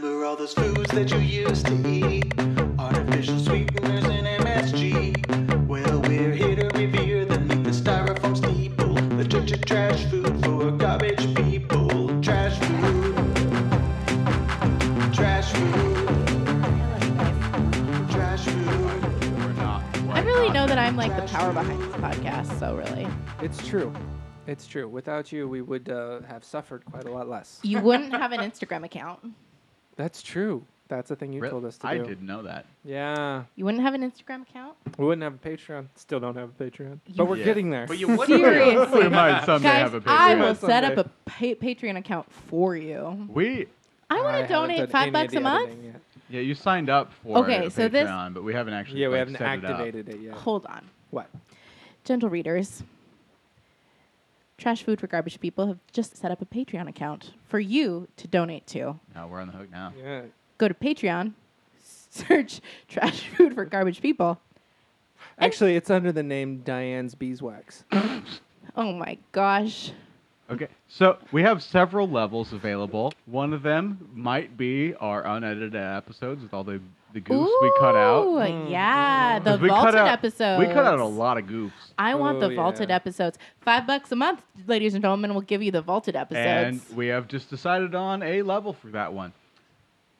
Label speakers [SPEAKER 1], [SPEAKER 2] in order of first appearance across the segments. [SPEAKER 1] those foods that you used to eat. Artificial sweeteners and MSG. Well, we're here to revere the need for styrofoam steeple. The church of trash food for garbage people. Trash food. Trash food. Trash food.
[SPEAKER 2] We're not.
[SPEAKER 3] I really know that I'm like the power behind this podcast, so really.
[SPEAKER 4] It's true. It's true. Without you, we would uh, have suffered quite a lot less.
[SPEAKER 3] You wouldn't have an Instagram account.
[SPEAKER 4] That's true. That's the thing you told us to
[SPEAKER 2] I
[SPEAKER 4] do.
[SPEAKER 2] didn't know that.
[SPEAKER 4] Yeah.
[SPEAKER 3] You wouldn't have an Instagram account?
[SPEAKER 4] We wouldn't have a Patreon. Still don't have a Patreon.
[SPEAKER 3] You-
[SPEAKER 4] But we're
[SPEAKER 2] Yeah.
[SPEAKER 4] getting there.
[SPEAKER 5] But you would
[SPEAKER 3] Seriously.
[SPEAKER 2] We might someday
[SPEAKER 3] Guys,
[SPEAKER 2] have a
[SPEAKER 3] I
[SPEAKER 2] Patreon.
[SPEAKER 3] will set
[SPEAKER 4] Someday.
[SPEAKER 3] up a pa- Patreon account for you.
[SPEAKER 2] We
[SPEAKER 3] I want
[SPEAKER 4] haven't
[SPEAKER 3] to donate
[SPEAKER 4] done any
[SPEAKER 3] five
[SPEAKER 4] of
[SPEAKER 3] bucks
[SPEAKER 4] the
[SPEAKER 3] a month.
[SPEAKER 4] editing yet.
[SPEAKER 2] yeah, you signed up for
[SPEAKER 3] Okay,
[SPEAKER 2] a
[SPEAKER 3] so
[SPEAKER 2] Patreon,
[SPEAKER 3] this-
[SPEAKER 2] but we haven't actually
[SPEAKER 4] Yeah, we
[SPEAKER 2] like,
[SPEAKER 4] haven't
[SPEAKER 2] set it up.
[SPEAKER 4] activated it, yet.
[SPEAKER 3] Hold on.
[SPEAKER 4] What?
[SPEAKER 3] Gentle readers, Trash Food for Garbage People have just set up a Patreon account for you to donate to.
[SPEAKER 2] No, we're on the hook now.
[SPEAKER 4] Yeah.
[SPEAKER 3] Go to Patreon, search Trash Food for Garbage People.
[SPEAKER 4] Actually, it's under the name Diane's Beeswax.
[SPEAKER 3] Oh my gosh.
[SPEAKER 2] Okay, so we have several levels available. One of them might be our unedited episodes with all the the goofs we cut
[SPEAKER 3] Ooh,
[SPEAKER 2] out.
[SPEAKER 4] Mm-hmm.
[SPEAKER 3] Yeah, the
[SPEAKER 2] 'Cause we
[SPEAKER 3] vaulted
[SPEAKER 2] cut out,
[SPEAKER 3] episodes.
[SPEAKER 2] We cut out a lot of goofs.
[SPEAKER 3] I want the
[SPEAKER 4] Oh,
[SPEAKER 3] vaulted
[SPEAKER 4] yeah.
[SPEAKER 3] episodes. Five bucks a month, ladies and gentlemen, will give you the vaulted
[SPEAKER 2] And
[SPEAKER 3] episodes.
[SPEAKER 2] we have just decided on a level for that one.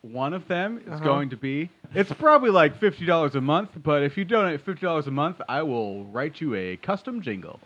[SPEAKER 2] One of them is
[SPEAKER 4] Uh-huh.
[SPEAKER 2] going to be it's probably like fifty dollars a month, but if you donate fifty dollars a month, I will write you a custom jingle.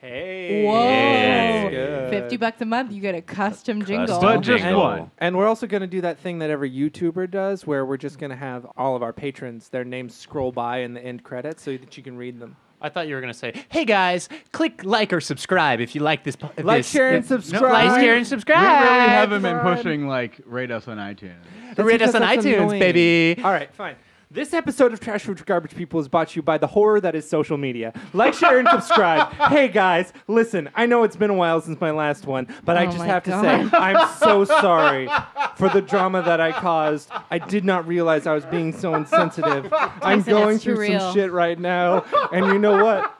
[SPEAKER 4] Hey.
[SPEAKER 3] Whoa.
[SPEAKER 5] Hey.
[SPEAKER 4] Good.
[SPEAKER 3] 50 bucks a month, you get a custom jingle.
[SPEAKER 2] But just
[SPEAKER 4] jingle.
[SPEAKER 2] one.
[SPEAKER 4] And we're also going to do that thing that every YouTuber does where we're just going to have all of our patrons, their names scroll by in the end credits so that you can read them.
[SPEAKER 5] I thought you were gonna say, "Hey guys, click like or subscribe if you like this." po-
[SPEAKER 4] Like,
[SPEAKER 5] this-
[SPEAKER 4] share, and
[SPEAKER 5] No,
[SPEAKER 4] subscribe.
[SPEAKER 5] like, share, and
[SPEAKER 2] We
[SPEAKER 5] subscribe.
[SPEAKER 2] really haven't been
[SPEAKER 4] Fun.
[SPEAKER 2] pushing like rate us on iTunes.
[SPEAKER 4] That's
[SPEAKER 5] Rate us
[SPEAKER 4] because
[SPEAKER 5] on
[SPEAKER 4] that's
[SPEAKER 5] iTunes,
[SPEAKER 4] annoying.
[SPEAKER 5] baby.
[SPEAKER 4] All right, fine. This episode of Trash Food for Garbage People is brought to you by the horror that is social media. Like, share, and subscribe. hey guys, listen, I know it's been a while since my last one, but I
[SPEAKER 3] Oh
[SPEAKER 4] just
[SPEAKER 3] my
[SPEAKER 4] have to
[SPEAKER 3] God.
[SPEAKER 4] say, I'm so sorry for the drama that I caused. I did not realize I was being so insensitive. I'm
[SPEAKER 3] Tyson,
[SPEAKER 4] going
[SPEAKER 3] it's too
[SPEAKER 4] through
[SPEAKER 3] real.
[SPEAKER 4] some shit right now, and you know what?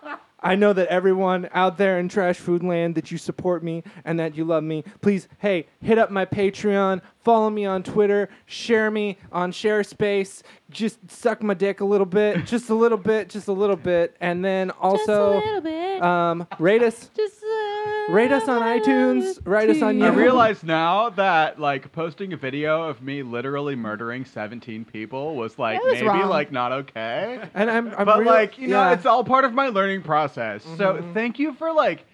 [SPEAKER 4] I know that everyone out there in trash food land that you support me and that you love me. Please, hey, hit up my Patreon, follow me on Twitter, share me on ShareSpace. Just suck my dick a little bit, just a little bit, just a little bit, and then
[SPEAKER 3] Just a
[SPEAKER 4] also
[SPEAKER 3] little bit.
[SPEAKER 4] um, rate us.
[SPEAKER 3] Just a
[SPEAKER 4] rate us on
[SPEAKER 3] little
[SPEAKER 4] iTunes, rate us on
[SPEAKER 3] bit.
[SPEAKER 2] I
[SPEAKER 4] Yeah. real-
[SPEAKER 2] realize now that like posting a video of me literally murdering 17 people was like
[SPEAKER 3] That was
[SPEAKER 2] maybe
[SPEAKER 3] wrong.
[SPEAKER 2] like not okay.
[SPEAKER 4] And I'm, I'm
[SPEAKER 2] but
[SPEAKER 4] real-
[SPEAKER 2] like, you know,
[SPEAKER 4] yeah. Mm-hmm.
[SPEAKER 2] it's all part of my learning process. So thank you for like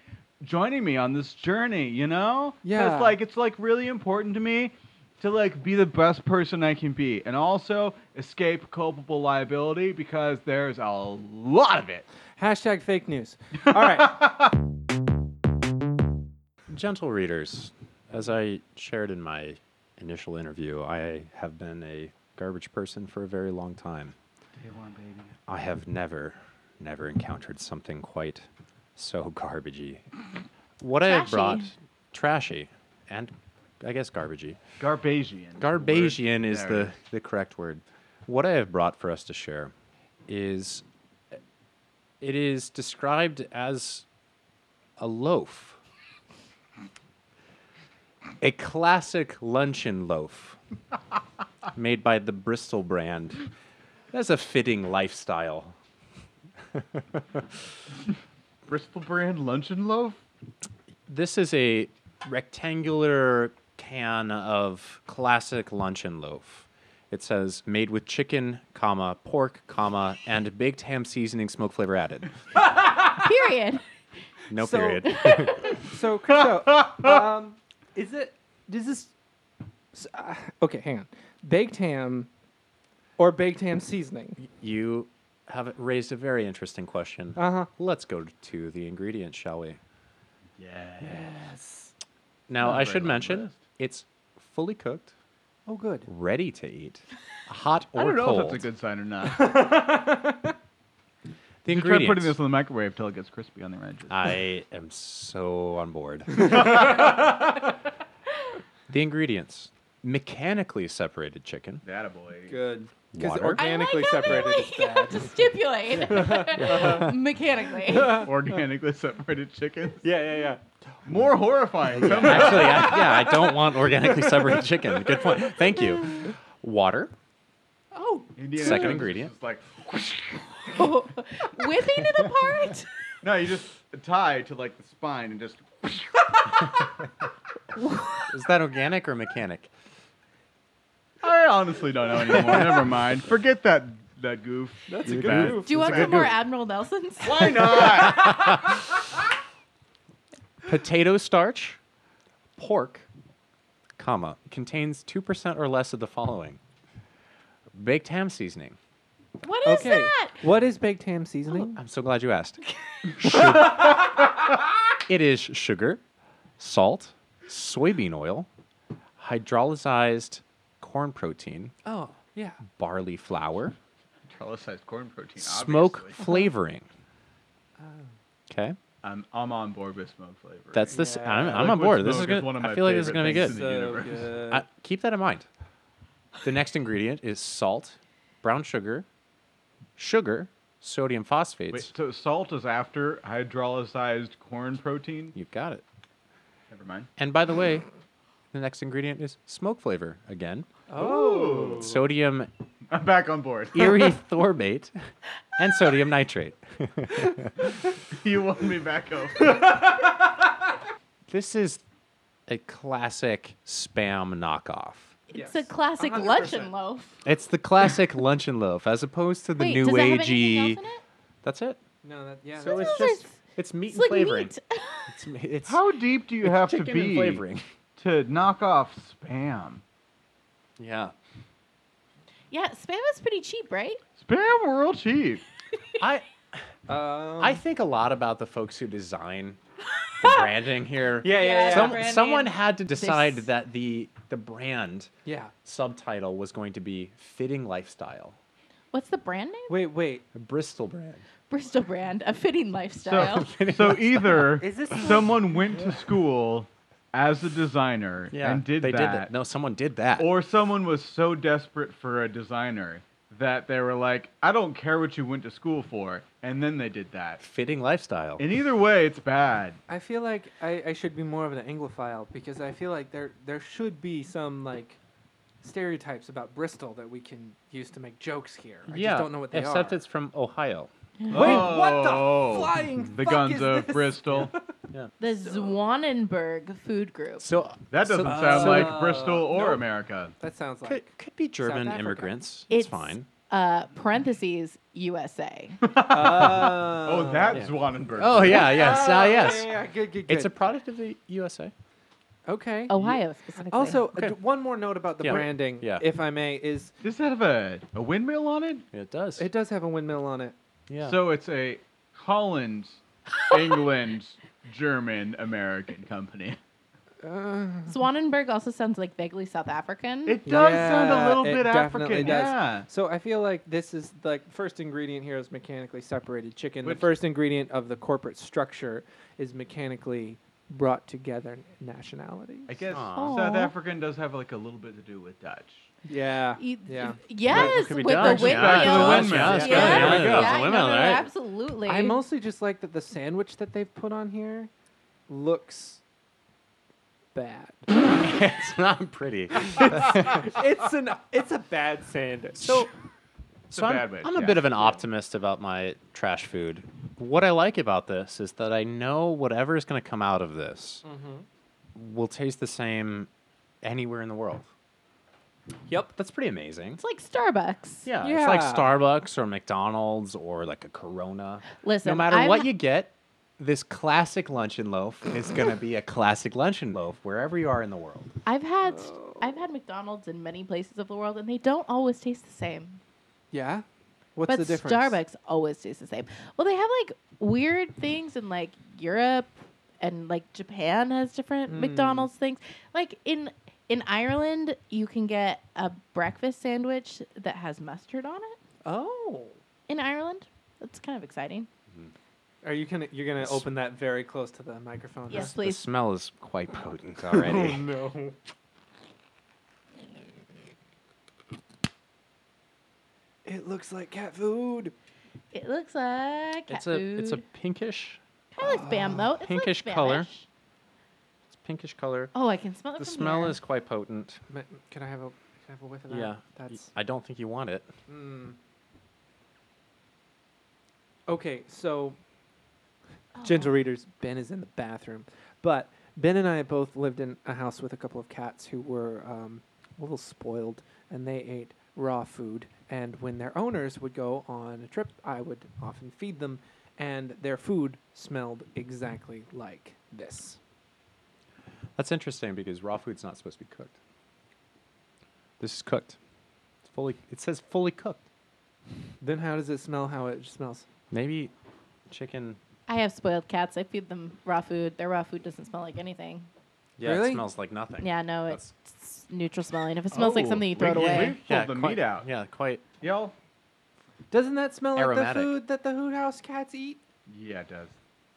[SPEAKER 2] joining me on this journey, you know? 'Cause,
[SPEAKER 4] Yeah.
[SPEAKER 2] like it's like really important to me to like be the best person I can be and also escape culpable liability because there's a lot of it.
[SPEAKER 4] hashtag fake news. All right,
[SPEAKER 5] Gentle readers, as I shared in my initial interview, I have been a garbage person for a very long time. I have never, never encountered something quite so garbagey. What I have
[SPEAKER 3] Trashy.
[SPEAKER 5] brought, trashy, and I guess garbagey.
[SPEAKER 2] Garbagian.
[SPEAKER 5] Garbagian
[SPEAKER 2] word.
[SPEAKER 5] is
[SPEAKER 2] There it
[SPEAKER 5] the, the correct word. What I have brought for us to share is it is described as a loaf, a classic luncheon loaf made by the Bristol brand. That's a fitting lifestyle.
[SPEAKER 2] Bristol brand luncheon loaf?
[SPEAKER 5] This is a rectangular can of classic luncheon loaf. It says made with chicken, comma, pork, comma, and baked ham seasoning, smoke flavor added.
[SPEAKER 3] Period.
[SPEAKER 5] No
[SPEAKER 4] So-
[SPEAKER 5] period.
[SPEAKER 4] so Christo, um, is it? Does this? s- uh, okay, hang on. Baked ham or baked ham seasoning?
[SPEAKER 5] you have raised a very interesting question.
[SPEAKER 4] Uh-huh.
[SPEAKER 5] Let's go to the ingredients, shall we?
[SPEAKER 2] Yeah.
[SPEAKER 5] Now,
[SPEAKER 2] Not a
[SPEAKER 5] I
[SPEAKER 2] very
[SPEAKER 5] should
[SPEAKER 2] long
[SPEAKER 5] mention
[SPEAKER 2] list.
[SPEAKER 5] it's fully cooked,
[SPEAKER 4] Oh, good.
[SPEAKER 5] ready to eat, hot or
[SPEAKER 2] I don't know
[SPEAKER 5] cold.
[SPEAKER 2] if that's a good sign or not. Just try
[SPEAKER 5] the ingredients.
[SPEAKER 2] putting this in the microwave till it gets crispy on the edges.
[SPEAKER 5] I am so on board. the ingredients mechanically separated chicken,
[SPEAKER 2] That boy.
[SPEAKER 4] Good.
[SPEAKER 5] Water?
[SPEAKER 3] I like
[SPEAKER 4] organically
[SPEAKER 3] how
[SPEAKER 4] separated
[SPEAKER 3] they
[SPEAKER 4] is
[SPEAKER 3] like have
[SPEAKER 4] bad.
[SPEAKER 3] to stipulate mechanically.
[SPEAKER 2] Organically separated chickens.
[SPEAKER 4] Yeah, yeah, yeah.
[SPEAKER 2] More horrifying. somehow.
[SPEAKER 5] Actually, I, yeah, I don't want organically separated chicken. Good point. Thank you. Water,
[SPEAKER 3] Oh,
[SPEAKER 2] Indiana
[SPEAKER 5] Second
[SPEAKER 2] Jones is
[SPEAKER 5] ingredient.
[SPEAKER 2] just Like,
[SPEAKER 3] whipping it apart.
[SPEAKER 2] no, you just tie to like the spine and just.
[SPEAKER 5] is that organic or mechanic?
[SPEAKER 2] I honestly don't know anymore. Never mind. Forget that that goof.
[SPEAKER 4] That's a
[SPEAKER 2] You
[SPEAKER 4] good
[SPEAKER 2] bad-
[SPEAKER 4] goof.
[SPEAKER 3] Do you
[SPEAKER 4] That's
[SPEAKER 3] want
[SPEAKER 4] a
[SPEAKER 3] some
[SPEAKER 4] good
[SPEAKER 3] more
[SPEAKER 4] goof.
[SPEAKER 3] Admiral Nelsons?
[SPEAKER 2] Why not?
[SPEAKER 5] Potato starch, pork, comma, contains 2% or less of the following. Baked ham seasoning.
[SPEAKER 3] What is
[SPEAKER 4] Okay.
[SPEAKER 3] that?
[SPEAKER 4] What is baked ham seasoning?
[SPEAKER 5] I'm so glad you asked. Su- it is sugar, salt, soybean oil, hydrolyzed corn protein,
[SPEAKER 4] Oh, yeah.
[SPEAKER 5] barley flour,
[SPEAKER 2] Trellis-sized corn protein.
[SPEAKER 5] smoke
[SPEAKER 2] obviously.
[SPEAKER 5] flavoring. Okay,
[SPEAKER 2] I'm, I'm on board with smoke flavor.
[SPEAKER 5] that's this. I'm,
[SPEAKER 4] Yeah,
[SPEAKER 5] I'm on
[SPEAKER 2] liquid
[SPEAKER 5] board. This is
[SPEAKER 2] smoke is
[SPEAKER 5] gonna.
[SPEAKER 2] one of
[SPEAKER 5] I
[SPEAKER 2] my
[SPEAKER 5] feel like this is
[SPEAKER 2] favorite
[SPEAKER 5] gonna be
[SPEAKER 2] things
[SPEAKER 5] good.
[SPEAKER 2] in the
[SPEAKER 4] So
[SPEAKER 2] universe.
[SPEAKER 4] good.
[SPEAKER 5] I, keep that in mind. The next ingredient is salt, brown sugar, sugar, sodium phosphates.
[SPEAKER 2] Wait, so salt is after hydrolyzed corn protein.
[SPEAKER 5] You've got it.
[SPEAKER 2] Never mind.
[SPEAKER 5] And by the way, the next ingredient is smoke flavor again.
[SPEAKER 4] oh.
[SPEAKER 5] Sodium
[SPEAKER 2] I'm back on board.
[SPEAKER 5] erythorbate and sodium nitrate.
[SPEAKER 2] you won me back over.
[SPEAKER 5] This is a classic spam knockoff.
[SPEAKER 3] It's a
[SPEAKER 4] Yes.
[SPEAKER 3] classic
[SPEAKER 4] 100%.
[SPEAKER 3] luncheon loaf.
[SPEAKER 5] It's the classic luncheon loaf as opposed to the
[SPEAKER 3] Wait,
[SPEAKER 5] new
[SPEAKER 3] does that have anything
[SPEAKER 5] agey.
[SPEAKER 3] else in it?
[SPEAKER 5] That's it.
[SPEAKER 4] No, that, yeah.
[SPEAKER 5] So
[SPEAKER 4] that's-
[SPEAKER 5] it's
[SPEAKER 3] Those
[SPEAKER 5] just
[SPEAKER 3] are-
[SPEAKER 5] it's meat
[SPEAKER 3] It's
[SPEAKER 5] and
[SPEAKER 3] like
[SPEAKER 5] flavoring.
[SPEAKER 3] meat.
[SPEAKER 5] It's m- it's
[SPEAKER 2] How deep do you
[SPEAKER 5] it's
[SPEAKER 2] have to
[SPEAKER 5] chicken and
[SPEAKER 2] be
[SPEAKER 5] flavoring.
[SPEAKER 2] to knock off spam?
[SPEAKER 5] Yeah.
[SPEAKER 3] yeah, spam is pretty cheap, right?
[SPEAKER 2] Spam were real cheap.
[SPEAKER 5] I
[SPEAKER 4] Um,
[SPEAKER 5] I think a lot about the folks who design the branding here.
[SPEAKER 4] Yeah, yeah,
[SPEAKER 3] Yeah,
[SPEAKER 4] yeah.
[SPEAKER 5] Some,
[SPEAKER 3] brand
[SPEAKER 5] someone
[SPEAKER 3] name.
[SPEAKER 5] had to decide
[SPEAKER 3] This-
[SPEAKER 5] that the the brand
[SPEAKER 4] yeah.
[SPEAKER 5] subtitle was going to be fitting lifestyle.
[SPEAKER 3] What's the brand name?
[SPEAKER 4] Wait, wait.
[SPEAKER 5] A Bristol brand.
[SPEAKER 3] Bristol brand, a fitting
[SPEAKER 2] So,
[SPEAKER 3] lifestyle.
[SPEAKER 2] so either
[SPEAKER 4] Is this like-
[SPEAKER 2] someone went to school as a designer and did
[SPEAKER 5] they
[SPEAKER 2] that,
[SPEAKER 5] did that. No, someone did that.
[SPEAKER 2] or someone was so desperate for a designer that they were like, "I don't care what you went to school for," and then they did that.
[SPEAKER 5] fitting lifestyle.
[SPEAKER 2] In either way, it's bad.
[SPEAKER 4] I feel like I, I should be more of an Anglophile because I feel like there there should be some like stereotypes about Bristol that we can use to make jokes here. I just don't know what they are.
[SPEAKER 5] except it's from Ohio.
[SPEAKER 4] Wait, what the
[SPEAKER 2] Oh,
[SPEAKER 4] flying
[SPEAKER 2] The
[SPEAKER 4] fuck
[SPEAKER 2] guns
[SPEAKER 4] is
[SPEAKER 2] of
[SPEAKER 4] this?
[SPEAKER 2] Bristol.
[SPEAKER 3] the Zwanenberg Food Group.
[SPEAKER 5] So
[SPEAKER 2] That doesn't
[SPEAKER 5] so-
[SPEAKER 2] sound
[SPEAKER 4] so- uh,
[SPEAKER 2] like Bristol or
[SPEAKER 4] Nope.
[SPEAKER 2] America.
[SPEAKER 4] That sounds like
[SPEAKER 5] could, could be German
[SPEAKER 4] Africa.
[SPEAKER 5] immigrants.
[SPEAKER 3] It's,
[SPEAKER 5] It's, fine.
[SPEAKER 3] Uh, parentheses USA.
[SPEAKER 2] Oh,
[SPEAKER 5] yeah.
[SPEAKER 2] that's Zwanenberg.
[SPEAKER 5] Oh yeah, uh, yes, ah, yes.
[SPEAKER 4] Yeah, yeah, good, good, good.
[SPEAKER 5] It's a product of the USA.
[SPEAKER 4] okay.
[SPEAKER 3] Ohio specifically.
[SPEAKER 4] Also, uh,
[SPEAKER 5] Okay.
[SPEAKER 4] d- one more note about the
[SPEAKER 5] Yeah.
[SPEAKER 4] branding,
[SPEAKER 5] Yeah.
[SPEAKER 4] if I may, is
[SPEAKER 2] Does that have a, a windmill on it?
[SPEAKER 5] It does.
[SPEAKER 4] it does have a windmill on it.
[SPEAKER 5] yeah.
[SPEAKER 2] So it's a Holland, England, German, American company.
[SPEAKER 4] Uh,
[SPEAKER 3] Zwanenberg also sounds like vaguely South African.
[SPEAKER 2] It does sound a
[SPEAKER 4] Yeah,
[SPEAKER 2] little
[SPEAKER 4] it
[SPEAKER 2] bit
[SPEAKER 4] definitely
[SPEAKER 2] African.
[SPEAKER 4] does.
[SPEAKER 2] Yeah.
[SPEAKER 4] So I feel like this is like first ingredient here is mechanically separated chicken.
[SPEAKER 2] Which-
[SPEAKER 4] the first ingredient of the corporate structure is mechanically brought together nationality.
[SPEAKER 2] I guess
[SPEAKER 5] Aw.
[SPEAKER 2] South
[SPEAKER 3] Aw.
[SPEAKER 2] African does have like a little bit to do with Dutch.
[SPEAKER 4] Yeah.
[SPEAKER 3] E-
[SPEAKER 4] Yeah.
[SPEAKER 5] Right, it
[SPEAKER 3] Yes,
[SPEAKER 5] could be
[SPEAKER 3] with
[SPEAKER 5] Dutch,
[SPEAKER 3] the windmill.
[SPEAKER 2] yeah. Yeah, the windmill.
[SPEAKER 3] Yes,
[SPEAKER 2] Yeah, there we go,
[SPEAKER 3] yeah,
[SPEAKER 5] the
[SPEAKER 3] no,
[SPEAKER 5] windmill,
[SPEAKER 3] no,
[SPEAKER 5] right.
[SPEAKER 3] Absolutely.
[SPEAKER 4] I mostly just like that the sandwich that they've put on here looks bad.
[SPEAKER 5] it's not pretty.
[SPEAKER 4] it's an it's a bad sandwich.
[SPEAKER 5] So, so
[SPEAKER 2] a
[SPEAKER 5] I'm,
[SPEAKER 2] bad way to
[SPEAKER 5] I'm a
[SPEAKER 2] say
[SPEAKER 5] bit
[SPEAKER 2] it.
[SPEAKER 5] of an optimist about my trash food. What I like about this is that I know whatever is going to come out of this
[SPEAKER 3] Mm-hmm.
[SPEAKER 5] will taste the same anywhere in the world. Yep, that's pretty amazing.
[SPEAKER 3] It's like Starbucks.
[SPEAKER 5] Yeah, it's like
[SPEAKER 4] Yeah.
[SPEAKER 5] Starbucks or McDonald's or like a Corona.
[SPEAKER 3] Listen,
[SPEAKER 5] no matter
[SPEAKER 3] I'm-
[SPEAKER 5] what you get, this classic luncheon loaf is going to be a classic luncheon loaf wherever you are in the world.
[SPEAKER 3] I've had I've had McDonald's in many places of the world, and they don't always taste the same.
[SPEAKER 4] Yeah. What's
[SPEAKER 3] but
[SPEAKER 4] the difference?
[SPEAKER 3] Starbucks always tastes the same. Well, they have like weird things in like Europe and like Japan has different
[SPEAKER 5] Hmm.
[SPEAKER 3] McDonald's things. Like in in Ireland, you can get a breakfast sandwich that has mustard on it.
[SPEAKER 4] Oh.
[SPEAKER 3] In Ireland, that's kind of exciting.
[SPEAKER 4] Are you gonna you're gonna open that very close to the microphone? Oh,
[SPEAKER 3] Yes,
[SPEAKER 5] The
[SPEAKER 3] please. Oh,
[SPEAKER 5] smell is quite potent already.
[SPEAKER 4] no. It looks like cat food.
[SPEAKER 3] It looks like cat
[SPEAKER 5] it's a it's a
[SPEAKER 3] food.
[SPEAKER 5] pinkish
[SPEAKER 3] kind of like spam though. It's like
[SPEAKER 5] pinkish color.
[SPEAKER 3] Spanish.
[SPEAKER 5] It's pinkish color.
[SPEAKER 3] Oh, I can smell it.
[SPEAKER 5] The
[SPEAKER 3] from
[SPEAKER 5] smell
[SPEAKER 3] here.
[SPEAKER 5] is quite potent.
[SPEAKER 4] Ma- Can I have a? Can I have a whiff of that?
[SPEAKER 5] Yeah.
[SPEAKER 4] That's.
[SPEAKER 5] I don't think you want it.
[SPEAKER 4] Mm. Okay, so
[SPEAKER 3] Oh.
[SPEAKER 4] gentle readers, Ben is in the bathroom, but Ben and I both lived in a house with a couple of cats who were um, a little spoiled, and they ate raw food. And when their owners would go on a trip, I would often feed them, and their food smelled exactly like this.
[SPEAKER 5] That's interesting because raw food's not supposed to be cooked. This is cooked. It's fully. It says fully cooked.
[SPEAKER 4] Then how does it smell? How it smells?
[SPEAKER 5] Maybe chicken.
[SPEAKER 3] I have spoiled cats. I feed them raw food. Their raw food doesn't smell like anything.
[SPEAKER 5] Yeah,
[SPEAKER 4] Really?
[SPEAKER 5] it smells like nothing.
[SPEAKER 3] Yeah, no,
[SPEAKER 5] That's-
[SPEAKER 3] it's neutral smelling. If it smells like
[SPEAKER 2] Oh,
[SPEAKER 3] something, you
[SPEAKER 2] we
[SPEAKER 3] throw it
[SPEAKER 2] can-
[SPEAKER 3] away.
[SPEAKER 2] we
[SPEAKER 5] Yeah,
[SPEAKER 2] pulled the
[SPEAKER 5] quite-
[SPEAKER 2] meat out.
[SPEAKER 5] Yeah, quite.
[SPEAKER 2] Y'all?
[SPEAKER 4] Doesn't that smell like the
[SPEAKER 5] Aromatic.
[SPEAKER 4] food that the Hoot House cats eat?
[SPEAKER 2] Yeah, it does.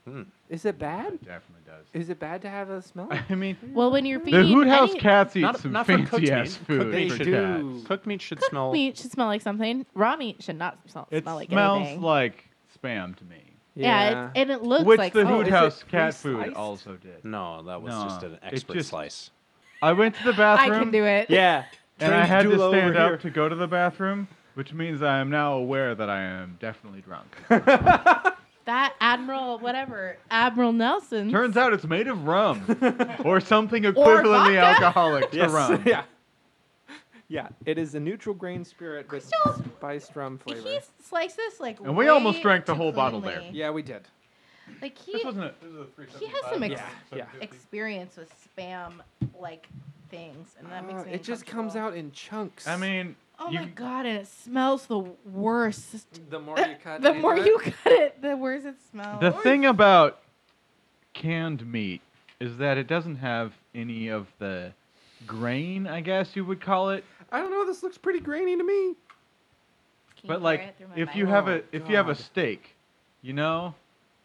[SPEAKER 5] Hmm.
[SPEAKER 4] Is it bad?
[SPEAKER 2] It definitely does.
[SPEAKER 4] Is it bad to have a smell?
[SPEAKER 2] I mean,
[SPEAKER 3] Well, when you're
[SPEAKER 2] the
[SPEAKER 3] feeding
[SPEAKER 2] Hoot House
[SPEAKER 3] any
[SPEAKER 2] cats eat
[SPEAKER 5] Not-
[SPEAKER 2] some
[SPEAKER 5] not for cooked
[SPEAKER 2] fancy ass
[SPEAKER 5] meat. Cooked
[SPEAKER 2] food.
[SPEAKER 5] meat
[SPEAKER 2] for
[SPEAKER 5] should
[SPEAKER 2] cats.
[SPEAKER 4] do.
[SPEAKER 5] Cooked meat should
[SPEAKER 3] cooked
[SPEAKER 5] smell.
[SPEAKER 3] meat should smell like something. Raw meat should not smell,
[SPEAKER 2] It
[SPEAKER 3] smell like
[SPEAKER 2] smells
[SPEAKER 3] anything.
[SPEAKER 2] like spam to me.
[SPEAKER 3] yeah, it's, and it looks
[SPEAKER 2] Which
[SPEAKER 3] like
[SPEAKER 2] the
[SPEAKER 3] salt.
[SPEAKER 2] Hoot
[SPEAKER 4] is it
[SPEAKER 2] House cat food
[SPEAKER 4] pre-sliced?
[SPEAKER 2] also did.
[SPEAKER 5] No, that was
[SPEAKER 2] No,
[SPEAKER 5] just an
[SPEAKER 2] it
[SPEAKER 5] expert
[SPEAKER 2] just-
[SPEAKER 5] slice.
[SPEAKER 2] I went to the
[SPEAKER 3] I
[SPEAKER 2] bathroom
[SPEAKER 3] can do it.
[SPEAKER 4] yeah.
[SPEAKER 2] and I had to
[SPEAKER 4] Dulo
[SPEAKER 2] stand
[SPEAKER 4] over
[SPEAKER 2] up
[SPEAKER 4] here.
[SPEAKER 2] to go to the bathroom, which means I am now aware that I am definitely drunk.
[SPEAKER 3] That Admiral, whatever, Admiral Nelson.
[SPEAKER 2] Turns out it's made of rum or something
[SPEAKER 3] vodka.
[SPEAKER 2] equivalently alcoholic to
[SPEAKER 4] Yes.
[SPEAKER 2] rum.
[SPEAKER 4] yeah. Yeah. It is a neutral grain spirit with spiced rum flavor.
[SPEAKER 3] He sliced this like.
[SPEAKER 2] And we
[SPEAKER 3] way
[SPEAKER 2] almost drank the
[SPEAKER 3] too
[SPEAKER 2] whole bottle there.
[SPEAKER 3] cleanly.
[SPEAKER 4] Yeah, we did.
[SPEAKER 3] Like he,
[SPEAKER 2] This wasn't a, this was a
[SPEAKER 3] he has some ex-
[SPEAKER 4] Yeah, yeah.
[SPEAKER 3] experience with spam like things, and that
[SPEAKER 4] Uh,
[SPEAKER 3] makes me.
[SPEAKER 4] it just comes
[SPEAKER 3] uncomfortable.
[SPEAKER 4] out in chunks.
[SPEAKER 2] I mean,
[SPEAKER 3] Oh
[SPEAKER 2] you,
[SPEAKER 3] my god! And it smells the worst.
[SPEAKER 4] the more you cut,
[SPEAKER 3] the
[SPEAKER 4] into
[SPEAKER 3] more
[SPEAKER 4] it-
[SPEAKER 3] you cut it, the worse it smells.
[SPEAKER 2] the thing about canned meat is that it doesn't have any of the grain, I guess you would call it.
[SPEAKER 4] I don't know. This looks pretty grainy to me.
[SPEAKER 3] Can
[SPEAKER 2] But
[SPEAKER 3] you
[SPEAKER 2] like,
[SPEAKER 3] hear it through my
[SPEAKER 2] if you
[SPEAKER 3] mic?
[SPEAKER 2] have a
[SPEAKER 4] Oh,
[SPEAKER 2] if you have a
[SPEAKER 4] God.
[SPEAKER 2] steak, you know,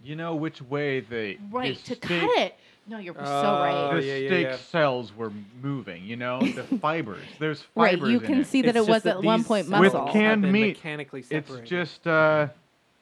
[SPEAKER 2] you know which way the
[SPEAKER 3] right to
[SPEAKER 2] the
[SPEAKER 3] cut
[SPEAKER 2] steak-
[SPEAKER 3] it. No, you're so
[SPEAKER 4] Oh,
[SPEAKER 2] The
[SPEAKER 3] right.
[SPEAKER 4] yeah, yeah,
[SPEAKER 2] steak
[SPEAKER 4] yeah.
[SPEAKER 2] cells were moving. You know, the fibers. There's
[SPEAKER 3] Right,
[SPEAKER 2] fibers.
[SPEAKER 3] you can
[SPEAKER 2] in it.
[SPEAKER 3] see that
[SPEAKER 4] It's
[SPEAKER 3] it
[SPEAKER 4] just
[SPEAKER 3] was
[SPEAKER 4] that
[SPEAKER 3] at one
[SPEAKER 4] these
[SPEAKER 3] point
[SPEAKER 4] cells
[SPEAKER 2] With
[SPEAKER 3] muscle.
[SPEAKER 4] have
[SPEAKER 2] canned
[SPEAKER 4] been
[SPEAKER 2] meat,
[SPEAKER 4] mechanically
[SPEAKER 2] It's
[SPEAKER 4] separated.
[SPEAKER 2] just uh,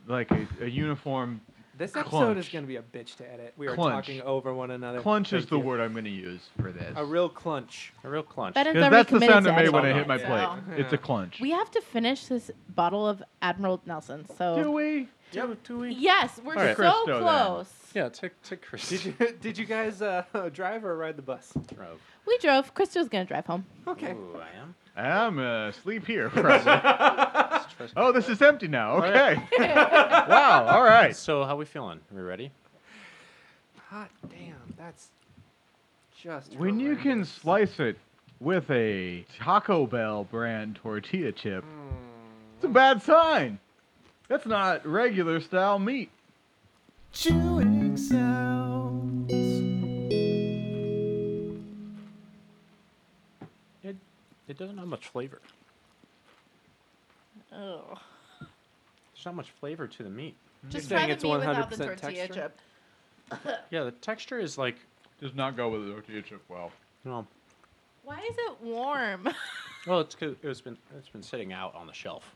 [SPEAKER 2] like a, a uniform
[SPEAKER 4] this episode is
[SPEAKER 2] clunch.
[SPEAKER 4] going to be a bitch to edit. We are
[SPEAKER 2] Clunch.
[SPEAKER 4] talking over one another.
[SPEAKER 2] clunch is
[SPEAKER 4] Thank
[SPEAKER 2] the
[SPEAKER 4] you.
[SPEAKER 2] word I'm going to use for this.
[SPEAKER 4] A real clunch.
[SPEAKER 5] A real clunch.
[SPEAKER 3] Ben has
[SPEAKER 2] Because
[SPEAKER 3] already
[SPEAKER 2] that's the
[SPEAKER 3] committed
[SPEAKER 2] sound
[SPEAKER 3] to
[SPEAKER 2] it made when I
[SPEAKER 3] editing,
[SPEAKER 2] hit my
[SPEAKER 3] so-
[SPEAKER 2] plate. It's a
[SPEAKER 4] Yeah.
[SPEAKER 2] clunch.
[SPEAKER 3] We have to finish this bottle of Admiral Nelson.
[SPEAKER 4] Oh.
[SPEAKER 2] Do
[SPEAKER 3] So
[SPEAKER 2] we?
[SPEAKER 5] Yep. Do we?
[SPEAKER 3] yes, we're
[SPEAKER 5] All
[SPEAKER 3] so
[SPEAKER 5] right.
[SPEAKER 2] Christo, then.
[SPEAKER 3] close.
[SPEAKER 5] Yeah, take take Chris.
[SPEAKER 4] Did you did you guys uh, drive or ride the bus?
[SPEAKER 5] Rob.
[SPEAKER 3] We drove. Christo's gonna drive home.
[SPEAKER 4] Okay.
[SPEAKER 5] Ooh, I am.
[SPEAKER 2] I'm uh, asleep here. President. oh, this is empty now. Okay. wow. All right.
[SPEAKER 5] So how we feeling? Are we ready?
[SPEAKER 4] Hot damn, that's just
[SPEAKER 2] When you can
[SPEAKER 4] horrendous.
[SPEAKER 2] slice it with a Taco Bell brand tortilla chip, it's a bad sign. That's not regular style meat.
[SPEAKER 1] Chewing sounds.
[SPEAKER 5] It it doesn't have much flavor.
[SPEAKER 3] Oh.
[SPEAKER 5] There's not much flavor to the meat.
[SPEAKER 3] Just
[SPEAKER 4] saying
[SPEAKER 3] try the
[SPEAKER 4] it's
[SPEAKER 3] meat without the
[SPEAKER 4] 100%
[SPEAKER 3] tortilla
[SPEAKER 4] texture?
[SPEAKER 3] chip.
[SPEAKER 5] Yeah, the texture is like
[SPEAKER 2] Does not go with the tortilla chip well.
[SPEAKER 5] you know.
[SPEAKER 3] Why is it warm?
[SPEAKER 5] Well, it's 'cause it's been it's been sitting out on the shelf.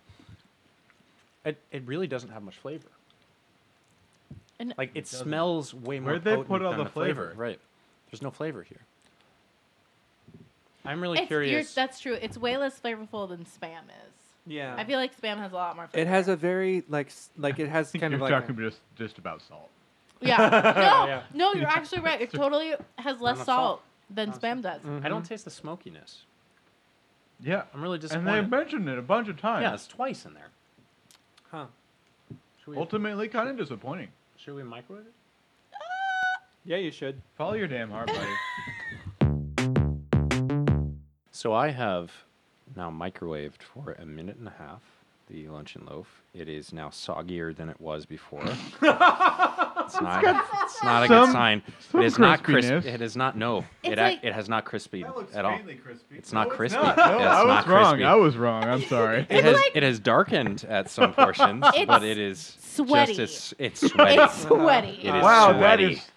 [SPEAKER 5] It it really doesn't have much flavor.
[SPEAKER 3] And-
[SPEAKER 5] like it
[SPEAKER 2] doesn't.
[SPEAKER 5] smells way more.
[SPEAKER 2] Where'd they
[SPEAKER 5] potent
[SPEAKER 2] put all
[SPEAKER 5] than
[SPEAKER 2] the flavor?
[SPEAKER 5] Right. There's no flavor here. I'm really
[SPEAKER 3] It's- you're-
[SPEAKER 5] curious.
[SPEAKER 3] that's true. It's way less flavorful than spam is.
[SPEAKER 4] Yeah.
[SPEAKER 3] I feel like spam has a lot more flavor.
[SPEAKER 4] It has a very like s- like it has
[SPEAKER 2] I think
[SPEAKER 4] kind
[SPEAKER 2] you're
[SPEAKER 4] of like
[SPEAKER 2] talking
[SPEAKER 4] a-
[SPEAKER 2] just just about salt.
[SPEAKER 3] Yeah. No,
[SPEAKER 5] Yeah.
[SPEAKER 3] no, you're actually right. It totally has less
[SPEAKER 5] enough
[SPEAKER 3] salt,
[SPEAKER 5] salt.
[SPEAKER 3] than
[SPEAKER 5] Not
[SPEAKER 3] spam does.
[SPEAKER 5] I don't taste the smokiness.
[SPEAKER 2] Yeah.
[SPEAKER 5] I'm really
[SPEAKER 2] And they
[SPEAKER 5] disappointed.
[SPEAKER 2] mentioned it a bunch of times.
[SPEAKER 5] yeah, it's twice in there.
[SPEAKER 4] huh.
[SPEAKER 5] Should we,
[SPEAKER 2] Ultimately, kind of disappointing.
[SPEAKER 5] should we microwave it?
[SPEAKER 4] Yeah, you should.
[SPEAKER 2] Follow your damn heart, buddy.
[SPEAKER 5] So I have now microwaved for a minute and a half the luncheon loaf. It is now soggier than it was before. it's not, it's not
[SPEAKER 2] some-
[SPEAKER 5] a good sign.
[SPEAKER 2] some
[SPEAKER 5] It is not crisp.
[SPEAKER 2] crispiness.
[SPEAKER 5] It is not. No,
[SPEAKER 3] It's
[SPEAKER 5] it, ac-
[SPEAKER 3] like-
[SPEAKER 5] it has not crispy at all.
[SPEAKER 2] crispy.
[SPEAKER 5] It's not crispy.
[SPEAKER 2] No,
[SPEAKER 5] It's
[SPEAKER 2] I was
[SPEAKER 5] not
[SPEAKER 2] wrong.
[SPEAKER 5] crispy.
[SPEAKER 2] I was wrong. I'm sorry.
[SPEAKER 5] It
[SPEAKER 3] It's
[SPEAKER 5] has,
[SPEAKER 3] like-
[SPEAKER 5] it has darkened at some portions, but it is
[SPEAKER 3] sweaty.
[SPEAKER 5] Just as, it's sweaty.
[SPEAKER 3] It's sweaty.
[SPEAKER 5] It is
[SPEAKER 2] wow, that
[SPEAKER 5] sweaty.
[SPEAKER 2] is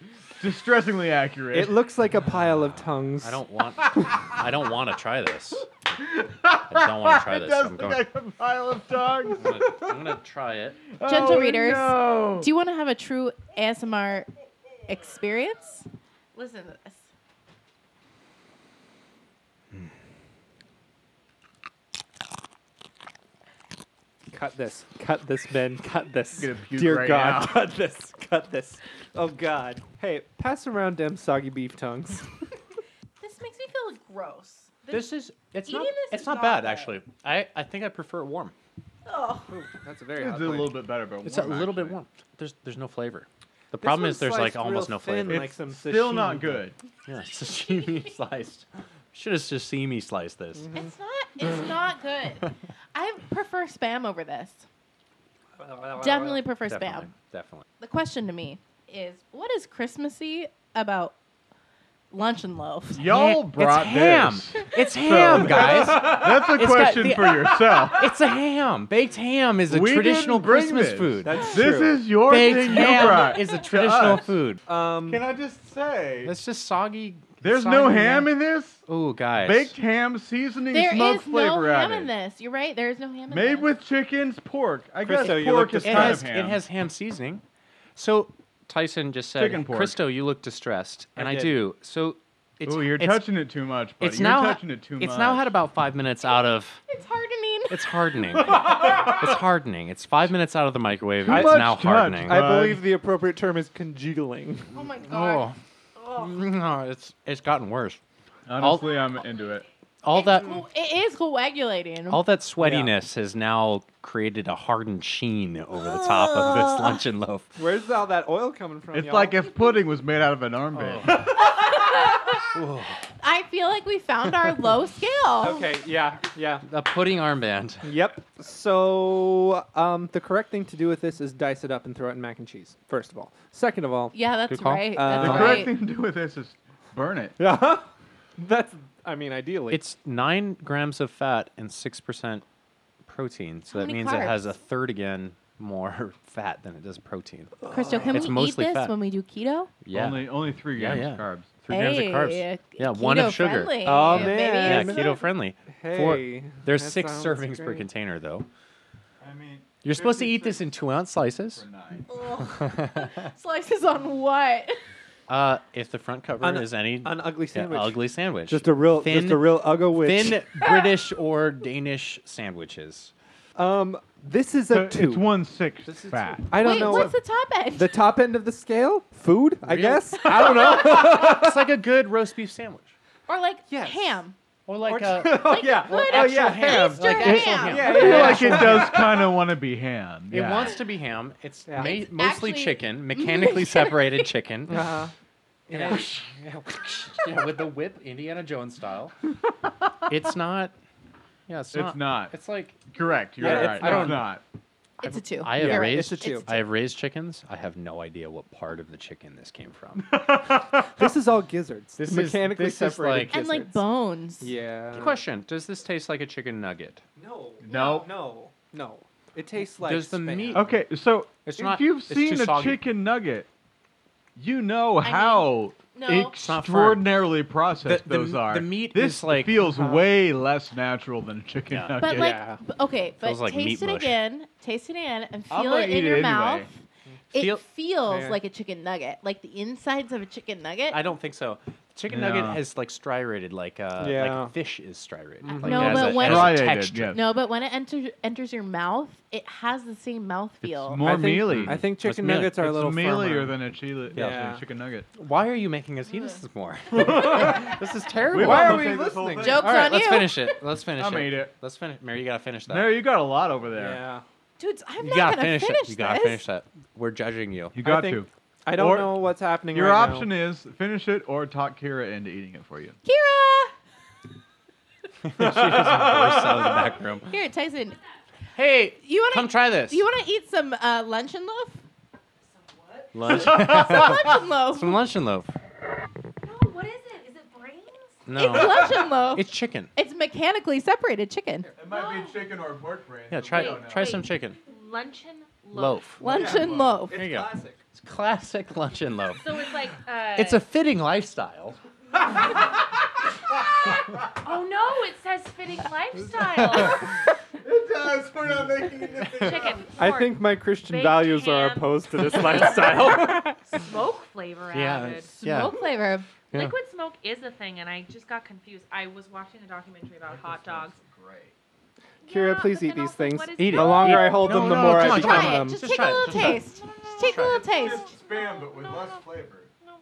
[SPEAKER 2] distressingly accurate.
[SPEAKER 4] It looks like a pile of tongues.
[SPEAKER 5] I don't want. I don't want to try this. I don't want to try
[SPEAKER 2] it
[SPEAKER 5] this.
[SPEAKER 2] does
[SPEAKER 5] I'm
[SPEAKER 2] look
[SPEAKER 5] going.
[SPEAKER 2] like a pile of tongues.
[SPEAKER 5] I'm gonna- I'm gonna try it.
[SPEAKER 3] Gentle
[SPEAKER 2] Oh,
[SPEAKER 3] readers,
[SPEAKER 2] no.
[SPEAKER 3] Do you want to have a true ASMR experience? Listen to this.
[SPEAKER 4] Cut this.
[SPEAKER 5] Cut this, Ben. Cut this.
[SPEAKER 2] gonna puke
[SPEAKER 4] Dear
[SPEAKER 2] right
[SPEAKER 4] God,
[SPEAKER 2] now.
[SPEAKER 4] cut this. Cut this. Oh God. Hey, pass around them soggy beef tongues.
[SPEAKER 3] This makes me feel gross.
[SPEAKER 5] This is it's
[SPEAKER 3] Eating
[SPEAKER 5] not
[SPEAKER 3] this
[SPEAKER 5] it's
[SPEAKER 3] is
[SPEAKER 5] not
[SPEAKER 3] not
[SPEAKER 5] bad
[SPEAKER 3] bad.
[SPEAKER 5] actually. I I think I prefer it warm.
[SPEAKER 3] oh.
[SPEAKER 4] That's a very
[SPEAKER 2] It's a little bit better, but
[SPEAKER 5] It's
[SPEAKER 2] warm,
[SPEAKER 5] a little bit
[SPEAKER 2] actually.
[SPEAKER 5] warm. There's there's no flavor. The problem is
[SPEAKER 4] one's
[SPEAKER 5] there's like
[SPEAKER 4] sliced real
[SPEAKER 5] almost no
[SPEAKER 4] thin,
[SPEAKER 5] flavor.
[SPEAKER 4] like some
[SPEAKER 2] Still not
[SPEAKER 4] sashimi.
[SPEAKER 2] good.
[SPEAKER 5] Yeah, sashimi sliced. Should have sashimi sliced this.
[SPEAKER 3] It's not. It's not good. I prefer spam over this. Definitely prefer
[SPEAKER 5] Definitely,
[SPEAKER 3] spam.
[SPEAKER 5] definitely.
[SPEAKER 3] The question to me is, what is Christmassy about lunch and loaf?
[SPEAKER 2] Y'all
[SPEAKER 5] Ha- it's
[SPEAKER 2] brought
[SPEAKER 5] ham.
[SPEAKER 2] this.
[SPEAKER 5] It's ham, guys.
[SPEAKER 2] That's a
[SPEAKER 5] got
[SPEAKER 2] question
[SPEAKER 5] the-
[SPEAKER 2] for yourself.
[SPEAKER 5] It's a ham. Baked ham is a
[SPEAKER 2] We
[SPEAKER 5] traditional
[SPEAKER 2] didn't bring
[SPEAKER 5] Christmas
[SPEAKER 2] this.
[SPEAKER 5] food.
[SPEAKER 4] That's
[SPEAKER 2] This
[SPEAKER 4] true.
[SPEAKER 2] is your
[SPEAKER 5] Baked
[SPEAKER 2] thing
[SPEAKER 5] ham
[SPEAKER 2] you brought.
[SPEAKER 5] is a
[SPEAKER 2] to
[SPEAKER 5] traditional
[SPEAKER 2] us.
[SPEAKER 5] food.
[SPEAKER 4] Um,
[SPEAKER 2] Can I just say,
[SPEAKER 5] That's just soggy.
[SPEAKER 2] there's
[SPEAKER 5] soggy
[SPEAKER 2] no ham in this?
[SPEAKER 5] Oh, guys.
[SPEAKER 2] Baked ham seasoning
[SPEAKER 3] There
[SPEAKER 2] smoke
[SPEAKER 3] is no
[SPEAKER 2] flavor
[SPEAKER 3] ham
[SPEAKER 2] added.
[SPEAKER 3] in this. You're right. There is no ham in this.
[SPEAKER 2] Made with chickens, pork. I guess
[SPEAKER 4] Christo, you
[SPEAKER 2] pork
[SPEAKER 4] look
[SPEAKER 2] is
[SPEAKER 5] It
[SPEAKER 2] kind
[SPEAKER 5] has,
[SPEAKER 2] of ham.
[SPEAKER 5] it has ham seasoning. So Tyson just said,
[SPEAKER 2] Chicken pork.
[SPEAKER 5] Christo, you look distressed. And
[SPEAKER 4] I
[SPEAKER 5] I,
[SPEAKER 4] did.
[SPEAKER 5] do. So it's,
[SPEAKER 2] Ooh, you're
[SPEAKER 5] it's,
[SPEAKER 2] touching it too much, buddy.
[SPEAKER 5] it's
[SPEAKER 2] you're
[SPEAKER 5] now,
[SPEAKER 2] touching it too much.
[SPEAKER 5] it's now had about five minutes out of.
[SPEAKER 3] It's hardening.
[SPEAKER 5] It's hardening. it's hardening. It's five minutes out of the microwave.
[SPEAKER 2] Too
[SPEAKER 5] and it's
[SPEAKER 2] much
[SPEAKER 5] now
[SPEAKER 2] touch.
[SPEAKER 5] hardening.
[SPEAKER 4] I
[SPEAKER 2] Bud.
[SPEAKER 4] believe the appropriate term is congealing.
[SPEAKER 3] Oh my god.
[SPEAKER 5] oh. No, Oh. it's it's gotten worse.
[SPEAKER 2] Honestly, I'm into it.
[SPEAKER 5] All
[SPEAKER 3] It's
[SPEAKER 5] that
[SPEAKER 3] co- it is coagulating.
[SPEAKER 5] all that sweatiness has now created a hardened sheen over the top of this luncheon loaf.
[SPEAKER 4] Where's all that oil coming from?
[SPEAKER 2] It's
[SPEAKER 4] y'all?
[SPEAKER 2] like if pudding was made out of an armband.
[SPEAKER 3] I feel like we found our low scale.
[SPEAKER 4] Okay. Yeah. Yeah.
[SPEAKER 5] A pudding armband.
[SPEAKER 4] Yep. So um, the correct thing to do with this is dice it up and throw it in mac and cheese. First of all. Second of all.
[SPEAKER 3] Yeah,
[SPEAKER 5] Good
[SPEAKER 3] that's
[SPEAKER 5] call.
[SPEAKER 3] right.
[SPEAKER 4] Uh,
[SPEAKER 3] That's
[SPEAKER 2] The
[SPEAKER 4] All
[SPEAKER 2] correct
[SPEAKER 3] right.
[SPEAKER 2] thing to do with this is burn it.
[SPEAKER 4] Yeah. That's. I mean, ideally.
[SPEAKER 5] It's nine grams of fat and six percent protein. So
[SPEAKER 3] How
[SPEAKER 5] that
[SPEAKER 3] many
[SPEAKER 5] means it has
[SPEAKER 3] carbs?
[SPEAKER 5] a third again more fat than it does protein.
[SPEAKER 3] Crystal, can
[SPEAKER 5] It's
[SPEAKER 3] we eat
[SPEAKER 5] mostly
[SPEAKER 3] this
[SPEAKER 5] fat.
[SPEAKER 3] when we do keto?
[SPEAKER 5] Yeah,
[SPEAKER 2] Only only three
[SPEAKER 5] Yeah,
[SPEAKER 2] grams
[SPEAKER 5] yeah.
[SPEAKER 2] of carbs.
[SPEAKER 5] three grams of
[SPEAKER 3] Hey,
[SPEAKER 5] carbs. Yeah, one of sugar.
[SPEAKER 3] keto-friendly,
[SPEAKER 4] Oh,
[SPEAKER 3] baby.
[SPEAKER 5] Yeah,
[SPEAKER 4] man. Hey,
[SPEAKER 5] keto friendly.
[SPEAKER 4] hey.
[SPEAKER 5] There's
[SPEAKER 4] that
[SPEAKER 5] six
[SPEAKER 4] sounds
[SPEAKER 5] servings per
[SPEAKER 4] great.
[SPEAKER 5] container though.
[SPEAKER 2] I mean,
[SPEAKER 5] You're supposed to eat this in two ounce slices.
[SPEAKER 3] Ugh. Slices on what?
[SPEAKER 5] Uh, if the front cover
[SPEAKER 4] An-
[SPEAKER 5] is any
[SPEAKER 4] An ugly
[SPEAKER 5] yeah,
[SPEAKER 4] sandwich.
[SPEAKER 5] ugly sandwich,
[SPEAKER 4] Just a real.
[SPEAKER 5] Thin-
[SPEAKER 4] just a real ugly witch.
[SPEAKER 5] thin British or Danish sandwiches.
[SPEAKER 4] Um. This is a
[SPEAKER 2] Uh,
[SPEAKER 4] two.
[SPEAKER 2] It's one sixth
[SPEAKER 4] This is
[SPEAKER 2] fat.
[SPEAKER 4] I don't
[SPEAKER 3] Wait,
[SPEAKER 4] know.
[SPEAKER 3] what's
[SPEAKER 4] what-
[SPEAKER 3] the top end?
[SPEAKER 4] the top end of the scale? Food, I
[SPEAKER 5] Really?
[SPEAKER 4] guess. I don't know.
[SPEAKER 5] It's like a good roast beef sandwich,
[SPEAKER 3] or like
[SPEAKER 4] Yes.
[SPEAKER 3] ham.
[SPEAKER 5] or like
[SPEAKER 4] Or-
[SPEAKER 5] a
[SPEAKER 4] oh yeah.
[SPEAKER 3] good
[SPEAKER 4] Oh yeah.
[SPEAKER 5] actual ham.
[SPEAKER 4] Ham.
[SPEAKER 5] Like
[SPEAKER 3] Easter
[SPEAKER 5] actual
[SPEAKER 3] ham.
[SPEAKER 5] ham.
[SPEAKER 4] Yeah,
[SPEAKER 2] I feel
[SPEAKER 4] yeah.
[SPEAKER 2] like it does kind of want to be ham.
[SPEAKER 5] It
[SPEAKER 2] yeah.
[SPEAKER 5] wants to be ham. It's
[SPEAKER 4] Yeah.
[SPEAKER 5] ma-
[SPEAKER 4] It's
[SPEAKER 5] mostly
[SPEAKER 3] actually-
[SPEAKER 5] chicken, mechanically separated chicken.
[SPEAKER 4] Uh-huh.
[SPEAKER 5] Yeah. yeah, with the whip, Indiana Jones style. It's not. Yeah, it's,
[SPEAKER 2] It's not.
[SPEAKER 5] It's like
[SPEAKER 2] Correct. You're
[SPEAKER 4] Yeah, it's-
[SPEAKER 2] right.
[SPEAKER 4] I
[SPEAKER 2] It's
[SPEAKER 4] don't-
[SPEAKER 2] not.
[SPEAKER 3] It's a two.
[SPEAKER 5] I have
[SPEAKER 4] Yeah,
[SPEAKER 5] raised.
[SPEAKER 4] it's a two.
[SPEAKER 5] I have raised chickens. I have no idea what part of the chicken this came from.
[SPEAKER 4] This is all gizzards.
[SPEAKER 5] This is-
[SPEAKER 4] mechanically
[SPEAKER 5] this is
[SPEAKER 4] separated.
[SPEAKER 5] like-
[SPEAKER 3] and like
[SPEAKER 4] gizzards.
[SPEAKER 3] bones.
[SPEAKER 4] Yeah.
[SPEAKER 5] Question: Does this taste like a chicken nugget?
[SPEAKER 4] No.
[SPEAKER 2] No.
[SPEAKER 4] No. No. It tastes like.
[SPEAKER 5] Does the
[SPEAKER 4] spam.
[SPEAKER 5] meat-
[SPEAKER 2] Okay, so
[SPEAKER 5] It's
[SPEAKER 2] if
[SPEAKER 5] not-
[SPEAKER 2] you've
[SPEAKER 5] it's
[SPEAKER 2] seen
[SPEAKER 5] too
[SPEAKER 2] a
[SPEAKER 5] soggy.
[SPEAKER 2] chicken nugget, you know
[SPEAKER 3] mean,
[SPEAKER 2] how
[SPEAKER 3] no. It's
[SPEAKER 5] not firm.
[SPEAKER 2] extraordinarily processed
[SPEAKER 5] The- the
[SPEAKER 2] those
[SPEAKER 5] m-
[SPEAKER 2] are.
[SPEAKER 5] the meat
[SPEAKER 2] this
[SPEAKER 5] is like-
[SPEAKER 2] feels way less natural than a chicken
[SPEAKER 5] Yeah.
[SPEAKER 2] nugget.
[SPEAKER 3] But like,
[SPEAKER 4] Yeah.
[SPEAKER 3] b- okay, but
[SPEAKER 5] Feels like meat
[SPEAKER 3] taste it
[SPEAKER 5] mush.
[SPEAKER 3] again. Taste it in and
[SPEAKER 2] I'm
[SPEAKER 3] feel
[SPEAKER 2] gonna
[SPEAKER 3] it in
[SPEAKER 2] eat it
[SPEAKER 3] your
[SPEAKER 2] anyway.
[SPEAKER 3] mouth. It
[SPEAKER 5] Mm. Feel-
[SPEAKER 3] feels
[SPEAKER 4] Yeah.
[SPEAKER 3] like a chicken nugget, like the insides of a chicken nugget.
[SPEAKER 5] I don't think so. Chicken nugget
[SPEAKER 2] Yeah.
[SPEAKER 5] has like striated, like uh,
[SPEAKER 4] Yeah.
[SPEAKER 5] like fish is striated. Like
[SPEAKER 3] No,
[SPEAKER 5] it has
[SPEAKER 3] but
[SPEAKER 5] a,
[SPEAKER 3] when-
[SPEAKER 5] it has a
[SPEAKER 2] Striated,
[SPEAKER 5] texture.
[SPEAKER 2] yes.
[SPEAKER 3] No, but when it enter, enters your mouth, it has the same mouthfeel.
[SPEAKER 2] More
[SPEAKER 4] I think,
[SPEAKER 2] mealy.
[SPEAKER 4] I think
[SPEAKER 5] Let's
[SPEAKER 4] chicken
[SPEAKER 5] meal it.
[SPEAKER 4] nuggets are a
[SPEAKER 2] it's
[SPEAKER 4] little
[SPEAKER 2] mealier
[SPEAKER 4] firmer.
[SPEAKER 2] than a chile,
[SPEAKER 4] Yeah.
[SPEAKER 2] than a chicken nugget.
[SPEAKER 5] Why are you making us eat this more? this is terrible.
[SPEAKER 2] We've
[SPEAKER 4] Why are
[SPEAKER 2] almost
[SPEAKER 4] we
[SPEAKER 2] ate this whole
[SPEAKER 4] listening?
[SPEAKER 2] thing.
[SPEAKER 3] Joke's
[SPEAKER 5] All right,
[SPEAKER 3] on
[SPEAKER 5] let's
[SPEAKER 3] you.
[SPEAKER 5] finish it. Let's finish
[SPEAKER 2] I'm
[SPEAKER 5] it.
[SPEAKER 2] ate it.
[SPEAKER 5] Let's finish. Mary, you gotta finish that.
[SPEAKER 2] No, you got a lot over there.
[SPEAKER 4] Yeah.
[SPEAKER 3] Dudes, I'm
[SPEAKER 5] you
[SPEAKER 3] not
[SPEAKER 5] gotta
[SPEAKER 3] gonna
[SPEAKER 5] finish, it. You gotta
[SPEAKER 3] this.
[SPEAKER 5] finish that. We're judging you.
[SPEAKER 2] You got
[SPEAKER 4] think-
[SPEAKER 2] to.
[SPEAKER 4] I don't
[SPEAKER 2] Or-
[SPEAKER 4] know what's happening.
[SPEAKER 2] Your
[SPEAKER 4] right
[SPEAKER 2] option
[SPEAKER 4] Now.
[SPEAKER 2] is finish it or talk Kira into eating it for you.
[SPEAKER 3] Kira,
[SPEAKER 5] she just bursts out of the back room.
[SPEAKER 3] here, Tyson.
[SPEAKER 5] Hey,
[SPEAKER 3] You wanna
[SPEAKER 5] come try this.
[SPEAKER 3] Do you want to eat some uh, luncheon loaf?
[SPEAKER 5] lunch?
[SPEAKER 3] Some luncheon loaf.
[SPEAKER 5] Some luncheon loaf.
[SPEAKER 6] No, what is it? Is it brains?
[SPEAKER 5] No,
[SPEAKER 3] It's luncheon loaf.
[SPEAKER 5] it's chicken.
[SPEAKER 3] It's mechanically separated chicken.
[SPEAKER 2] It might be chicken or pork brain.
[SPEAKER 5] Yeah, try
[SPEAKER 6] Wait,
[SPEAKER 5] try
[SPEAKER 6] wait.
[SPEAKER 5] some chicken
[SPEAKER 6] Luncheon
[SPEAKER 5] loaf.
[SPEAKER 3] Luncheon
[SPEAKER 2] well,
[SPEAKER 3] loaf.
[SPEAKER 5] There you go. It's classic luncheon loaf.
[SPEAKER 6] So it's like uh,
[SPEAKER 5] It's a fitting lifestyle.
[SPEAKER 6] Oh no! It says fitting lifestyle.
[SPEAKER 2] It does. We're not making it.
[SPEAKER 6] Chicken.
[SPEAKER 4] I
[SPEAKER 6] pork,
[SPEAKER 4] think my Christian
[SPEAKER 6] baked
[SPEAKER 4] values are
[SPEAKER 6] ham.
[SPEAKER 4] opposed to this lifestyle.
[SPEAKER 6] smoke flavor added.
[SPEAKER 5] it's- yeah.
[SPEAKER 3] Smoke flavor.
[SPEAKER 5] yeah.
[SPEAKER 6] Liquid smoke is a thing, and I just got confused. I was watching a documentary about hot dogs,
[SPEAKER 4] Kira,
[SPEAKER 6] Yeah,
[SPEAKER 4] please
[SPEAKER 6] but
[SPEAKER 4] eat
[SPEAKER 6] then
[SPEAKER 4] these
[SPEAKER 6] also,
[SPEAKER 4] things.
[SPEAKER 6] what is
[SPEAKER 7] Eat
[SPEAKER 6] it?
[SPEAKER 7] it.
[SPEAKER 4] The longer I hold
[SPEAKER 7] No,
[SPEAKER 4] them,
[SPEAKER 7] no, no,
[SPEAKER 4] the more
[SPEAKER 7] come
[SPEAKER 4] I
[SPEAKER 7] on,
[SPEAKER 4] become
[SPEAKER 7] come
[SPEAKER 3] Try
[SPEAKER 7] on.
[SPEAKER 3] it.
[SPEAKER 4] them.
[SPEAKER 3] Just,
[SPEAKER 7] Just
[SPEAKER 3] take
[SPEAKER 7] try
[SPEAKER 3] a
[SPEAKER 7] it,
[SPEAKER 3] little
[SPEAKER 7] just try it.
[SPEAKER 3] taste. Just take a
[SPEAKER 6] No, no,
[SPEAKER 3] little taste.
[SPEAKER 2] spam, but with less flavor.
[SPEAKER 6] No,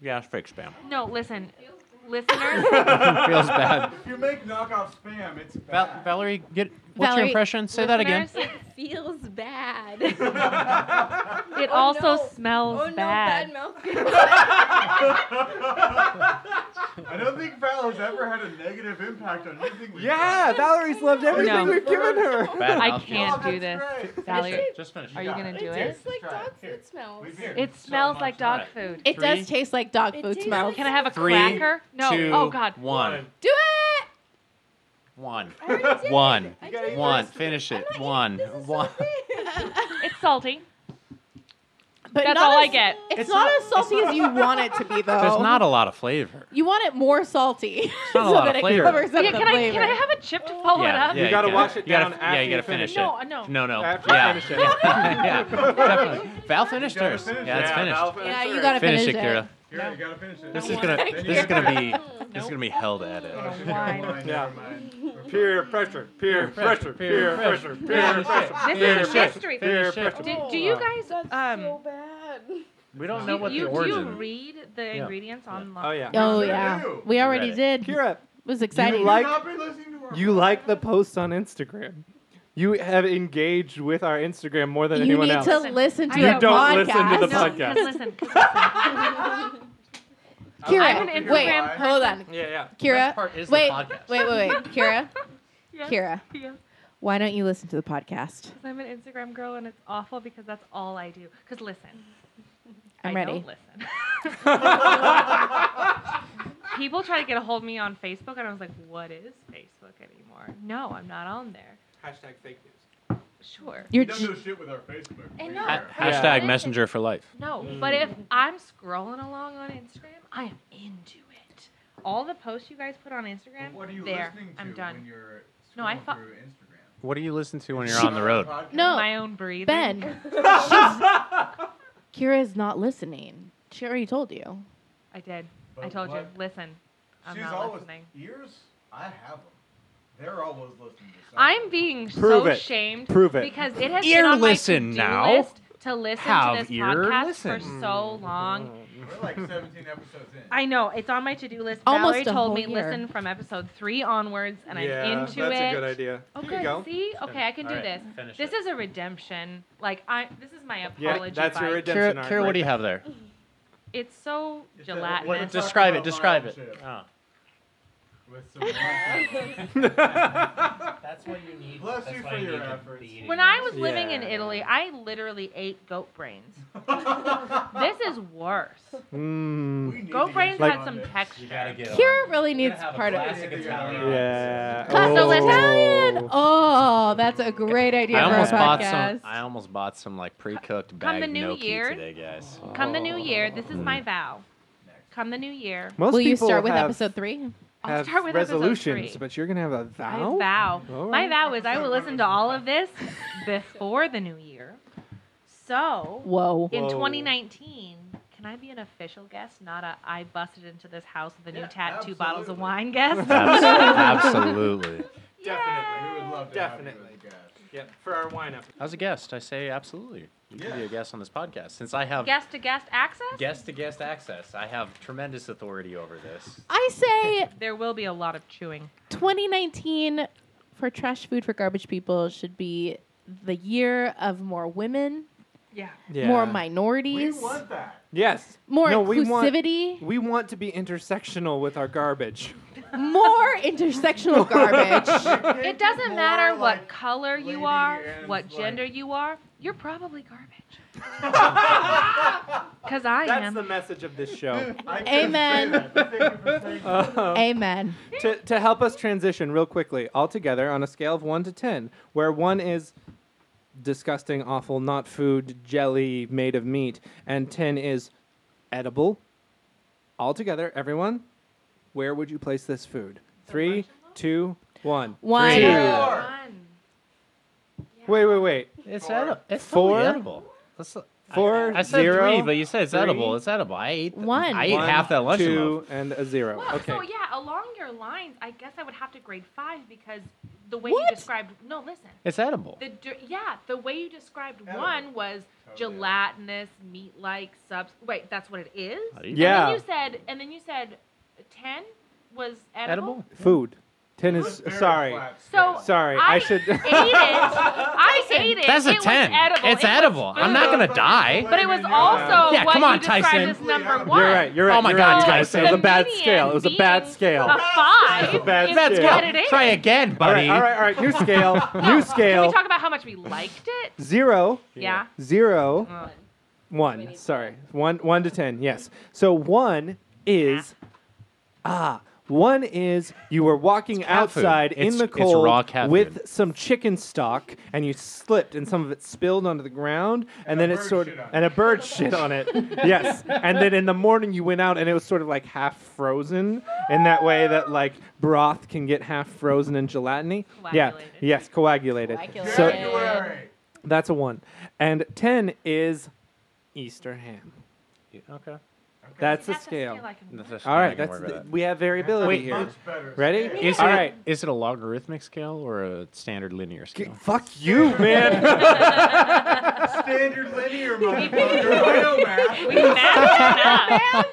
[SPEAKER 7] Yeah, it's fake spam.
[SPEAKER 6] no listen, listeners.
[SPEAKER 7] Feels bad.
[SPEAKER 2] If you make knockoff spam, it's
[SPEAKER 7] Val- Valerie, get what's
[SPEAKER 3] Valerie,
[SPEAKER 7] your impression? Say that again.
[SPEAKER 6] listeners,
[SPEAKER 8] Feels bad.
[SPEAKER 6] It also
[SPEAKER 8] no.
[SPEAKER 6] smells
[SPEAKER 8] oh no, bad
[SPEAKER 6] bad.
[SPEAKER 8] mouth.
[SPEAKER 2] I don't think Val has ever had a negative impact on anything we've
[SPEAKER 4] Yeah, Valerie's loved everything
[SPEAKER 6] No.
[SPEAKER 4] we've given her.
[SPEAKER 7] Bad
[SPEAKER 6] I
[SPEAKER 7] mouth feels.
[SPEAKER 2] Oh,
[SPEAKER 6] can't do this. Valerie,
[SPEAKER 7] Just finish.
[SPEAKER 6] are you
[SPEAKER 2] got
[SPEAKER 6] going to
[SPEAKER 8] it
[SPEAKER 6] do it?
[SPEAKER 8] tastes like
[SPEAKER 2] Try it.
[SPEAKER 8] dog
[SPEAKER 2] Here.
[SPEAKER 8] food smells.
[SPEAKER 2] Leave here.
[SPEAKER 6] It smells
[SPEAKER 7] much
[SPEAKER 6] like dog
[SPEAKER 7] that.
[SPEAKER 6] food.
[SPEAKER 3] It
[SPEAKER 7] Three,
[SPEAKER 3] does taste like dog
[SPEAKER 8] It
[SPEAKER 3] food
[SPEAKER 8] tastes
[SPEAKER 3] smell.
[SPEAKER 8] like-
[SPEAKER 6] Can I have a
[SPEAKER 7] Three,
[SPEAKER 6] cracker? No.
[SPEAKER 7] two,
[SPEAKER 6] oh God.
[SPEAKER 7] One.
[SPEAKER 8] Do it.
[SPEAKER 7] One.
[SPEAKER 8] I already did.
[SPEAKER 7] One.
[SPEAKER 8] I did.
[SPEAKER 7] One. Finish it.
[SPEAKER 8] I'm not
[SPEAKER 7] One.
[SPEAKER 8] eating- This is so
[SPEAKER 7] One.
[SPEAKER 8] big.
[SPEAKER 6] It's salty.
[SPEAKER 3] But
[SPEAKER 6] That's
[SPEAKER 3] not
[SPEAKER 6] all
[SPEAKER 3] as,
[SPEAKER 6] I get.
[SPEAKER 3] It's,
[SPEAKER 7] It's
[SPEAKER 3] not,
[SPEAKER 7] not-
[SPEAKER 3] as salty as you want it to be, though.
[SPEAKER 7] There's not a lot of flavor.
[SPEAKER 3] You want it more salty,
[SPEAKER 7] not a
[SPEAKER 3] so
[SPEAKER 7] lot
[SPEAKER 3] that
[SPEAKER 7] of
[SPEAKER 3] it
[SPEAKER 7] flavor.
[SPEAKER 3] covers up
[SPEAKER 6] Yeah,
[SPEAKER 3] the
[SPEAKER 6] can I
[SPEAKER 3] flavor.
[SPEAKER 6] can I have a chip to follow it up?
[SPEAKER 4] You gotta
[SPEAKER 7] gotta-
[SPEAKER 4] wash it
[SPEAKER 7] you gotta-
[SPEAKER 4] down
[SPEAKER 7] Yeah,
[SPEAKER 4] after
[SPEAKER 7] you
[SPEAKER 4] you
[SPEAKER 7] gotta
[SPEAKER 4] finish
[SPEAKER 7] finish
[SPEAKER 6] Oh, No,
[SPEAKER 7] it.
[SPEAKER 6] no.
[SPEAKER 7] No, no.
[SPEAKER 4] After you
[SPEAKER 7] yeah.
[SPEAKER 4] finish it.
[SPEAKER 7] yeah. yeah. Definitely. Val finished
[SPEAKER 2] gotta
[SPEAKER 7] hers.
[SPEAKER 2] finish
[SPEAKER 7] Yeah,
[SPEAKER 2] it.
[SPEAKER 7] it's
[SPEAKER 2] Yeah, Val
[SPEAKER 7] finished.
[SPEAKER 3] yeah, you gotta
[SPEAKER 7] Finish
[SPEAKER 3] finish,
[SPEAKER 7] it, Kira.
[SPEAKER 2] Here, you gotta finish it.
[SPEAKER 7] This is gonna. This is gonna be. This is gonna be held at it.
[SPEAKER 2] Oh, shit,
[SPEAKER 6] Wine.
[SPEAKER 2] never mind,
[SPEAKER 4] Yeah.
[SPEAKER 2] never mind.
[SPEAKER 4] Peer pressure, peer pressure, peer pressure, peer pressure.
[SPEAKER 6] This is a
[SPEAKER 7] Finish it.
[SPEAKER 6] mystery.
[SPEAKER 7] Finish
[SPEAKER 6] Do,
[SPEAKER 7] it.
[SPEAKER 6] do you guys
[SPEAKER 8] That's
[SPEAKER 6] um
[SPEAKER 8] so bad.
[SPEAKER 7] We don't
[SPEAKER 6] do
[SPEAKER 7] know what
[SPEAKER 6] you,
[SPEAKER 7] the
[SPEAKER 6] do you
[SPEAKER 7] origin.
[SPEAKER 6] read the ingredients online?
[SPEAKER 4] Oh yeah.
[SPEAKER 3] Oh
[SPEAKER 2] Yes, I
[SPEAKER 3] yeah,
[SPEAKER 2] do.
[SPEAKER 3] we already
[SPEAKER 7] Read
[SPEAKER 3] did. It
[SPEAKER 4] Kira,
[SPEAKER 3] was exciting.
[SPEAKER 4] You like-
[SPEAKER 2] Not been listening to our
[SPEAKER 4] you like the posts on Instagram. You have engaged with our Instagram more than
[SPEAKER 3] You
[SPEAKER 4] anyone
[SPEAKER 3] need
[SPEAKER 4] else.
[SPEAKER 3] to listen to
[SPEAKER 6] You
[SPEAKER 3] the
[SPEAKER 4] don't
[SPEAKER 3] podcast.
[SPEAKER 4] listen to the
[SPEAKER 6] no, 'cause
[SPEAKER 4] podcast.
[SPEAKER 6] listen, 'cause listen.
[SPEAKER 3] Kira,
[SPEAKER 6] I'm an
[SPEAKER 3] wait,
[SPEAKER 6] Instagram
[SPEAKER 3] hold on.
[SPEAKER 4] yeah, yeah.
[SPEAKER 3] Kira,
[SPEAKER 7] part is the
[SPEAKER 3] wait,
[SPEAKER 7] podcast.
[SPEAKER 3] wait, wait, wait, Kira,
[SPEAKER 6] Yes,
[SPEAKER 3] Kira.
[SPEAKER 6] yes.
[SPEAKER 3] Why don't you listen to the podcast?
[SPEAKER 6] 'Cause I'm an Instagram girl and it's awful because that's all I do. Because listen,
[SPEAKER 3] I'm
[SPEAKER 6] I
[SPEAKER 3] ready.
[SPEAKER 6] Don't listen. People try to get a hold of me on Facebook, and I was like, "What is Facebook anymore? No, I'm not on there."
[SPEAKER 4] Hashtag fake news.
[SPEAKER 6] Sure.
[SPEAKER 3] You're
[SPEAKER 2] We don't do shit with our Facebook.
[SPEAKER 6] And
[SPEAKER 2] We
[SPEAKER 6] no,
[SPEAKER 2] are.
[SPEAKER 5] Hashtag messenger for life.
[SPEAKER 6] No, but if I'm scrolling along on Instagram, I am into it. All the posts you guys put on Instagram,
[SPEAKER 2] What are you
[SPEAKER 6] there,
[SPEAKER 2] listening to
[SPEAKER 6] I'm
[SPEAKER 2] when
[SPEAKER 6] done.
[SPEAKER 2] you're scrolling
[SPEAKER 6] No, I fo-
[SPEAKER 2] through Instagram?
[SPEAKER 5] What do you listen to when you're on the road?
[SPEAKER 2] Podcast?
[SPEAKER 3] No.
[SPEAKER 6] My own breathing.
[SPEAKER 3] Ben. she's- Kira is not listening. She already told you.
[SPEAKER 6] I did. I
[SPEAKER 2] But
[SPEAKER 6] told you.
[SPEAKER 2] what-
[SPEAKER 6] Listen, I'm
[SPEAKER 2] She's
[SPEAKER 6] not
[SPEAKER 2] always
[SPEAKER 6] listening.
[SPEAKER 2] ears. I have them. They're always listening to something.
[SPEAKER 6] I'm being
[SPEAKER 4] Prove
[SPEAKER 6] so
[SPEAKER 4] it.
[SPEAKER 6] shamed
[SPEAKER 4] Prove it.
[SPEAKER 6] because it has
[SPEAKER 5] Ear
[SPEAKER 6] been on
[SPEAKER 5] listen
[SPEAKER 6] my to-do
[SPEAKER 5] now.
[SPEAKER 6] list to listen
[SPEAKER 5] Have
[SPEAKER 6] to this
[SPEAKER 5] ear
[SPEAKER 6] podcast for
[SPEAKER 5] listen.
[SPEAKER 6] so
[SPEAKER 4] Mm.
[SPEAKER 6] long.
[SPEAKER 2] We're like 17 episodes in.
[SPEAKER 6] I know it's on my to-do list.
[SPEAKER 3] Almost
[SPEAKER 6] Valerie
[SPEAKER 3] a
[SPEAKER 6] told
[SPEAKER 3] whole
[SPEAKER 6] me
[SPEAKER 3] year.
[SPEAKER 6] listen from episode three onwards, and I'm into it.
[SPEAKER 4] that's a good idea.
[SPEAKER 6] Oh,
[SPEAKER 4] Here you go.
[SPEAKER 6] good. See, okay, I can do
[SPEAKER 7] All right,
[SPEAKER 6] this.
[SPEAKER 7] finish
[SPEAKER 6] This
[SPEAKER 7] it.
[SPEAKER 6] is a redemption. Like I, this is my apology.
[SPEAKER 4] Yeah, that's your
[SPEAKER 6] bite.
[SPEAKER 4] redemption
[SPEAKER 7] Kira,
[SPEAKER 4] art.
[SPEAKER 7] Kira,
[SPEAKER 4] right
[SPEAKER 7] what do you
[SPEAKER 4] there.
[SPEAKER 7] have there?
[SPEAKER 6] It's so
[SPEAKER 2] It's a-
[SPEAKER 6] gelatinous.
[SPEAKER 2] what-
[SPEAKER 6] it's,
[SPEAKER 2] just-
[SPEAKER 7] Describe it.
[SPEAKER 2] about
[SPEAKER 7] Describe it.
[SPEAKER 2] relationship.
[SPEAKER 7] Oh.
[SPEAKER 2] With some wine.
[SPEAKER 7] That's what you need.
[SPEAKER 2] Bless that's you why for you your need to efforts. be eating
[SPEAKER 6] when I was living in
[SPEAKER 4] Yeah.
[SPEAKER 6] Italy, I literally ate goat brains. this is worse.
[SPEAKER 4] Mm,
[SPEAKER 2] We need to
[SPEAKER 6] Goat
[SPEAKER 2] get
[SPEAKER 6] brains
[SPEAKER 2] you
[SPEAKER 6] had
[SPEAKER 2] on
[SPEAKER 6] some
[SPEAKER 2] this.
[SPEAKER 6] texture.
[SPEAKER 3] Kira really needs part of
[SPEAKER 2] classic
[SPEAKER 3] it.
[SPEAKER 2] Italian.
[SPEAKER 4] yeah.
[SPEAKER 3] Classic
[SPEAKER 6] Oh.
[SPEAKER 3] Italian. Oh, that's a great idea
[SPEAKER 5] I
[SPEAKER 3] for a
[SPEAKER 5] almost bought
[SPEAKER 3] podcast.
[SPEAKER 5] some. I almost bought some like pre-cooked
[SPEAKER 6] Come
[SPEAKER 5] bag
[SPEAKER 6] the new
[SPEAKER 5] gnocchi
[SPEAKER 6] year.
[SPEAKER 5] today, guys.
[SPEAKER 6] Come the
[SPEAKER 4] Oh.
[SPEAKER 6] new year, this is
[SPEAKER 4] Hmm.
[SPEAKER 6] my vow. Come the new year,
[SPEAKER 4] Most
[SPEAKER 3] Will you
[SPEAKER 4] people
[SPEAKER 3] start with
[SPEAKER 4] have,
[SPEAKER 3] episode three?
[SPEAKER 6] I'll
[SPEAKER 4] have
[SPEAKER 6] start with episode
[SPEAKER 4] resolutions,
[SPEAKER 6] three.
[SPEAKER 4] but you're gonna have a vow.
[SPEAKER 6] I vow.
[SPEAKER 4] All
[SPEAKER 6] My
[SPEAKER 4] right.
[SPEAKER 6] vow is I will listen to all of this before the new year. So
[SPEAKER 3] Whoa.
[SPEAKER 6] in
[SPEAKER 4] Whoa.
[SPEAKER 6] 2019, can I be an official guest, not a I busted into this house with a new
[SPEAKER 2] Yeah,
[SPEAKER 6] tat, two bottles of
[SPEAKER 2] absolutely.
[SPEAKER 6] wine guest?
[SPEAKER 5] Abs- absolutely.
[SPEAKER 2] We would love to
[SPEAKER 4] Definitely.
[SPEAKER 2] Have you as a guest.
[SPEAKER 4] Yep. For our wine up.
[SPEAKER 5] As a guest, I say absolutely. You can be
[SPEAKER 2] Yeah.
[SPEAKER 5] a guest on this podcast since I have
[SPEAKER 6] guest to guest access?
[SPEAKER 5] guest to guest access. I have tremendous authority over this.
[SPEAKER 3] I say
[SPEAKER 6] There will be a lot of chewing.
[SPEAKER 3] 2019 for trash food for garbage people should be the year of more women,
[SPEAKER 6] Yeah.
[SPEAKER 4] Yeah.
[SPEAKER 3] more
[SPEAKER 2] We
[SPEAKER 3] minorities,
[SPEAKER 2] want that.
[SPEAKER 4] Yes.
[SPEAKER 3] more
[SPEAKER 4] no, we want
[SPEAKER 3] inclusivity,
[SPEAKER 4] we want to be intersectional with our garbage.
[SPEAKER 3] more intersectional garbage.
[SPEAKER 6] It doesn't matter
[SPEAKER 2] More
[SPEAKER 6] what
[SPEAKER 2] like
[SPEAKER 6] color you
[SPEAKER 2] lady
[SPEAKER 6] are,
[SPEAKER 2] and
[SPEAKER 6] what
[SPEAKER 2] like-
[SPEAKER 6] gender you are, you're probably garbage. Because I
[SPEAKER 4] That's
[SPEAKER 6] am.
[SPEAKER 4] the message of this show.
[SPEAKER 2] I couldn't say
[SPEAKER 3] Amen.
[SPEAKER 2] that, but thank you for saying that.
[SPEAKER 4] Um,
[SPEAKER 3] Amen.
[SPEAKER 4] to, to help us transition real quickly, all together on a scale of one to ten, where one is disgusting, awful, not food, jelly made of meat, and ten is edible. All together, everyone, where would you place this food? Three, two, one.
[SPEAKER 3] Wine.
[SPEAKER 4] Two.
[SPEAKER 2] Four.
[SPEAKER 6] Fun.
[SPEAKER 4] Wait, wait, wait.
[SPEAKER 5] It's
[SPEAKER 2] Four.
[SPEAKER 5] edible. It's
[SPEAKER 4] Four.
[SPEAKER 5] totally edible. Let's,
[SPEAKER 4] Four,
[SPEAKER 5] I said
[SPEAKER 4] zero,
[SPEAKER 5] three, but you said it's edible.
[SPEAKER 4] three,
[SPEAKER 5] It's edible. I ate th-
[SPEAKER 3] One.
[SPEAKER 5] I ate half that lunch.
[SPEAKER 4] two, and a zero.
[SPEAKER 6] Well,
[SPEAKER 4] okay.
[SPEAKER 6] so yeah, along your lines, I guess I would have to grade five because the way
[SPEAKER 3] What?
[SPEAKER 6] you described. No, listen.
[SPEAKER 5] It's edible.
[SPEAKER 6] The dir- yeah, the way you described one was gelatinous, meat-like subs. Wait, that's what it is.
[SPEAKER 4] Yeah.
[SPEAKER 6] And then you said, and then you said, ten was
[SPEAKER 5] Edible?
[SPEAKER 6] edible.
[SPEAKER 4] Food. Ten is sorry.
[SPEAKER 6] So
[SPEAKER 4] Sorry, I should-
[SPEAKER 6] ate it. I
[SPEAKER 3] Listen.
[SPEAKER 6] ate it.
[SPEAKER 5] That's a
[SPEAKER 6] it was
[SPEAKER 5] ten.
[SPEAKER 6] edible.
[SPEAKER 5] It's
[SPEAKER 6] It was
[SPEAKER 5] edible. I'm not gonna die.
[SPEAKER 6] But it was also
[SPEAKER 5] Yeah,
[SPEAKER 6] what
[SPEAKER 5] come
[SPEAKER 6] you
[SPEAKER 5] on,
[SPEAKER 6] described
[SPEAKER 5] Tyson.
[SPEAKER 6] as number one.
[SPEAKER 4] You're right. You're right.
[SPEAKER 5] Oh my
[SPEAKER 4] you're
[SPEAKER 5] God,
[SPEAKER 4] right,
[SPEAKER 5] Tyson.
[SPEAKER 4] It was a
[SPEAKER 6] The
[SPEAKER 4] bad
[SPEAKER 6] median
[SPEAKER 4] scale. It was a bad
[SPEAKER 6] being
[SPEAKER 4] scale.
[SPEAKER 6] A five.
[SPEAKER 4] It was a bad
[SPEAKER 6] is
[SPEAKER 4] scale.
[SPEAKER 6] what it is.
[SPEAKER 5] Try again,
[SPEAKER 4] All
[SPEAKER 5] buddy.
[SPEAKER 4] right, all right, all right. New scale. New
[SPEAKER 6] Can
[SPEAKER 4] scale.
[SPEAKER 6] we talk about how much we liked it?
[SPEAKER 4] Zero,
[SPEAKER 6] Yeah.
[SPEAKER 4] zero,
[SPEAKER 6] Ugh.
[SPEAKER 4] one. Sorry, one, one to ten. Yes. So one is ah. One is you were walking
[SPEAKER 5] cat food.
[SPEAKER 4] outside in
[SPEAKER 5] It's-
[SPEAKER 4] the
[SPEAKER 5] it's
[SPEAKER 4] cold
[SPEAKER 5] raw cat
[SPEAKER 4] with
[SPEAKER 5] food.
[SPEAKER 4] some chicken stock, and you slipped, and some of it spilled onto the ground, and, then
[SPEAKER 2] a
[SPEAKER 4] it
[SPEAKER 2] bird
[SPEAKER 4] sort of
[SPEAKER 2] shit on it.
[SPEAKER 4] and a bird shit on it. yes, and then in the morning you went out, and it was sort of like half frozen in that way that like broth can get half frozen and gelatiny. Yeah.
[SPEAKER 6] Coagulated.
[SPEAKER 4] Yes, coagulated. So that's a one. And 10 is Easter ham.
[SPEAKER 5] Okay.
[SPEAKER 4] That's a
[SPEAKER 6] That's
[SPEAKER 4] scale.
[SPEAKER 6] I can work.
[SPEAKER 4] All right, that's the, we have variability
[SPEAKER 5] Wait,
[SPEAKER 4] here.
[SPEAKER 2] better.
[SPEAKER 4] Ready?
[SPEAKER 5] Is
[SPEAKER 4] All
[SPEAKER 5] it,
[SPEAKER 4] right.
[SPEAKER 5] is it a logarithmic scale or a standard linear
[SPEAKER 4] G-
[SPEAKER 5] scale?
[SPEAKER 4] fuck you, man.
[SPEAKER 2] Standard linear, motherfucker. I know math.
[SPEAKER 6] We mapped it out.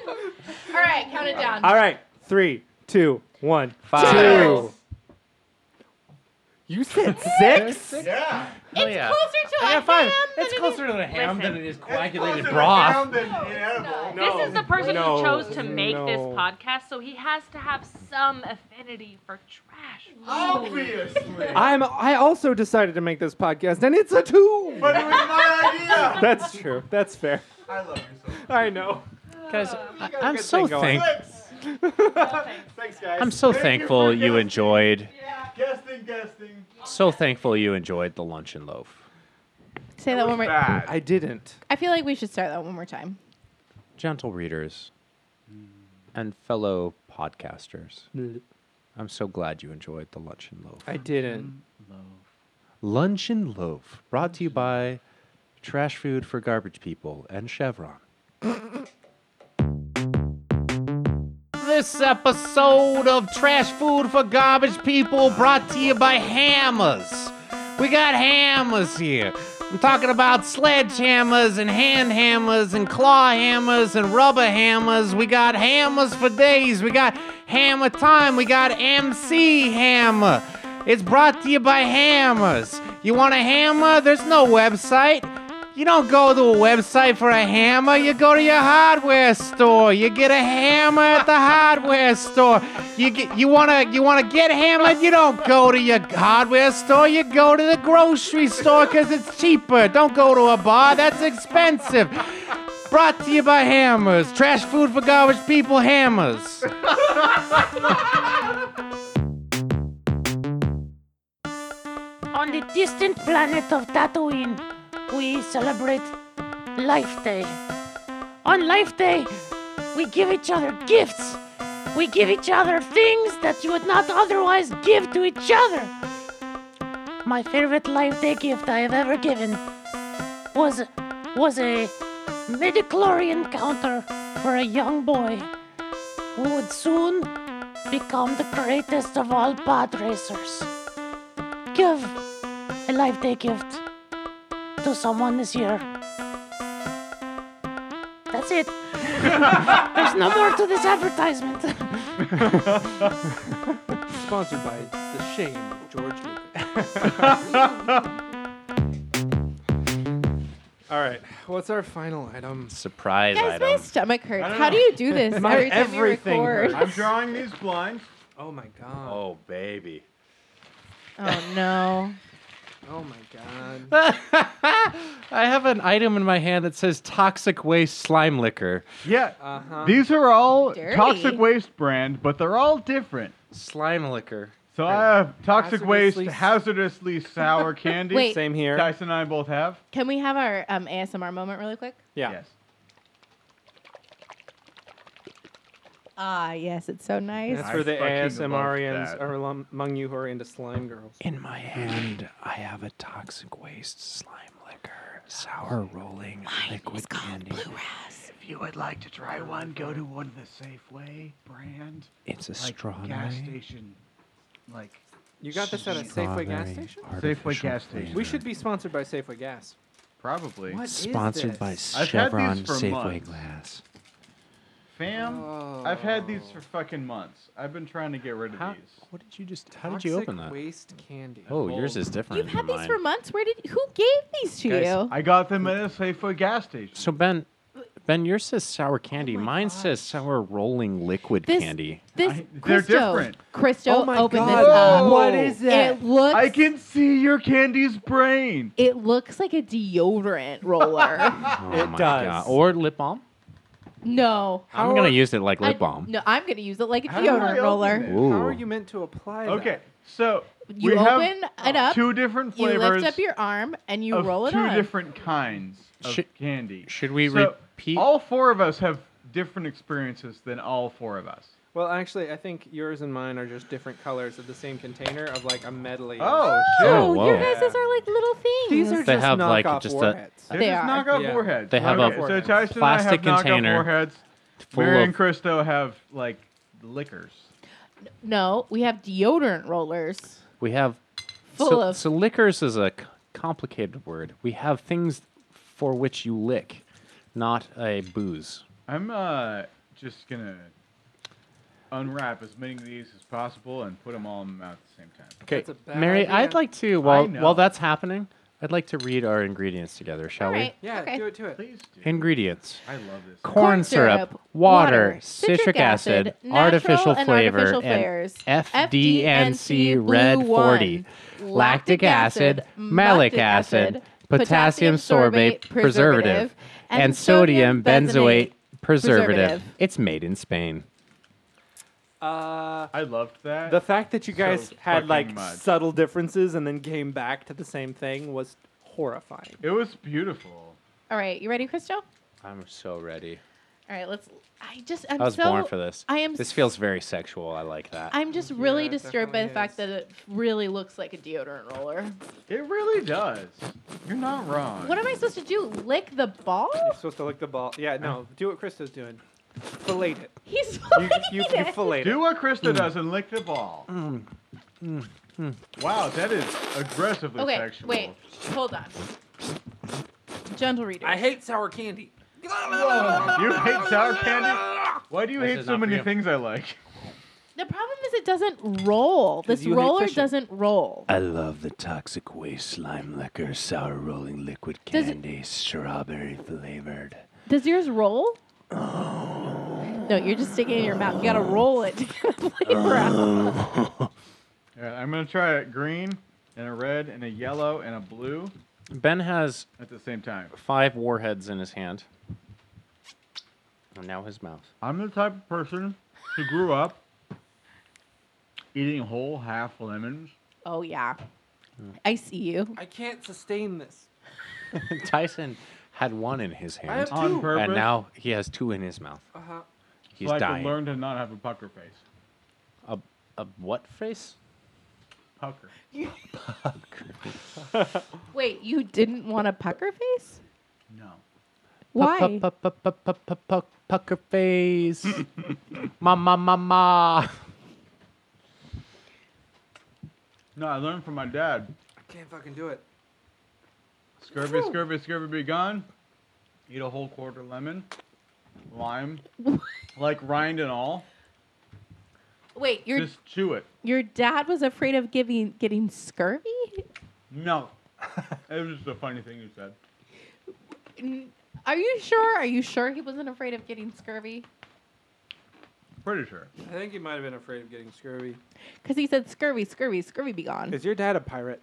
[SPEAKER 9] All right, count it down.
[SPEAKER 4] All right, three, two, one,
[SPEAKER 5] Five.
[SPEAKER 4] two. You said six?
[SPEAKER 2] Yeah.
[SPEAKER 5] It's
[SPEAKER 3] Closer to
[SPEAKER 5] I
[SPEAKER 3] a
[SPEAKER 5] got five.
[SPEAKER 3] ham than
[SPEAKER 5] It's
[SPEAKER 3] it
[SPEAKER 5] closer to the ham
[SPEAKER 6] Listen.
[SPEAKER 5] than it is coagulated
[SPEAKER 2] Closer to
[SPEAKER 5] broth.
[SPEAKER 2] down than inedible.
[SPEAKER 4] No,
[SPEAKER 6] This is the person
[SPEAKER 4] no,
[SPEAKER 6] who chose to make this
[SPEAKER 4] no.
[SPEAKER 6] podcast, so he has to have some affinity for trash.
[SPEAKER 2] Obviously.
[SPEAKER 4] I'm, I also decided to make this podcast, and it's a two.
[SPEAKER 2] But it was my idea.
[SPEAKER 4] That's true. That's fair.
[SPEAKER 2] I love you
[SPEAKER 4] I know.
[SPEAKER 5] Guys, I, I'm
[SPEAKER 4] good
[SPEAKER 5] so
[SPEAKER 4] thing going.
[SPEAKER 5] thank.
[SPEAKER 2] so much. Thanks, guys.
[SPEAKER 5] I'm so
[SPEAKER 2] Thank
[SPEAKER 5] thankful
[SPEAKER 2] for
[SPEAKER 5] you
[SPEAKER 2] guessing.
[SPEAKER 5] enjoyed.
[SPEAKER 2] Guessing, guessing.
[SPEAKER 5] So thankful you enjoyed the lunch and loaf.
[SPEAKER 3] Say that one more.
[SPEAKER 2] Bad.
[SPEAKER 4] I didn't.
[SPEAKER 3] I feel like we should start that one more time.
[SPEAKER 5] gentle readers and fellow podcasters. I'm so glad you enjoyed the Lunch and Loaf.
[SPEAKER 4] I didn't.
[SPEAKER 5] Lunch and Loaf, brought to you by Trash Food for Garbage People and Chevron. this episode of Trash Food for Garbage People brought to you by Hammers. We got hammers here. I'm talking about sledgehammers and hand hammers and claw hammers and rubber hammers. We got hammers for days. We got hammer time. We got MC hammer. It's brought to you by Hammers. You want a hammer? There's no website. You don't go to a website for a hammer. You go to your hardware store. You get a hammer at the hardware store. You get you wanna you wanna get hammered. You don't go to your hardware store. You go to the grocery store because it's cheaper. Don't go to a bar. That's expensive. Brought to you by Hammers. Trash food for garbage people. Hammers.
[SPEAKER 10] On the distant planet of Tatooine, we celebrate Life Day. On Life Day, we give each other gifts. We give each other things that you would not otherwise give to each other. My favorite Life Day gift I have ever given was was a midichlorian counter for a young boy who would soon become the greatest of all pod racers give a life day gift to someone this year. That's it. There's no more to this advertisement.
[SPEAKER 4] Sponsored by the shame of George Lucas. All right, what's our final item?
[SPEAKER 5] Surprise
[SPEAKER 3] Guys,
[SPEAKER 2] um,
[SPEAKER 3] my stomach hurts. How do you do this
[SPEAKER 4] My
[SPEAKER 3] every time
[SPEAKER 4] everything
[SPEAKER 3] you record?
[SPEAKER 4] hurts.
[SPEAKER 2] I'm drawing these blinds.
[SPEAKER 4] Oh my god.
[SPEAKER 5] Oh baby.
[SPEAKER 3] Oh no.
[SPEAKER 4] Oh, my god.
[SPEAKER 5] I have an item in my hand that says toxic waste slime liquor.
[SPEAKER 2] Yeah.
[SPEAKER 4] Uh huh.
[SPEAKER 2] These are all
[SPEAKER 3] Dirty.
[SPEAKER 2] Toxic Waste brand, but they're all different.
[SPEAKER 5] Slime liquor.
[SPEAKER 2] So I have Toxic Waste
[SPEAKER 4] Hazardously s-
[SPEAKER 2] Hazardously Sour Candy.
[SPEAKER 3] Wait.
[SPEAKER 4] Same here.
[SPEAKER 2] Tyson and I both have.
[SPEAKER 3] Can we have our um, ASMR moment really quick?
[SPEAKER 4] Yeah.
[SPEAKER 2] Yes.
[SPEAKER 3] Ah, yes, it's so nice.
[SPEAKER 4] That's
[SPEAKER 2] I
[SPEAKER 4] for the
[SPEAKER 2] fucking love
[SPEAKER 4] ASMRians
[SPEAKER 2] that.
[SPEAKER 4] or alum- among you who are into slime girls.
[SPEAKER 5] In my hand, I have a toxic waste slime liquor. Sour rolling liquid candy.
[SPEAKER 2] If you would like to try one, go to one of the Safeway brand
[SPEAKER 5] It's a
[SPEAKER 2] like
[SPEAKER 5] strawberry.
[SPEAKER 2] gas station. Like
[SPEAKER 4] You got this at a Safeway gas
[SPEAKER 5] strawberry
[SPEAKER 4] station?
[SPEAKER 2] Safeway
[SPEAKER 5] artificial
[SPEAKER 2] gas station.
[SPEAKER 4] We
[SPEAKER 5] flavor.
[SPEAKER 4] should be sponsored by Safeway Gas.
[SPEAKER 2] probably,
[SPEAKER 4] What is
[SPEAKER 5] Sponsored by
[SPEAKER 4] this?
[SPEAKER 2] I've had these
[SPEAKER 5] Chevron
[SPEAKER 2] for
[SPEAKER 5] Safeway
[SPEAKER 2] months.
[SPEAKER 5] Glass.
[SPEAKER 2] fam. I've had these for fucking months. I've been trying to get rid of
[SPEAKER 5] How,
[SPEAKER 2] these.
[SPEAKER 5] what did you just? How did you
[SPEAKER 4] Toxic
[SPEAKER 5] open that?
[SPEAKER 4] waste candy.
[SPEAKER 5] Oh, yours
[SPEAKER 2] Bold.
[SPEAKER 5] is different.
[SPEAKER 3] You've had
[SPEAKER 5] than
[SPEAKER 3] these for
[SPEAKER 5] mine.
[SPEAKER 3] months. Where did who gave these to
[SPEAKER 5] Guys,
[SPEAKER 3] you?
[SPEAKER 2] I got them at a Safeway gas station.
[SPEAKER 5] So Ben, Ben, yours says sour candy.
[SPEAKER 4] my
[SPEAKER 5] Mine says
[SPEAKER 4] gosh.
[SPEAKER 5] sour rolling liquid
[SPEAKER 3] This-
[SPEAKER 5] candy.
[SPEAKER 3] This
[SPEAKER 2] I- they're
[SPEAKER 3] Christo,
[SPEAKER 2] different.
[SPEAKER 3] Christo,
[SPEAKER 4] Oh my
[SPEAKER 3] open
[SPEAKER 4] god.
[SPEAKER 3] this
[SPEAKER 2] Whoa.
[SPEAKER 3] up.
[SPEAKER 4] What is that?
[SPEAKER 3] It looks.
[SPEAKER 2] Oh, I can see your candy's brain.
[SPEAKER 3] It looks like a deodorant roller.
[SPEAKER 5] Oh
[SPEAKER 4] It
[SPEAKER 5] my
[SPEAKER 4] does.
[SPEAKER 5] God. Or lip balm.
[SPEAKER 3] no.
[SPEAKER 5] I'm gonna use it like
[SPEAKER 3] I-
[SPEAKER 5] lip balm.
[SPEAKER 3] No, I'm gonna use it like a
[SPEAKER 2] How do I
[SPEAKER 3] deodorant
[SPEAKER 2] open
[SPEAKER 3] roller.
[SPEAKER 2] it?
[SPEAKER 5] Ooh.
[SPEAKER 4] How are you meant to apply that?
[SPEAKER 2] Okay, so
[SPEAKER 3] You
[SPEAKER 2] we
[SPEAKER 3] open
[SPEAKER 2] have
[SPEAKER 3] it up.
[SPEAKER 2] two different
[SPEAKER 3] You
[SPEAKER 2] flavors
[SPEAKER 3] lift up your arm and you
[SPEAKER 2] of
[SPEAKER 3] roll it
[SPEAKER 2] two
[SPEAKER 3] on.
[SPEAKER 2] different kinds of
[SPEAKER 5] Should-
[SPEAKER 2] candy.
[SPEAKER 5] Should we
[SPEAKER 2] So,
[SPEAKER 5] repeat?
[SPEAKER 2] All four of us have different experiences than all four of us.
[SPEAKER 4] Well, actually, I think yours and mine are just different colors of the same container of like a medley. of-
[SPEAKER 2] Oh, shit.
[SPEAKER 5] Oh,
[SPEAKER 3] Oh,
[SPEAKER 5] whoa.
[SPEAKER 3] your guys' are like little things.
[SPEAKER 4] these are
[SPEAKER 5] They
[SPEAKER 4] just
[SPEAKER 5] have, like,
[SPEAKER 4] knockoff
[SPEAKER 5] just a-
[SPEAKER 4] warheads.
[SPEAKER 2] They're
[SPEAKER 3] They
[SPEAKER 2] just
[SPEAKER 3] are.
[SPEAKER 2] knockoff
[SPEAKER 4] Yeah.
[SPEAKER 2] warheads.
[SPEAKER 5] They have
[SPEAKER 4] a
[SPEAKER 2] okay, so Tyson
[SPEAKER 5] plastic
[SPEAKER 2] and I have
[SPEAKER 5] container
[SPEAKER 2] knockoff warheads.
[SPEAKER 5] full
[SPEAKER 2] Mary
[SPEAKER 5] of-
[SPEAKER 2] and Christo have like liquors.
[SPEAKER 3] No, we have deodorant rollers.
[SPEAKER 5] We have.
[SPEAKER 3] Full
[SPEAKER 5] so,
[SPEAKER 3] of-
[SPEAKER 5] so liquors is a c- complicated word. We have things for which you lick, not a booze.
[SPEAKER 2] I'm uh, just gonna unwrap as many of these as possible and put them all in my mouth at the same time.
[SPEAKER 5] Okay,
[SPEAKER 4] That's a bad
[SPEAKER 5] Mary,
[SPEAKER 4] idea.
[SPEAKER 5] I'd like to while
[SPEAKER 2] know.
[SPEAKER 5] while that's happening, I'd like to read our ingredients together, shall
[SPEAKER 3] All right.
[SPEAKER 5] we?
[SPEAKER 4] Yeah,
[SPEAKER 3] okay.
[SPEAKER 4] do it to it.
[SPEAKER 2] Please do.
[SPEAKER 5] Ingredients:
[SPEAKER 2] I love this.
[SPEAKER 5] corn, syrup, water, citric, acid,
[SPEAKER 3] natural
[SPEAKER 5] artificial
[SPEAKER 3] and
[SPEAKER 5] flavor,
[SPEAKER 3] artificial
[SPEAKER 5] and
[SPEAKER 3] flavors,
[SPEAKER 5] FDNC
[SPEAKER 3] FDNC
[SPEAKER 5] red
[SPEAKER 3] blue
[SPEAKER 5] 40,
[SPEAKER 3] one,
[SPEAKER 5] E lactic acid, malic acid, potassium sorbate preservative, and sodium benzoate preservative.
[SPEAKER 3] preservative.
[SPEAKER 5] It's made in Spain.
[SPEAKER 4] Uh,
[SPEAKER 2] I loved that.
[SPEAKER 4] the fact that you guys
[SPEAKER 2] So
[SPEAKER 4] had
[SPEAKER 2] fucking
[SPEAKER 4] like
[SPEAKER 2] much.
[SPEAKER 4] subtle differences and then came back to the same thing was horrifying.
[SPEAKER 2] it was beautiful.
[SPEAKER 3] All right, you ready, Christo? All
[SPEAKER 5] I'm so ready.
[SPEAKER 3] right, let's. I just. I'm
[SPEAKER 5] I was
[SPEAKER 3] so,
[SPEAKER 5] born for this.
[SPEAKER 3] I am
[SPEAKER 5] This feels very sexual. I like that.
[SPEAKER 3] I'm just really
[SPEAKER 4] Yeah, it
[SPEAKER 3] disturbed by the
[SPEAKER 4] definitely is.
[SPEAKER 3] fact that it really looks like a deodorant roller.
[SPEAKER 2] It really does. You're not wrong.
[SPEAKER 3] What am I supposed to do? Lick the ball?
[SPEAKER 4] You're supposed to lick the ball. Yeah, no, do what Krista's doing. Fillet it.
[SPEAKER 3] He's
[SPEAKER 4] You, you,
[SPEAKER 3] licking
[SPEAKER 4] you
[SPEAKER 3] it.
[SPEAKER 4] fillet
[SPEAKER 2] Do
[SPEAKER 4] it.
[SPEAKER 2] what
[SPEAKER 5] Hmm.
[SPEAKER 2] Krista does and lick the ball. Wow, that is aggressively
[SPEAKER 3] Okay,
[SPEAKER 2] sexual.
[SPEAKER 3] wait, hold on. Gentle reader.
[SPEAKER 4] I hate sour candy.
[SPEAKER 2] You hate sour candy? Why do you
[SPEAKER 5] This
[SPEAKER 2] hate
[SPEAKER 5] is
[SPEAKER 2] so
[SPEAKER 5] not for
[SPEAKER 2] many
[SPEAKER 5] you.
[SPEAKER 2] things I like?
[SPEAKER 3] the problem is it doesn't roll. This
[SPEAKER 4] you hate
[SPEAKER 3] roller
[SPEAKER 4] fishing.
[SPEAKER 3] doesn't roll.
[SPEAKER 7] I love the toxic waste slime liquor, sour rolling liquid
[SPEAKER 3] Does it-
[SPEAKER 7] candy, strawberry flavored.
[SPEAKER 3] Does yours roll? No, you're just sticking it in your mouth. You gotta roll it. to get the flavor out.
[SPEAKER 2] All right, I'm gonna try a green and a red and a yellow and a blue
[SPEAKER 5] Ben has
[SPEAKER 2] at the same time.
[SPEAKER 5] five warheads in his hand. And now his mouth.
[SPEAKER 2] I'm the type of person who grew up eating whole half lemons.
[SPEAKER 3] Oh yeah, I see you.
[SPEAKER 4] I can't sustain this.
[SPEAKER 5] Tyson had one in his
[SPEAKER 4] I have
[SPEAKER 5] hand.
[SPEAKER 2] On
[SPEAKER 4] two.
[SPEAKER 2] purpose.
[SPEAKER 5] And now he has two in his mouth.
[SPEAKER 4] Uh-huh.
[SPEAKER 5] He's
[SPEAKER 2] so I
[SPEAKER 5] dying.
[SPEAKER 2] could learn to not have a pucker face.
[SPEAKER 5] a, a what face?
[SPEAKER 2] Pucker.
[SPEAKER 3] Wait, you didn't want a pucker face?
[SPEAKER 2] No.
[SPEAKER 3] Why?
[SPEAKER 5] Pucker face. Ma ma ma ma.
[SPEAKER 2] No, I learned from my dad.
[SPEAKER 4] I can't fucking do it.
[SPEAKER 2] Scurvy, scurvy, scurvy be gone. Eat a whole quarter lemon. Lime. like rind and all.
[SPEAKER 3] Wait, your
[SPEAKER 2] Just chew it.
[SPEAKER 3] your dad was afraid of giving getting scurvy?
[SPEAKER 2] No. it was just a funny thing you said.
[SPEAKER 3] N- Are you sure? Are you sure he wasn't afraid of getting scurvy?
[SPEAKER 2] Pretty sure.
[SPEAKER 4] I think he might have been afraid of getting scurvy.
[SPEAKER 3] Because he said scurvy, scurvy, scurvy be gone.
[SPEAKER 4] Is your dad a pirate?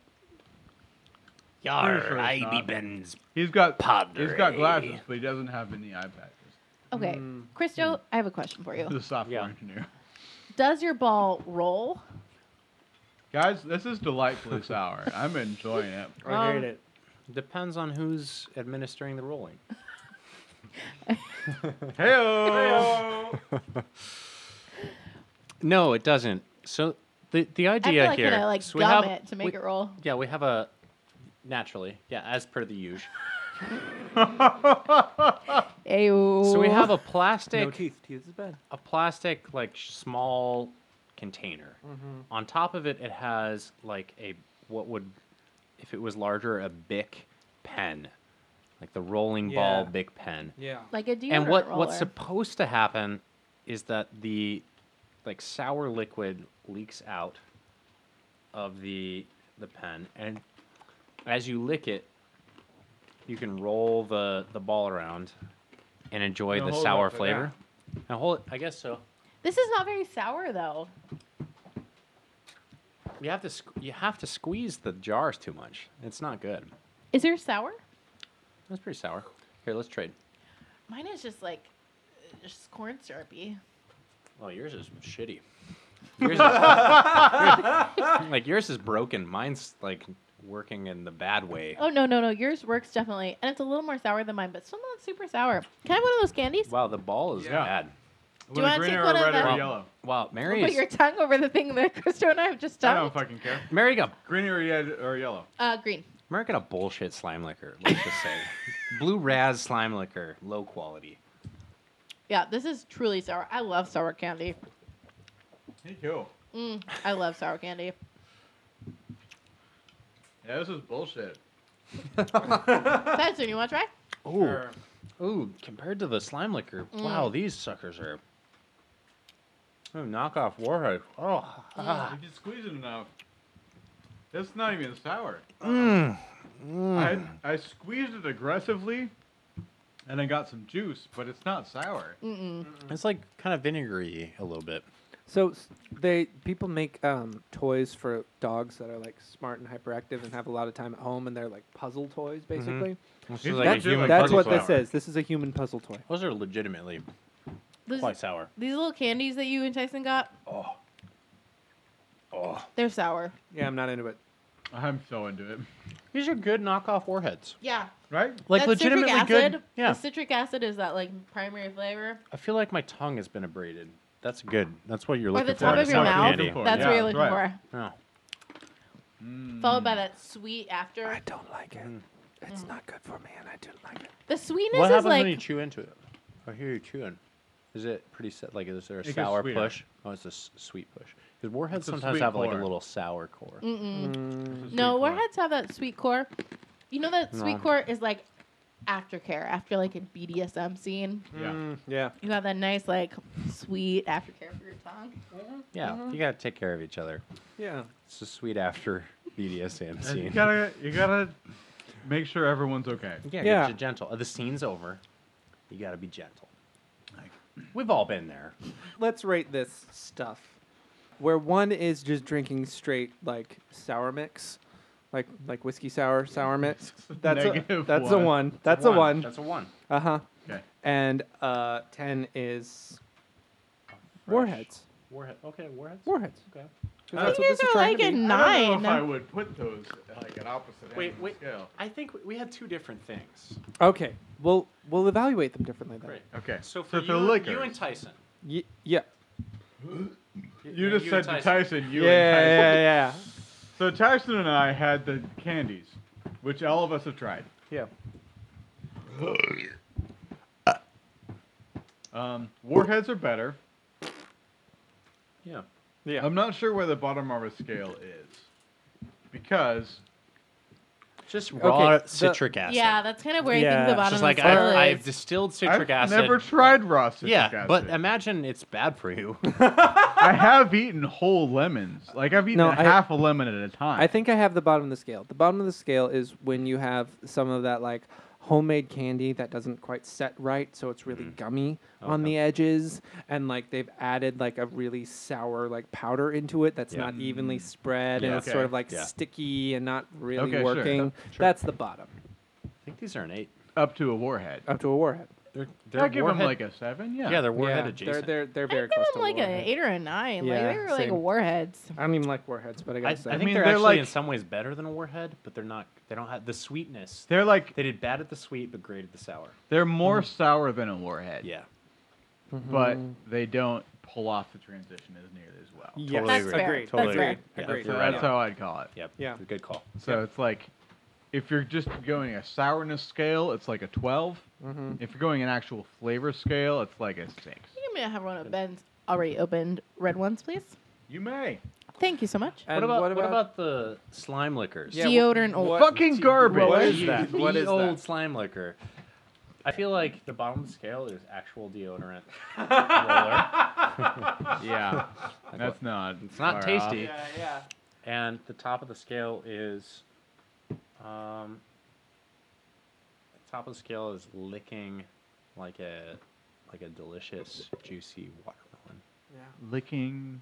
[SPEAKER 7] Yar,
[SPEAKER 2] sure it's
[SPEAKER 7] I be
[SPEAKER 2] not.
[SPEAKER 7] Ben's.
[SPEAKER 2] He's got
[SPEAKER 7] Padre.
[SPEAKER 2] he's got glasses, but he doesn't have any eye patches.
[SPEAKER 3] Okay,
[SPEAKER 4] Mm.
[SPEAKER 3] Christo, I have a question for
[SPEAKER 2] He's
[SPEAKER 3] you.
[SPEAKER 2] a software
[SPEAKER 5] Yeah.
[SPEAKER 2] engineer.
[SPEAKER 3] Does your ball roll?
[SPEAKER 2] Guys, this is delightfully sour. I'm enjoying it.
[SPEAKER 4] I
[SPEAKER 5] Um,
[SPEAKER 4] hate it.
[SPEAKER 5] Depends on who's administering the rolling.
[SPEAKER 2] Heyo.
[SPEAKER 5] No, it doesn't. So the the idea
[SPEAKER 3] I feel like
[SPEAKER 5] here.
[SPEAKER 3] I like
[SPEAKER 5] so we
[SPEAKER 3] gum
[SPEAKER 5] have-
[SPEAKER 3] it to make
[SPEAKER 5] we-
[SPEAKER 3] it roll.
[SPEAKER 5] Yeah, we have a naturally. Yeah, as per the usual.
[SPEAKER 3] Ayo.
[SPEAKER 5] So we have a plastic,
[SPEAKER 4] No teeth. Teeth is bad.
[SPEAKER 5] a plastic like sh- small container.
[SPEAKER 4] Mm-hmm.
[SPEAKER 5] On top of it, it has like a what would, if it was larger, a Bic pen, like the rolling ball
[SPEAKER 4] Yeah.
[SPEAKER 5] Bic pen.
[SPEAKER 4] Yeah.
[SPEAKER 3] like a deodorant
[SPEAKER 5] and what
[SPEAKER 3] roller.
[SPEAKER 5] what's supposed to happen is that the like sour liquid leaks out of the the pen and as you lick it you can roll the the ball around and enjoy
[SPEAKER 2] Now
[SPEAKER 5] the
[SPEAKER 2] hold it
[SPEAKER 5] sour
[SPEAKER 2] up like
[SPEAKER 5] flavor now hold it i guess so
[SPEAKER 3] this is not very sour though.
[SPEAKER 5] you have to squ- you have to squeeze the jars too much it's not good
[SPEAKER 3] Is there sour?
[SPEAKER 5] that's pretty sour here let's trade
[SPEAKER 3] Mine is just like uh, just corn syrupy.
[SPEAKER 5] well yours is shitty yours is, like yours is broken mine's like working in the bad way
[SPEAKER 3] Oh no no no! Yours works definitely, and it's a little more sour than mine, but still not super sour. Can I have one of those candies?
[SPEAKER 5] Wow, the ball is
[SPEAKER 2] Yeah.
[SPEAKER 5] bad.
[SPEAKER 3] Do you
[SPEAKER 2] Would a
[SPEAKER 3] wanna
[SPEAKER 2] green
[SPEAKER 3] take
[SPEAKER 2] or a
[SPEAKER 3] one of
[SPEAKER 2] red or
[SPEAKER 3] the-
[SPEAKER 2] a yellow?
[SPEAKER 5] Wow, Mary
[SPEAKER 3] Put your
[SPEAKER 5] is,
[SPEAKER 3] tongue over the thing that Christo and I have just
[SPEAKER 2] I
[SPEAKER 3] done.
[SPEAKER 2] don't fucking care.
[SPEAKER 5] Mary got
[SPEAKER 2] Green or red or yellow?
[SPEAKER 3] Uh, green.
[SPEAKER 5] Mary got a bullshit slime liquor. Let's just say, blue raz slime liquor, low quality.
[SPEAKER 3] Yeah, this is truly sour. I love sour candy.
[SPEAKER 2] Me too.
[SPEAKER 3] Mm, I love sour candy.
[SPEAKER 2] Yeah, this is bullshit.
[SPEAKER 3] Tyson, you want to try?
[SPEAKER 5] Ooh, ooh, compared to the slime liquor, wow, these suckers are. Oh, knockoff warhead. Oh,
[SPEAKER 2] If you squeeze it enough, it's not even sour.
[SPEAKER 7] Mm.
[SPEAKER 2] I, I squeezed it aggressively, and I got some juice, but it's not sour.
[SPEAKER 3] Mm-mm.
[SPEAKER 5] it's like kind of vinegary a little bit.
[SPEAKER 4] So s- they people make um, toys for dogs that are like smart and hyperactive and have a lot of time at home, and they're like puzzle toys basically.
[SPEAKER 5] This
[SPEAKER 2] These
[SPEAKER 5] is
[SPEAKER 2] are
[SPEAKER 5] like a
[SPEAKER 2] legit,
[SPEAKER 5] human
[SPEAKER 2] like,
[SPEAKER 4] That's
[SPEAKER 5] puzzle
[SPEAKER 4] what
[SPEAKER 5] tower.
[SPEAKER 4] this is. This is a human puzzle toy.
[SPEAKER 5] Those are legitimately
[SPEAKER 3] These,
[SPEAKER 5] quite sour.
[SPEAKER 3] these little candies that you and Tyson got,
[SPEAKER 5] Oh, oh,
[SPEAKER 3] they're sour.
[SPEAKER 4] Yeah, I'm not into it.
[SPEAKER 2] I'm so into it.
[SPEAKER 5] these are good knockoff warheads.
[SPEAKER 3] Yeah.
[SPEAKER 2] Right?
[SPEAKER 5] Like
[SPEAKER 3] that
[SPEAKER 5] legitimately
[SPEAKER 3] citric
[SPEAKER 5] good.
[SPEAKER 3] acid,
[SPEAKER 5] Yeah.
[SPEAKER 3] The citric acid is that like primary flavor.
[SPEAKER 5] I feel like my tongue has been abraded. That's good. That's what you're
[SPEAKER 3] Or
[SPEAKER 5] looking
[SPEAKER 3] the
[SPEAKER 5] for.
[SPEAKER 3] top
[SPEAKER 5] in a
[SPEAKER 3] of your
[SPEAKER 5] sour
[SPEAKER 3] mouth.
[SPEAKER 5] candy.
[SPEAKER 2] Looking for,
[SPEAKER 3] That's what
[SPEAKER 2] yeah,
[SPEAKER 3] you're looking
[SPEAKER 2] right.
[SPEAKER 3] for.
[SPEAKER 5] Oh.
[SPEAKER 3] Followed by that sweet after.
[SPEAKER 4] don't like it. It's not good for me, and I do like it.
[SPEAKER 3] The sweetness
[SPEAKER 5] What
[SPEAKER 3] is
[SPEAKER 5] happens
[SPEAKER 3] like
[SPEAKER 5] when you chew into it? I hear you chewing. Is it pretty set? Like, is there a
[SPEAKER 2] gets
[SPEAKER 5] sour
[SPEAKER 2] sweeter.
[SPEAKER 5] push? Oh, it's a s- sweet push. Because warheads
[SPEAKER 2] It's a
[SPEAKER 5] sometimes
[SPEAKER 2] sweet
[SPEAKER 5] have like a
[SPEAKER 2] core.
[SPEAKER 5] little sour core.
[SPEAKER 3] Mm,
[SPEAKER 2] This is
[SPEAKER 3] No,
[SPEAKER 2] sweet corn.
[SPEAKER 3] warheads have that sweet core. You know that
[SPEAKER 5] No.
[SPEAKER 3] sweet core is like aftercare after like a BDSM scene.
[SPEAKER 2] Yeah.
[SPEAKER 4] Mm-hmm. yeah.
[SPEAKER 3] You have that nice like sweet aftercare for your tongue.
[SPEAKER 5] Yeah,
[SPEAKER 3] mm-hmm.
[SPEAKER 5] you gotta take care of each other.
[SPEAKER 4] Yeah.
[SPEAKER 5] It's a sweet after BDSM
[SPEAKER 2] And You
[SPEAKER 5] scene.
[SPEAKER 2] gotta, you gotta make sure everyone's okay.
[SPEAKER 5] Yeah,
[SPEAKER 4] Yeah.
[SPEAKER 5] yeah. gentle. Uh, The scene's over. You gotta be gentle. We've all been there.
[SPEAKER 4] Let's rate this stuff. Where one is just drinking straight like sour mix, like like whiskey sour sour mix. That's a
[SPEAKER 2] Negative
[SPEAKER 4] that's a
[SPEAKER 2] one.
[SPEAKER 4] one. That's a one.
[SPEAKER 5] That's a one.
[SPEAKER 4] Uh huh.
[SPEAKER 2] Okay.
[SPEAKER 4] And uh, ten is warheads.
[SPEAKER 5] Warhead. Okay, warheads.
[SPEAKER 4] Warheads.
[SPEAKER 5] Okay.
[SPEAKER 4] 'Cause
[SPEAKER 5] Uh,
[SPEAKER 4] that's
[SPEAKER 3] You guys
[SPEAKER 4] what this is
[SPEAKER 3] are
[SPEAKER 4] trying
[SPEAKER 3] like
[SPEAKER 4] to
[SPEAKER 3] a
[SPEAKER 4] be.
[SPEAKER 2] I don't know if I
[SPEAKER 3] nine.
[SPEAKER 2] would put those at, like an opposite end
[SPEAKER 5] Wait,
[SPEAKER 2] of the
[SPEAKER 5] wait.
[SPEAKER 2] scale.
[SPEAKER 5] I think we- we had two different things.
[SPEAKER 4] Okay. We'll we'll evaluate them differently then.
[SPEAKER 5] Right.
[SPEAKER 2] Okay.
[SPEAKER 5] So for
[SPEAKER 2] the
[SPEAKER 5] you,
[SPEAKER 2] liquor,
[SPEAKER 5] you and Tyson.
[SPEAKER 4] Y- yeah.
[SPEAKER 2] you just said to Tyson, you
[SPEAKER 4] yeah,
[SPEAKER 2] and Tyson.
[SPEAKER 4] yeah, yeah,
[SPEAKER 2] So Tyson and I had the candies, which all of us have tried.
[SPEAKER 4] yeah.
[SPEAKER 2] Uh, Um, warheads are better.
[SPEAKER 5] Yeah.
[SPEAKER 4] Yeah.
[SPEAKER 2] I'm not sure where the bottom of our scale is, because
[SPEAKER 5] Just raw
[SPEAKER 4] raw the-
[SPEAKER 5] citric acid.
[SPEAKER 3] Yeah, that's kind of where I
[SPEAKER 4] Yeah.
[SPEAKER 3] think the bottom
[SPEAKER 5] Just
[SPEAKER 3] of
[SPEAKER 5] like
[SPEAKER 3] the
[SPEAKER 5] I,
[SPEAKER 3] scale
[SPEAKER 5] I've
[SPEAKER 3] is.
[SPEAKER 5] distilled citric
[SPEAKER 2] I've
[SPEAKER 5] acid.
[SPEAKER 2] never tried raw citric
[SPEAKER 5] yeah,
[SPEAKER 2] acid.
[SPEAKER 5] but um, imagine it's bad for you.
[SPEAKER 2] I have eaten whole lemons. Like I've eaten
[SPEAKER 4] No,
[SPEAKER 2] a
[SPEAKER 4] I-
[SPEAKER 2] half a lemon at a time.
[SPEAKER 4] I think I have the bottom of the scale. The bottom of the scale is when you have some of that like homemade candy that doesn't quite set right, so it's really gummy on
[SPEAKER 5] Mm. Okay.
[SPEAKER 4] the edges, and like they've added like a really sour like powder into it that's
[SPEAKER 5] Yeah.
[SPEAKER 4] not evenly spread,
[SPEAKER 5] Yeah.
[SPEAKER 4] and it's sort
[SPEAKER 2] Okay.
[SPEAKER 4] of like
[SPEAKER 5] Yeah.
[SPEAKER 4] sticky and not really
[SPEAKER 2] Okay, sure.
[SPEAKER 4] working.
[SPEAKER 5] Sure.
[SPEAKER 4] That's the bottom
[SPEAKER 5] think these are an eight.
[SPEAKER 2] up to a warhead.
[SPEAKER 4] up to a warhead.
[SPEAKER 5] They're,
[SPEAKER 2] I give them like a seven. Yeah.
[SPEAKER 5] yeah, they're warhead
[SPEAKER 4] yeah,
[SPEAKER 5] adjacent.
[SPEAKER 4] They're they're they're
[SPEAKER 3] I
[SPEAKER 4] very
[SPEAKER 3] give them
[SPEAKER 4] close to a
[SPEAKER 3] like an
[SPEAKER 4] warhead.
[SPEAKER 3] eight or a nine.
[SPEAKER 4] Yeah,
[SPEAKER 3] like they were like
[SPEAKER 4] same.
[SPEAKER 3] warheads.
[SPEAKER 4] I don't even like warheads, but I
[SPEAKER 5] I, I
[SPEAKER 4] gotta say.
[SPEAKER 5] think
[SPEAKER 2] mean,
[SPEAKER 5] they're,
[SPEAKER 2] they're
[SPEAKER 5] actually
[SPEAKER 2] like-
[SPEAKER 5] in some ways better than a warhead, but they're not. They don't have the sweetness.
[SPEAKER 2] They're like
[SPEAKER 5] They did bad at the sweet, but great at the sour.
[SPEAKER 2] they're more
[SPEAKER 4] Mm-hmm.
[SPEAKER 2] sour than a warhead.
[SPEAKER 5] Yeah.
[SPEAKER 2] But
[SPEAKER 5] Mm.
[SPEAKER 2] they don't pull off the transition as nearly as well.
[SPEAKER 4] yes.
[SPEAKER 5] Totally That's
[SPEAKER 3] fair.
[SPEAKER 4] agreed.
[SPEAKER 3] Totally That's
[SPEAKER 4] Totally
[SPEAKER 3] fair.
[SPEAKER 4] agreed.
[SPEAKER 5] Yeah,
[SPEAKER 4] Agreed.
[SPEAKER 2] So
[SPEAKER 5] you're
[SPEAKER 2] that's
[SPEAKER 5] right.
[SPEAKER 2] how I'd call it.
[SPEAKER 5] Yep.
[SPEAKER 4] Yeah.
[SPEAKER 5] Good call.
[SPEAKER 2] So it's like If you're just going a sourness scale, it's like a 12.
[SPEAKER 5] Mm.
[SPEAKER 4] Mm-hmm.
[SPEAKER 2] If you're going an actual flavor scale, it's like a 6.
[SPEAKER 3] You may have one of Ben's already opened red ones, please.
[SPEAKER 2] You may.
[SPEAKER 3] Thank you so much.
[SPEAKER 4] And
[SPEAKER 5] about, what about the slime liquors?
[SPEAKER 4] Yeah,
[SPEAKER 3] Deodorant oil.
[SPEAKER 2] Fucking garbage.
[SPEAKER 4] What is that?
[SPEAKER 5] The
[SPEAKER 4] What is
[SPEAKER 5] old
[SPEAKER 4] that?
[SPEAKER 5] slime liquor. I feel like the bottom of the scale is actual deodorant. roller.
[SPEAKER 2] Yeah. That's not.
[SPEAKER 5] It's not
[SPEAKER 2] far off.
[SPEAKER 5] tasty.
[SPEAKER 4] yeah.
[SPEAKER 5] And the top of the scale is, um, the top of the scale is licking, like a, like a delicious juicy watermelon.
[SPEAKER 2] Licking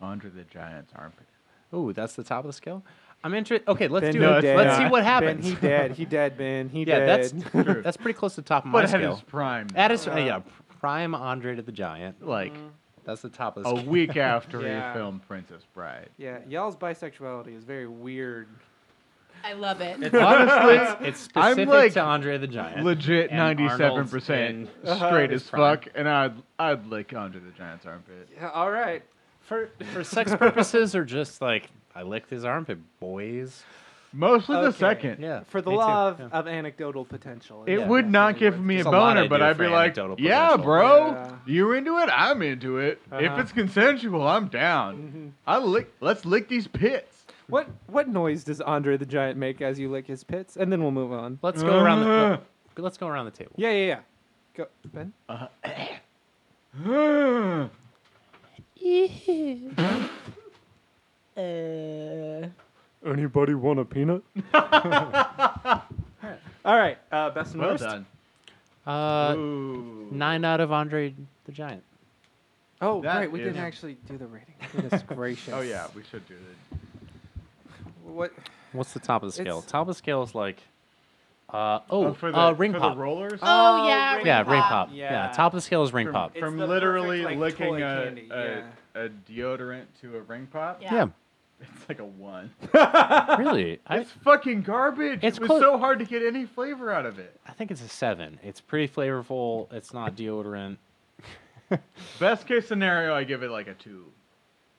[SPEAKER 2] under the giant's armpit.
[SPEAKER 5] Oh, that's the top of the scale. I'm interested. Okay, let's
[SPEAKER 4] Ben,
[SPEAKER 5] do
[SPEAKER 4] he
[SPEAKER 5] it.
[SPEAKER 4] dead.
[SPEAKER 5] Let's see what
[SPEAKER 4] Ben,
[SPEAKER 5] happens.
[SPEAKER 4] he dead. He dead, Ben. He
[SPEAKER 5] yeah,
[SPEAKER 4] dead.
[SPEAKER 5] that's that's pretty close to the top of my
[SPEAKER 2] But at
[SPEAKER 5] scale.
[SPEAKER 2] his prime.
[SPEAKER 5] That is uh, yeah, prime Andre the Giant.
[SPEAKER 2] Like
[SPEAKER 5] That's the top of the
[SPEAKER 2] a
[SPEAKER 5] scale.
[SPEAKER 2] week after
[SPEAKER 4] Yeah.
[SPEAKER 2] he filmed Princess Bride.
[SPEAKER 4] yeah, y'all's bisexuality is very weird.
[SPEAKER 3] I love it.
[SPEAKER 5] It's honestly, it's, it's
[SPEAKER 2] I'm
[SPEAKER 5] specific
[SPEAKER 2] like
[SPEAKER 5] to Andre the Giant.
[SPEAKER 2] Legit
[SPEAKER 5] And
[SPEAKER 2] ninety-seven
[SPEAKER 5] Arnold's
[SPEAKER 2] percent
[SPEAKER 5] in
[SPEAKER 2] straight
[SPEAKER 5] his
[SPEAKER 2] as
[SPEAKER 5] prime.
[SPEAKER 2] fuck, and I'd I'd lick under the giant's armpit.
[SPEAKER 4] Yeah, all right.
[SPEAKER 5] for for sex purposes or just like I licked his armpit, boys.
[SPEAKER 2] Mostly the
[SPEAKER 4] Okay.
[SPEAKER 2] second.
[SPEAKER 5] Yeah,
[SPEAKER 4] For the
[SPEAKER 5] me too.
[SPEAKER 4] love
[SPEAKER 5] Yeah.
[SPEAKER 4] of anecdotal potential.
[SPEAKER 2] It
[SPEAKER 5] Yeah,
[SPEAKER 2] would not give me
[SPEAKER 5] There's
[SPEAKER 2] a
[SPEAKER 5] a lot
[SPEAKER 2] boner,
[SPEAKER 5] I
[SPEAKER 2] but
[SPEAKER 5] do
[SPEAKER 2] I'd
[SPEAKER 5] for
[SPEAKER 2] be like,
[SPEAKER 5] anecdotal
[SPEAKER 2] "Yeah,
[SPEAKER 5] potential."
[SPEAKER 2] bro,
[SPEAKER 4] Yeah.
[SPEAKER 2] you're into it. I'm into it.
[SPEAKER 4] Uh-huh. Mm-hmm.
[SPEAKER 2] If it's consensual, I'm down. I lick. Let's lick these pits."
[SPEAKER 4] What what noise does Andre the Giant make as you lick his pits? And then we'll move on.
[SPEAKER 5] Let's go around the uh, let's go around the table.
[SPEAKER 4] Yeah, yeah, yeah. Go, Ben.
[SPEAKER 2] around.
[SPEAKER 3] Uh,
[SPEAKER 4] Anybody want a peanut? all right. Uh, best and
[SPEAKER 2] well
[SPEAKER 4] worst.
[SPEAKER 2] done.
[SPEAKER 5] Uh,
[SPEAKER 2] Ooh.
[SPEAKER 5] nine out of Andre the Giant.
[SPEAKER 4] Oh,
[SPEAKER 2] That
[SPEAKER 4] right. We
[SPEAKER 2] is-
[SPEAKER 4] didn't actually do the rating. Goodness gracious.
[SPEAKER 2] Oh yeah, we should do that.
[SPEAKER 4] What?
[SPEAKER 5] What's the top of the scale?
[SPEAKER 4] It's-
[SPEAKER 5] Top of the scale is like, uh, oh,
[SPEAKER 2] Oh, for the,
[SPEAKER 5] uh, ring
[SPEAKER 2] for
[SPEAKER 5] pop.
[SPEAKER 2] the rollers.
[SPEAKER 3] Oh, yeah,
[SPEAKER 5] yeah,
[SPEAKER 3] ring
[SPEAKER 5] ring
[SPEAKER 3] pop.
[SPEAKER 5] Uh, pop. Yeah.
[SPEAKER 4] Yeah.
[SPEAKER 5] top of the scale is ring
[SPEAKER 2] from,
[SPEAKER 5] pop.
[SPEAKER 4] Um, It's
[SPEAKER 2] from
[SPEAKER 4] the
[SPEAKER 2] literally
[SPEAKER 4] perfect, like,
[SPEAKER 2] licking
[SPEAKER 4] toy
[SPEAKER 2] a,
[SPEAKER 4] candy,
[SPEAKER 2] a,
[SPEAKER 4] yeah.
[SPEAKER 2] a deodorant to a ring pop.
[SPEAKER 3] yeah.
[SPEAKER 2] It's like a one.
[SPEAKER 5] really, I,
[SPEAKER 2] It's fucking garbage.
[SPEAKER 5] It's
[SPEAKER 2] it was
[SPEAKER 5] close-
[SPEAKER 2] so hard to get any flavor out of it.
[SPEAKER 5] I think it's a seven. It's pretty flavorful. It's not deodorant.
[SPEAKER 2] Best case scenario, I give it like a two.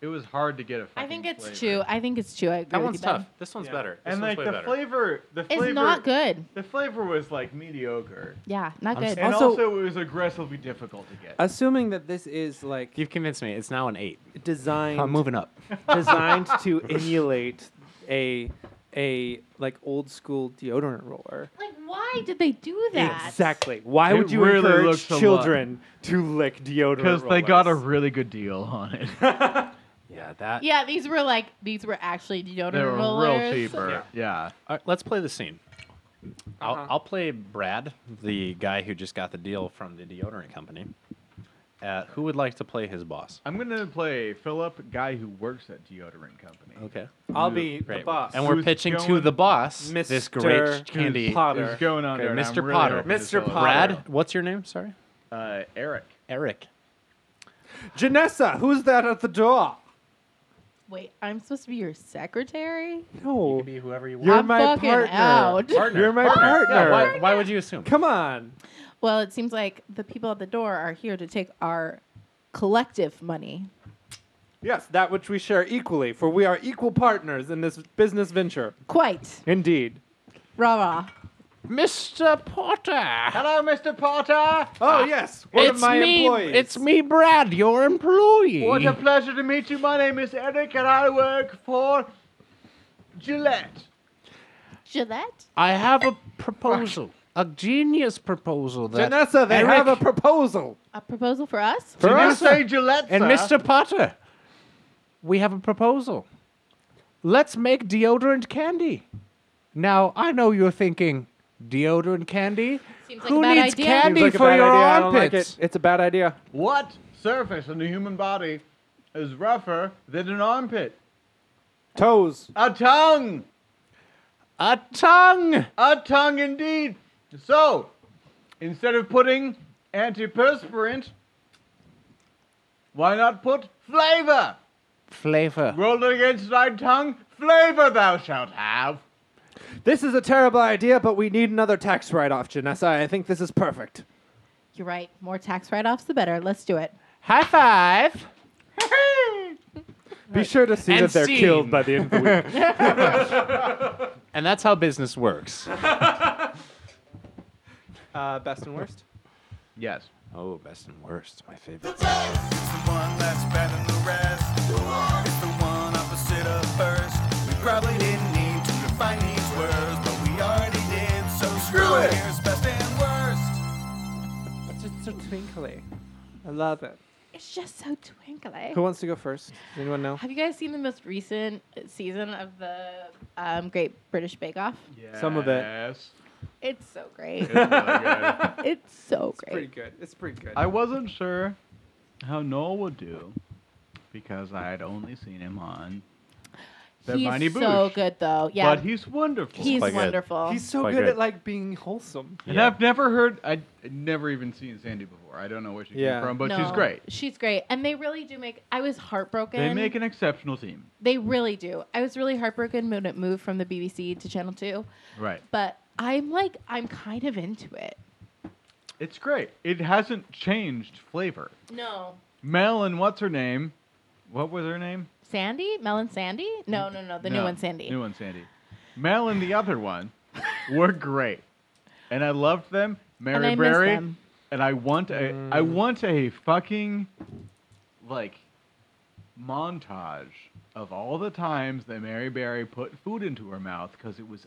[SPEAKER 2] It was hard to get a.
[SPEAKER 3] I
[SPEAKER 2] fucking
[SPEAKER 3] think it's
[SPEAKER 2] flavor.
[SPEAKER 3] chew. I think it's chew. I agree
[SPEAKER 5] That
[SPEAKER 3] with
[SPEAKER 5] one's
[SPEAKER 3] you, Ben.
[SPEAKER 5] tough. This one's
[SPEAKER 4] Yeah.
[SPEAKER 5] better. This
[SPEAKER 2] And
[SPEAKER 5] one's
[SPEAKER 2] like
[SPEAKER 5] way
[SPEAKER 2] the
[SPEAKER 5] better.
[SPEAKER 2] flavor, the
[SPEAKER 3] It's
[SPEAKER 2] flavor,
[SPEAKER 3] not good.
[SPEAKER 2] The flavor was like mediocre,
[SPEAKER 3] Yeah, not
[SPEAKER 5] I'm
[SPEAKER 3] good.
[SPEAKER 2] and
[SPEAKER 4] Also-
[SPEAKER 2] also, it was aggressively difficult to get.
[SPEAKER 4] Assuming that this is like
[SPEAKER 5] You've convinced me. It's now an eight.
[SPEAKER 4] designed
[SPEAKER 5] I'm moving up.
[SPEAKER 4] designed to emulate a a like old school deodorant roller.
[SPEAKER 3] like, why did they do that?
[SPEAKER 4] Exactly. Why
[SPEAKER 2] It
[SPEAKER 4] would you
[SPEAKER 2] really
[SPEAKER 4] encourage
[SPEAKER 2] looks a lot.
[SPEAKER 4] children to lick deodorant?
[SPEAKER 2] Because they got a
[SPEAKER 4] rollers?
[SPEAKER 2] really good deal on it.
[SPEAKER 5] Yeah, that.
[SPEAKER 3] Yeah, these were like these were actually deodorant
[SPEAKER 2] they were
[SPEAKER 3] rollers.
[SPEAKER 2] real cheaper. Yeah.
[SPEAKER 5] All right, let's play the scene. I'll,
[SPEAKER 4] Uh-huh.
[SPEAKER 5] I'll play Brad, the guy who just got the deal from the deodorant company. Uh, who would like to play his boss?
[SPEAKER 2] I'm gonna play Philip, guy who works at deodorant company.
[SPEAKER 5] Okay.
[SPEAKER 4] I'll be the
[SPEAKER 5] Great.
[SPEAKER 4] boss.
[SPEAKER 5] And we're
[SPEAKER 2] Who's
[SPEAKER 5] pitching to
[SPEAKER 2] going-
[SPEAKER 5] the boss
[SPEAKER 4] Mr.
[SPEAKER 5] this great candy.
[SPEAKER 4] Potter.
[SPEAKER 2] Who's going on
[SPEAKER 5] Okay,
[SPEAKER 2] there? and I'm
[SPEAKER 5] Mr.
[SPEAKER 2] really
[SPEAKER 5] Potter.
[SPEAKER 2] hoping to
[SPEAKER 4] Mr.
[SPEAKER 2] sell it.
[SPEAKER 4] Potter.
[SPEAKER 5] Brad, what's your name? Sorry.
[SPEAKER 2] Uh, Eric.
[SPEAKER 5] Eric.
[SPEAKER 4] Janessa, who's that at the door?
[SPEAKER 3] Wait, I'm supposed to be your secretary?
[SPEAKER 4] No.
[SPEAKER 5] be whoever you
[SPEAKER 4] You're
[SPEAKER 3] I'm
[SPEAKER 4] my
[SPEAKER 3] fucking
[SPEAKER 4] partner.
[SPEAKER 3] out.
[SPEAKER 4] You're my partner.
[SPEAKER 5] Yeah, why, why would you assume?
[SPEAKER 4] Come on.
[SPEAKER 3] Well, it seems like the people at the door are here to take our collective money.
[SPEAKER 4] Yes, that which we share equally, for we are equal partners in this business venture.
[SPEAKER 3] Quite.
[SPEAKER 4] Indeed.
[SPEAKER 3] Rah rah.
[SPEAKER 7] Mr. Potter.
[SPEAKER 2] Hello, Mr. Potter.
[SPEAKER 4] Oh yes, one
[SPEAKER 7] it's
[SPEAKER 4] of my
[SPEAKER 7] me.
[SPEAKER 4] employees.
[SPEAKER 7] It's me, Brad, your employee.
[SPEAKER 2] What a pleasure to meet you. My name is Eric, and I work for Gillette.
[SPEAKER 3] Gillette?
[SPEAKER 7] I have a proposal, a genius proposal that
[SPEAKER 4] Janessa. They have a
[SPEAKER 7] Eric-
[SPEAKER 4] proposal.
[SPEAKER 3] A proposal for us?
[SPEAKER 2] Did you
[SPEAKER 7] us,
[SPEAKER 2] say
[SPEAKER 4] uh,
[SPEAKER 2] Gillette,
[SPEAKER 7] and
[SPEAKER 2] sir?
[SPEAKER 7] Mr. Potter. We have a proposal. Let's make deodorant candy. Now I know you're thinking deodorant candy.
[SPEAKER 3] Seems like
[SPEAKER 7] Who
[SPEAKER 3] a bad
[SPEAKER 7] needs
[SPEAKER 3] idea.
[SPEAKER 7] candy
[SPEAKER 4] Seems like a
[SPEAKER 7] for
[SPEAKER 4] bad
[SPEAKER 7] your
[SPEAKER 4] idea. I don't like
[SPEAKER 7] armpits?
[SPEAKER 4] it. It's a bad idea.
[SPEAKER 2] What surface in the human body is rougher than an armpit?
[SPEAKER 4] Toes.
[SPEAKER 2] A tongue.
[SPEAKER 7] A tongue.
[SPEAKER 2] A tongue indeed. So, instead of putting antiperspirant, why not put flavor?
[SPEAKER 7] Flavor.
[SPEAKER 2] Rolled against thy tongue, flavor thou shalt have.
[SPEAKER 4] This is a terrible idea, but we need another tax write-off, Janessa. I think this is perfect.
[SPEAKER 3] You're right. More tax write offs, the better. Let's do it.
[SPEAKER 7] High five.
[SPEAKER 4] Be sure to see
[SPEAKER 7] And
[SPEAKER 4] that they're
[SPEAKER 7] seen.
[SPEAKER 4] killed by the end of the week.
[SPEAKER 7] And that's how business works.
[SPEAKER 4] uh, best and worst.
[SPEAKER 2] Yes.
[SPEAKER 5] Oh, best and worst, my favorite.
[SPEAKER 1] The one that's better than the rest. It's the one opposite of first. We probably didn't need to define these words, but we already did, so screw it. Here's best and worst.
[SPEAKER 4] It's just so twinkly. I love it.
[SPEAKER 3] It's just so twinkly.
[SPEAKER 4] Who wants to go first? Does anyone know?
[SPEAKER 3] Have you guys seen the most recent season of the um, Great British Bake Off?
[SPEAKER 4] Some of it.
[SPEAKER 2] Yes.
[SPEAKER 3] It's so great.
[SPEAKER 2] It's really good.
[SPEAKER 3] it's so great.
[SPEAKER 4] good. It's pretty good.
[SPEAKER 2] I wasn't sure how Noel would do because I had only seen him on The
[SPEAKER 3] he's
[SPEAKER 2] Mighty
[SPEAKER 3] so
[SPEAKER 2] Boosh.
[SPEAKER 3] good though. Yeah,
[SPEAKER 2] But he's wonderful.
[SPEAKER 3] he's
[SPEAKER 5] quite good.
[SPEAKER 3] wonderful.
[SPEAKER 4] He's so
[SPEAKER 5] Quite
[SPEAKER 4] good
[SPEAKER 5] good.
[SPEAKER 4] at like being wholesome.
[SPEAKER 2] and
[SPEAKER 5] Yeah.
[SPEAKER 2] I've never heard, I'd never even seen Sandy before. I don't know where she
[SPEAKER 4] Yeah.
[SPEAKER 2] came from, but she's
[SPEAKER 3] No,
[SPEAKER 2] great.
[SPEAKER 3] She's great, and they really do make. I was heartbroken.
[SPEAKER 2] They make an exceptional team.
[SPEAKER 3] They really do. I was really heartbroken when it moved from the BBC to Channel Two,
[SPEAKER 2] Right.
[SPEAKER 3] but I'm like, I'm kind of into it.
[SPEAKER 2] It's great. It hasn't changed flavor.
[SPEAKER 3] No,
[SPEAKER 2] Mel and what's her name? What was her name?
[SPEAKER 3] Sandy, Mel and Sandy. No, no, no, the new
[SPEAKER 2] No,
[SPEAKER 3] one, Sandy.
[SPEAKER 2] New one, Sandy. Mel and the other one were great, and I loved them. Mary
[SPEAKER 3] I miss
[SPEAKER 2] Berry,
[SPEAKER 3] them.
[SPEAKER 2] and I want a, I
[SPEAKER 5] Mm.
[SPEAKER 2] want a fucking like montage of all the times that Mary Berry put food into her mouth because it was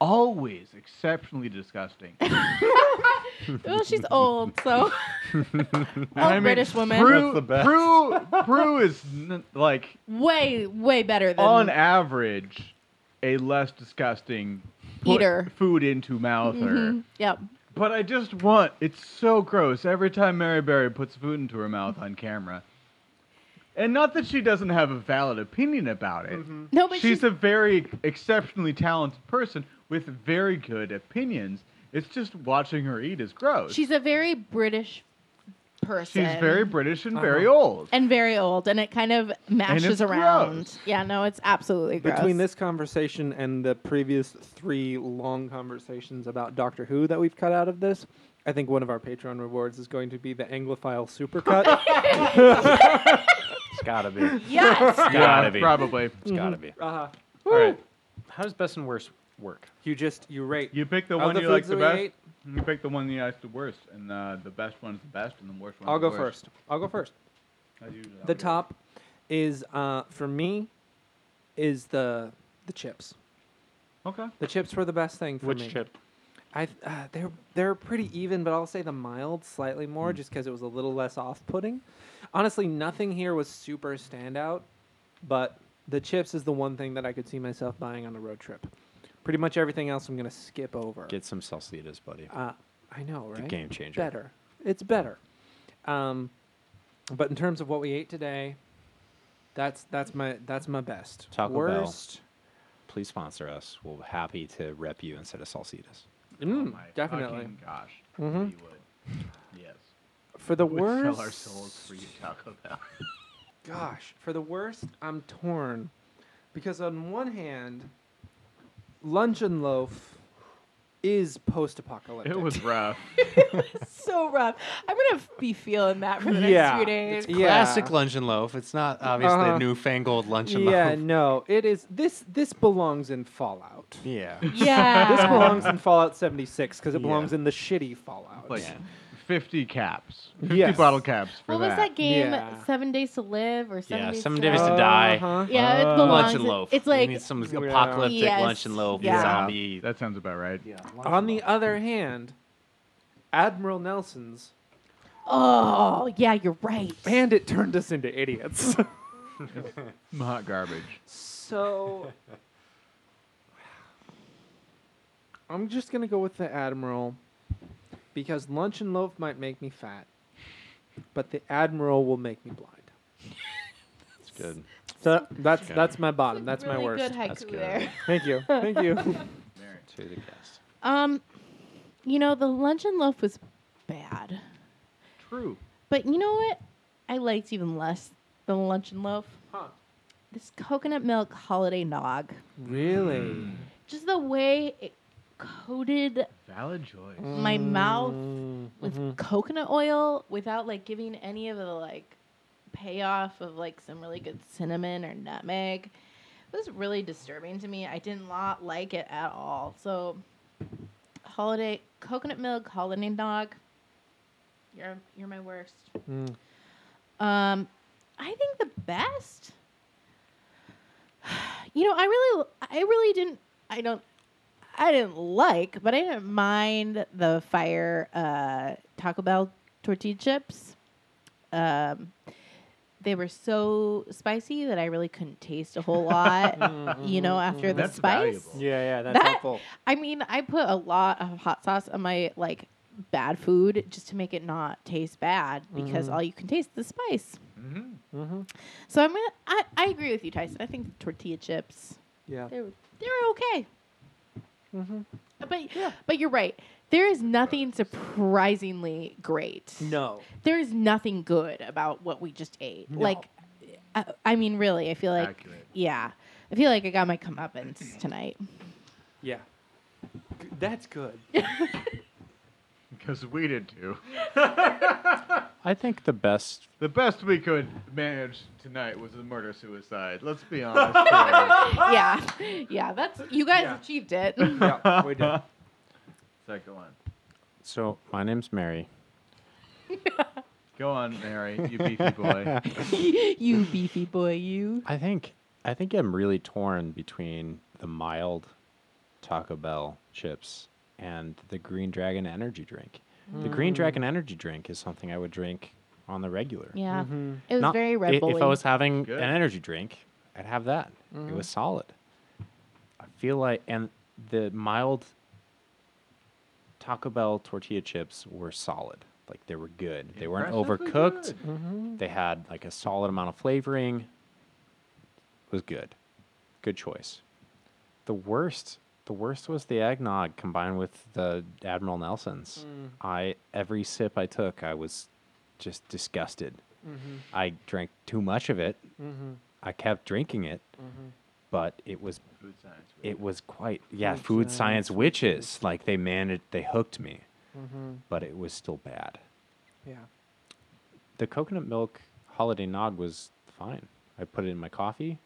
[SPEAKER 2] always exceptionally disgusting. and
[SPEAKER 3] Well, she's old, so
[SPEAKER 2] I
[SPEAKER 3] old
[SPEAKER 2] mean,
[SPEAKER 3] British woman.
[SPEAKER 2] Prue,
[SPEAKER 5] That's the best.
[SPEAKER 2] Prue, Prue is n- like
[SPEAKER 3] way, way better than
[SPEAKER 2] on average a less disgusting put
[SPEAKER 3] Eater.
[SPEAKER 2] food into mouther.
[SPEAKER 3] Mhm. Yep.
[SPEAKER 2] But I just want it's so gross every time Mary Berry puts food into her mouth on camera. And not that she doesn't have a valid opinion about it.
[SPEAKER 4] Mm-hmm.
[SPEAKER 3] No, but
[SPEAKER 2] she's,
[SPEAKER 3] she's,
[SPEAKER 2] a very exceptionally talented person with very good opinions. It's just watching her eat is gross.
[SPEAKER 3] she's a very British person.
[SPEAKER 2] She's very British and very
[SPEAKER 4] Uh-huh.
[SPEAKER 2] old.
[SPEAKER 3] and very old, and it kind of mashes
[SPEAKER 2] it's
[SPEAKER 3] around.
[SPEAKER 2] gross.
[SPEAKER 3] Yeah, no, it's absolutely gross.
[SPEAKER 4] Between this conversation and the previous three long conversations about Doctor Who that we've cut out of this, I think one of our Patreon rewards is going to be the Anglophile supercut.
[SPEAKER 5] It's gotta be. It's
[SPEAKER 3] yes,
[SPEAKER 5] gotta be.
[SPEAKER 2] probably.
[SPEAKER 5] It's gotta
[SPEAKER 7] Mm-hmm.
[SPEAKER 5] be.
[SPEAKER 4] uh,
[SPEAKER 5] All right. How does best and worst work?
[SPEAKER 4] you just you rate
[SPEAKER 2] You pick the
[SPEAKER 4] Of
[SPEAKER 2] one
[SPEAKER 4] the
[SPEAKER 2] you like
[SPEAKER 4] foods
[SPEAKER 2] the
[SPEAKER 4] that
[SPEAKER 2] best.
[SPEAKER 4] we
[SPEAKER 2] You pick the one you like the worst, and uh, the best one is the best, and the worst one.
[SPEAKER 4] I'll
[SPEAKER 2] is the
[SPEAKER 4] go
[SPEAKER 2] worst.
[SPEAKER 4] first. I'll go first.
[SPEAKER 2] As usual, I'll
[SPEAKER 4] The
[SPEAKER 2] go-
[SPEAKER 4] top is uh, for me is the the chips.
[SPEAKER 2] Okay.
[SPEAKER 4] The chips were the best thing for me. I th- uh, they're they're pretty even, but I'll say the mild slightly more just because it was a little less off-putting. Honestly, nothing here was super standout, but the chips is the one thing that I could see myself buying on a road trip. Pretty much everything else I'm gonna skip over.
[SPEAKER 5] Get some salsitas, buddy.
[SPEAKER 4] uh, I know, right?
[SPEAKER 5] The game changer.
[SPEAKER 4] Better. It's better. Um, but in terms of what we ate today, that's that's my that's my best.
[SPEAKER 5] Taco Bell.
[SPEAKER 4] Worst.
[SPEAKER 5] Please sponsor us. We'll be happy to rep you instead of salsitas.
[SPEAKER 2] Oh
[SPEAKER 4] Mm,
[SPEAKER 2] my
[SPEAKER 4] definitely.
[SPEAKER 2] fucking gosh.
[SPEAKER 4] Mhm.
[SPEAKER 2] We would. Yes.
[SPEAKER 4] For the
[SPEAKER 2] we
[SPEAKER 4] worst.
[SPEAKER 2] would sell our souls for you, Taco Bell.
[SPEAKER 4] gosh, for the worst, I'm torn because on one hand, luncheon loaf is post-apocalyptic.
[SPEAKER 2] it was rough.
[SPEAKER 3] so rough. I'm gonna f- be feeling that for the
[SPEAKER 4] Yeah.
[SPEAKER 3] next few days.
[SPEAKER 4] Yeah.
[SPEAKER 7] Classic luncheon loaf. It's not obviously
[SPEAKER 4] Uh-huh.
[SPEAKER 7] a newfangled luncheon
[SPEAKER 4] Yeah,
[SPEAKER 7] loaf.
[SPEAKER 4] no, it is. This this belongs in Fallout.
[SPEAKER 7] Yeah.
[SPEAKER 3] Yeah,
[SPEAKER 4] This belongs in Fallout 76 because it
[SPEAKER 7] Yeah.
[SPEAKER 4] belongs in the shitty Fallout.
[SPEAKER 2] Like 50 caps. 50
[SPEAKER 4] Yes.
[SPEAKER 2] bottle caps for
[SPEAKER 3] What was that game?
[SPEAKER 4] Yeah.
[SPEAKER 3] Seven Days to Live or seven
[SPEAKER 7] Yeah,
[SPEAKER 3] Days
[SPEAKER 7] Seven
[SPEAKER 3] to
[SPEAKER 7] Days to
[SPEAKER 4] Uh-huh.
[SPEAKER 7] Die.
[SPEAKER 3] Yeah,
[SPEAKER 2] Uh,
[SPEAKER 3] it belongs.
[SPEAKER 7] Luncheon
[SPEAKER 3] in-
[SPEAKER 7] loaf.
[SPEAKER 3] It's
[SPEAKER 7] We
[SPEAKER 3] like
[SPEAKER 7] need some
[SPEAKER 4] Yeah.
[SPEAKER 7] apocalyptic
[SPEAKER 3] Yes.
[SPEAKER 7] luncheon loaf.
[SPEAKER 3] Yeah.
[SPEAKER 7] Zombie.
[SPEAKER 2] That sounds about right.
[SPEAKER 7] Yeah.
[SPEAKER 4] On the other hand, Admiral Nelson's,
[SPEAKER 3] oh yeah, you're right.
[SPEAKER 4] and it turned us into idiots.
[SPEAKER 2] Hot garbage.
[SPEAKER 4] so I'm just gonna go with the Admiral because lunch and loaf might make me fat, but the Admiral will make me blind.
[SPEAKER 5] It's good.
[SPEAKER 4] So that's
[SPEAKER 5] Okay.
[SPEAKER 4] that's my bottom. That's my
[SPEAKER 3] really
[SPEAKER 4] worst.
[SPEAKER 3] Good haiku
[SPEAKER 5] That's good.
[SPEAKER 3] there.
[SPEAKER 4] Thank you. Thank you.
[SPEAKER 5] To the guest.
[SPEAKER 3] Um, you know the luncheon loaf was bad,
[SPEAKER 2] True.
[SPEAKER 3] but you know what? I liked even less than the luncheon loaf.
[SPEAKER 4] Huh.
[SPEAKER 3] This coconut milk holiday nog.
[SPEAKER 4] really?
[SPEAKER 3] just the way it coated
[SPEAKER 2] Valid choice.
[SPEAKER 3] my mouth
[SPEAKER 4] Mm,
[SPEAKER 3] with
[SPEAKER 4] mhm.
[SPEAKER 3] coconut oil without like giving any of the like payoff of like some really good cinnamon or nutmeg. It was really disturbing to me. I did not like it at all. So, holiday coconut milk holiday dog. You're you're my worst.
[SPEAKER 4] Mm.
[SPEAKER 3] Um, I think the best. You know, I really, I really didn't. I don't. I didn't like, but I didn't mind the fire uh, Taco Bell tortilla chips. Um, they were so spicy that I really couldn't taste a whole lot. you know, after the
[SPEAKER 2] That's
[SPEAKER 3] spice.
[SPEAKER 2] valuable.
[SPEAKER 4] Yeah, yeah, that's
[SPEAKER 3] That-
[SPEAKER 4] helpful.
[SPEAKER 3] I mean, I put a lot of hot sauce on my like bad food just to make it not taste bad because all you can taste is the spice.
[SPEAKER 2] Mhm.
[SPEAKER 3] Mm-hmm. So I'm gonna. I, I agree with you, Tyson. I think the tortilla chips
[SPEAKER 4] Yeah.
[SPEAKER 3] they were they were okay. But but you're right. There is nothing surprisingly great.
[SPEAKER 4] No.
[SPEAKER 3] There is nothing good about what we just ate. Like, I, I mean, really, I feel like
[SPEAKER 2] Accurate.
[SPEAKER 3] yeah, I feel like I got my comeuppance tonight.
[SPEAKER 4] Yeah. G- That's good.
[SPEAKER 2] Because we did too.
[SPEAKER 5] I think the best
[SPEAKER 2] The best we could manage tonight was the murder suicide. Let's be honest. here.
[SPEAKER 3] yeah, yeah. That's you guys
[SPEAKER 4] Yeah.
[SPEAKER 3] achieved it.
[SPEAKER 4] Yeah, we did.
[SPEAKER 2] Sorry, go on.
[SPEAKER 5] So my name's Mary.
[SPEAKER 2] Go on, Mary. You beefy boy.
[SPEAKER 3] you beefy boy, you.
[SPEAKER 5] I think I think I'm really torn between the mild Taco Bell chips and the Green Dragon energy drink. The
[SPEAKER 3] Mm.
[SPEAKER 5] Green Dragon energy drink is something I would drink on the regular.
[SPEAKER 3] Yeah, it was
[SPEAKER 5] Not-
[SPEAKER 3] very
[SPEAKER 5] i-
[SPEAKER 3] red bull.
[SPEAKER 5] If I was having
[SPEAKER 2] Good.
[SPEAKER 5] an energy drink, I'd have that.
[SPEAKER 3] Mm-hmm.
[SPEAKER 5] It was solid. I feel like and the mild Taco Bell tortilla chips were solid. Like they were good. They weren't
[SPEAKER 2] Impressively
[SPEAKER 5] overcooked.
[SPEAKER 2] good. Mm-hmm.
[SPEAKER 5] They had like a solid amount of flavoring. It was good. Good choice. The worst, the worst was the eggnog combined with the Admiral Nelson's.
[SPEAKER 2] Mm.
[SPEAKER 5] I every sip I took, I was just disgusted.
[SPEAKER 2] Mm-hmm.
[SPEAKER 5] I drank too much of it. I kept drinking it,
[SPEAKER 2] Mm-hmm.
[SPEAKER 5] but it was
[SPEAKER 2] Food science.
[SPEAKER 5] it was quite yeah food science witches like they managed they hooked me, but it was still bad
[SPEAKER 4] Yeah.
[SPEAKER 5] the coconut milk holiday nog was fine. I put it in my coffee,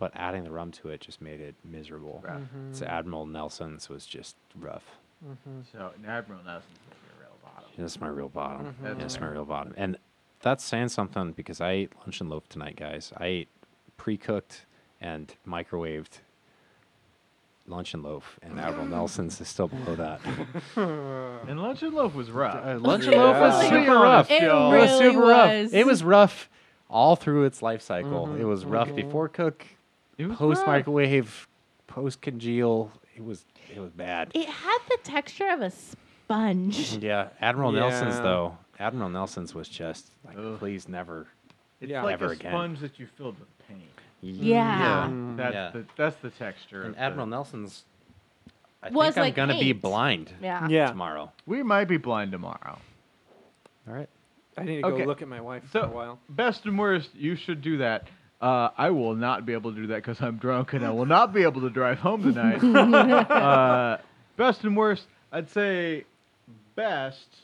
[SPEAKER 5] but adding the rum to it just made it miserable.
[SPEAKER 2] Rough.
[SPEAKER 5] So Admiral Nelson's was just rough.
[SPEAKER 2] So, an Admiral Nelson's is your real bottom.
[SPEAKER 5] That's my real bottom.
[SPEAKER 2] That's
[SPEAKER 5] That's my
[SPEAKER 2] fair.
[SPEAKER 5] real bottom. And that's saying something because I ate lunch and loaf tonight, guys. I ate pre-cooked and microwaved lunch and loaf, and Admiral Nelson's is still below that.
[SPEAKER 2] And Lunch and Loaf was rough.
[SPEAKER 5] lunch and Uh, loaf was
[SPEAKER 2] Yeah.
[SPEAKER 5] super rough.
[SPEAKER 3] It
[SPEAKER 5] It was
[SPEAKER 3] really
[SPEAKER 5] super rough. Mm-hmm.
[SPEAKER 3] was.
[SPEAKER 5] It was rough all through its life cycle. It was rough
[SPEAKER 3] Mm-hmm.
[SPEAKER 5] before cook,
[SPEAKER 2] It was
[SPEAKER 5] post
[SPEAKER 2] rough.
[SPEAKER 5] microwave, post congeal. It was it was bad.
[SPEAKER 3] it had the texture of a sponge.
[SPEAKER 5] Yeah, Admiral Nelson's
[SPEAKER 4] Yeah.
[SPEAKER 5] though. Admiral Nelson's was just like,
[SPEAKER 2] Ugh.
[SPEAKER 5] please never.
[SPEAKER 2] It's
[SPEAKER 4] Yeah.
[SPEAKER 2] like
[SPEAKER 5] Never
[SPEAKER 2] a
[SPEAKER 5] again.
[SPEAKER 2] sponge that you filled with paint.
[SPEAKER 3] Yeah.
[SPEAKER 2] That's
[SPEAKER 5] Yeah.
[SPEAKER 2] the that's the texture.
[SPEAKER 5] And
[SPEAKER 2] of
[SPEAKER 5] Admiral
[SPEAKER 2] the-
[SPEAKER 5] Nelson's. I
[SPEAKER 3] Was
[SPEAKER 5] think I'm
[SPEAKER 3] like
[SPEAKER 5] gonna be
[SPEAKER 3] paint.
[SPEAKER 5] blind
[SPEAKER 3] Yeah.
[SPEAKER 4] Yeah.
[SPEAKER 5] tomorrow.
[SPEAKER 2] we might be blind tomorrow.
[SPEAKER 5] All right.
[SPEAKER 4] I need to go
[SPEAKER 2] Okay.
[SPEAKER 4] look at my wife for
[SPEAKER 2] So-
[SPEAKER 4] a while.
[SPEAKER 2] Best and worst, you should do that. Uh, I will not be able to do that because I'm drunk and I will not be able to drive home tonight. uh, best and worst, I'd say best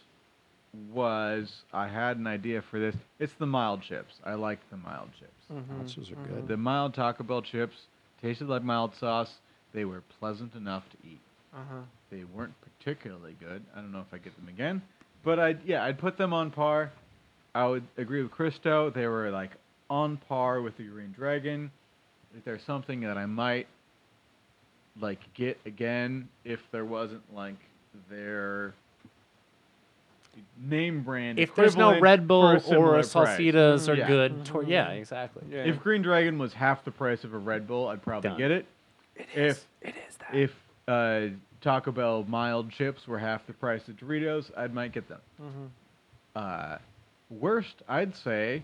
[SPEAKER 2] was I had an idea for this. It's the mild chips. I like the mild chips.
[SPEAKER 3] Mm-hmm.
[SPEAKER 5] Lunches are good.
[SPEAKER 7] Mm-hmm.
[SPEAKER 2] The mild Taco Bell chips tasted like mild sauce. They were pleasant enough to eat.
[SPEAKER 4] Uh-huh.
[SPEAKER 2] They weren't particularly good. I don't know if I get them again, but I yeah I'd put them on par. I would agree with Christo. They were like on par with the Green Dragon. If there's something that I might like get again, if there wasn't like their name brand.
[SPEAKER 7] If there's no
[SPEAKER 2] equivalent
[SPEAKER 7] Red
[SPEAKER 2] for
[SPEAKER 7] Bull or a
[SPEAKER 2] similar price.
[SPEAKER 7] Salsitas are
[SPEAKER 3] Mm-hmm.
[SPEAKER 2] Yeah.
[SPEAKER 7] good, tor-
[SPEAKER 5] Yeah, exactly.
[SPEAKER 4] Yeah.
[SPEAKER 2] If Green Dragon was half the price of a Red Bull, I'd probably
[SPEAKER 5] Done.
[SPEAKER 2] get it. if
[SPEAKER 4] it is that.
[SPEAKER 2] if uh, Taco Bell mild chips were half the price of Doritos, I might get them.
[SPEAKER 5] Mm-hmm.
[SPEAKER 2] Uh, worst, I'd say,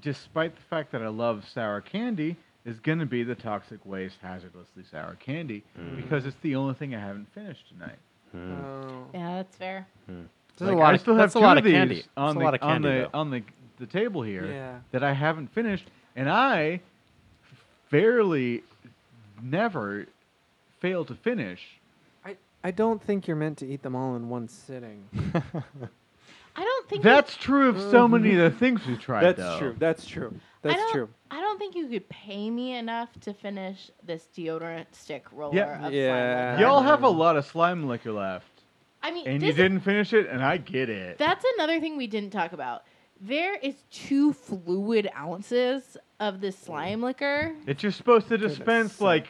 [SPEAKER 2] despite the fact that I love sour candy, is going to be the toxic waste hazardously sour candy because it's the only thing I haven't finished tonight.
[SPEAKER 4] Oh.
[SPEAKER 3] Yeah, that's fair.
[SPEAKER 5] There's
[SPEAKER 2] Like,
[SPEAKER 5] a lot
[SPEAKER 2] I
[SPEAKER 5] of-
[SPEAKER 2] still have
[SPEAKER 5] that's
[SPEAKER 2] two
[SPEAKER 5] a
[SPEAKER 2] of
[SPEAKER 5] lot of
[SPEAKER 2] these
[SPEAKER 5] candy.
[SPEAKER 2] on
[SPEAKER 5] That's a
[SPEAKER 2] the
[SPEAKER 5] lot of
[SPEAKER 2] on
[SPEAKER 5] candy,
[SPEAKER 2] the
[SPEAKER 5] though.
[SPEAKER 2] on the, the table here
[SPEAKER 4] Yeah.
[SPEAKER 2] that I haven't finished, and I fairly never fail to finish.
[SPEAKER 4] I, I don't think you're meant to eat them all in one sitting.
[SPEAKER 3] I don't think you-
[SPEAKER 2] That's true of so many of the things we tried.
[SPEAKER 4] Mm-hmm. That's
[SPEAKER 2] though.
[SPEAKER 4] true. That's true.
[SPEAKER 3] I
[SPEAKER 4] That's
[SPEAKER 3] don't,
[SPEAKER 4] true.
[SPEAKER 3] I don't think you could pay me enough to finish this deodorant stick roller.
[SPEAKER 2] Yeah.
[SPEAKER 3] of slime
[SPEAKER 4] Yeah.
[SPEAKER 3] liquor.
[SPEAKER 2] Y'all have a lot of slime liquor left,
[SPEAKER 3] I mean,
[SPEAKER 2] and
[SPEAKER 3] this
[SPEAKER 2] you
[SPEAKER 3] is-
[SPEAKER 2] didn't finish it, and I get it.
[SPEAKER 3] That's another thing we didn't talk about. There is two fluid ounces of this slime liquor,
[SPEAKER 2] That you're supposed to dispense like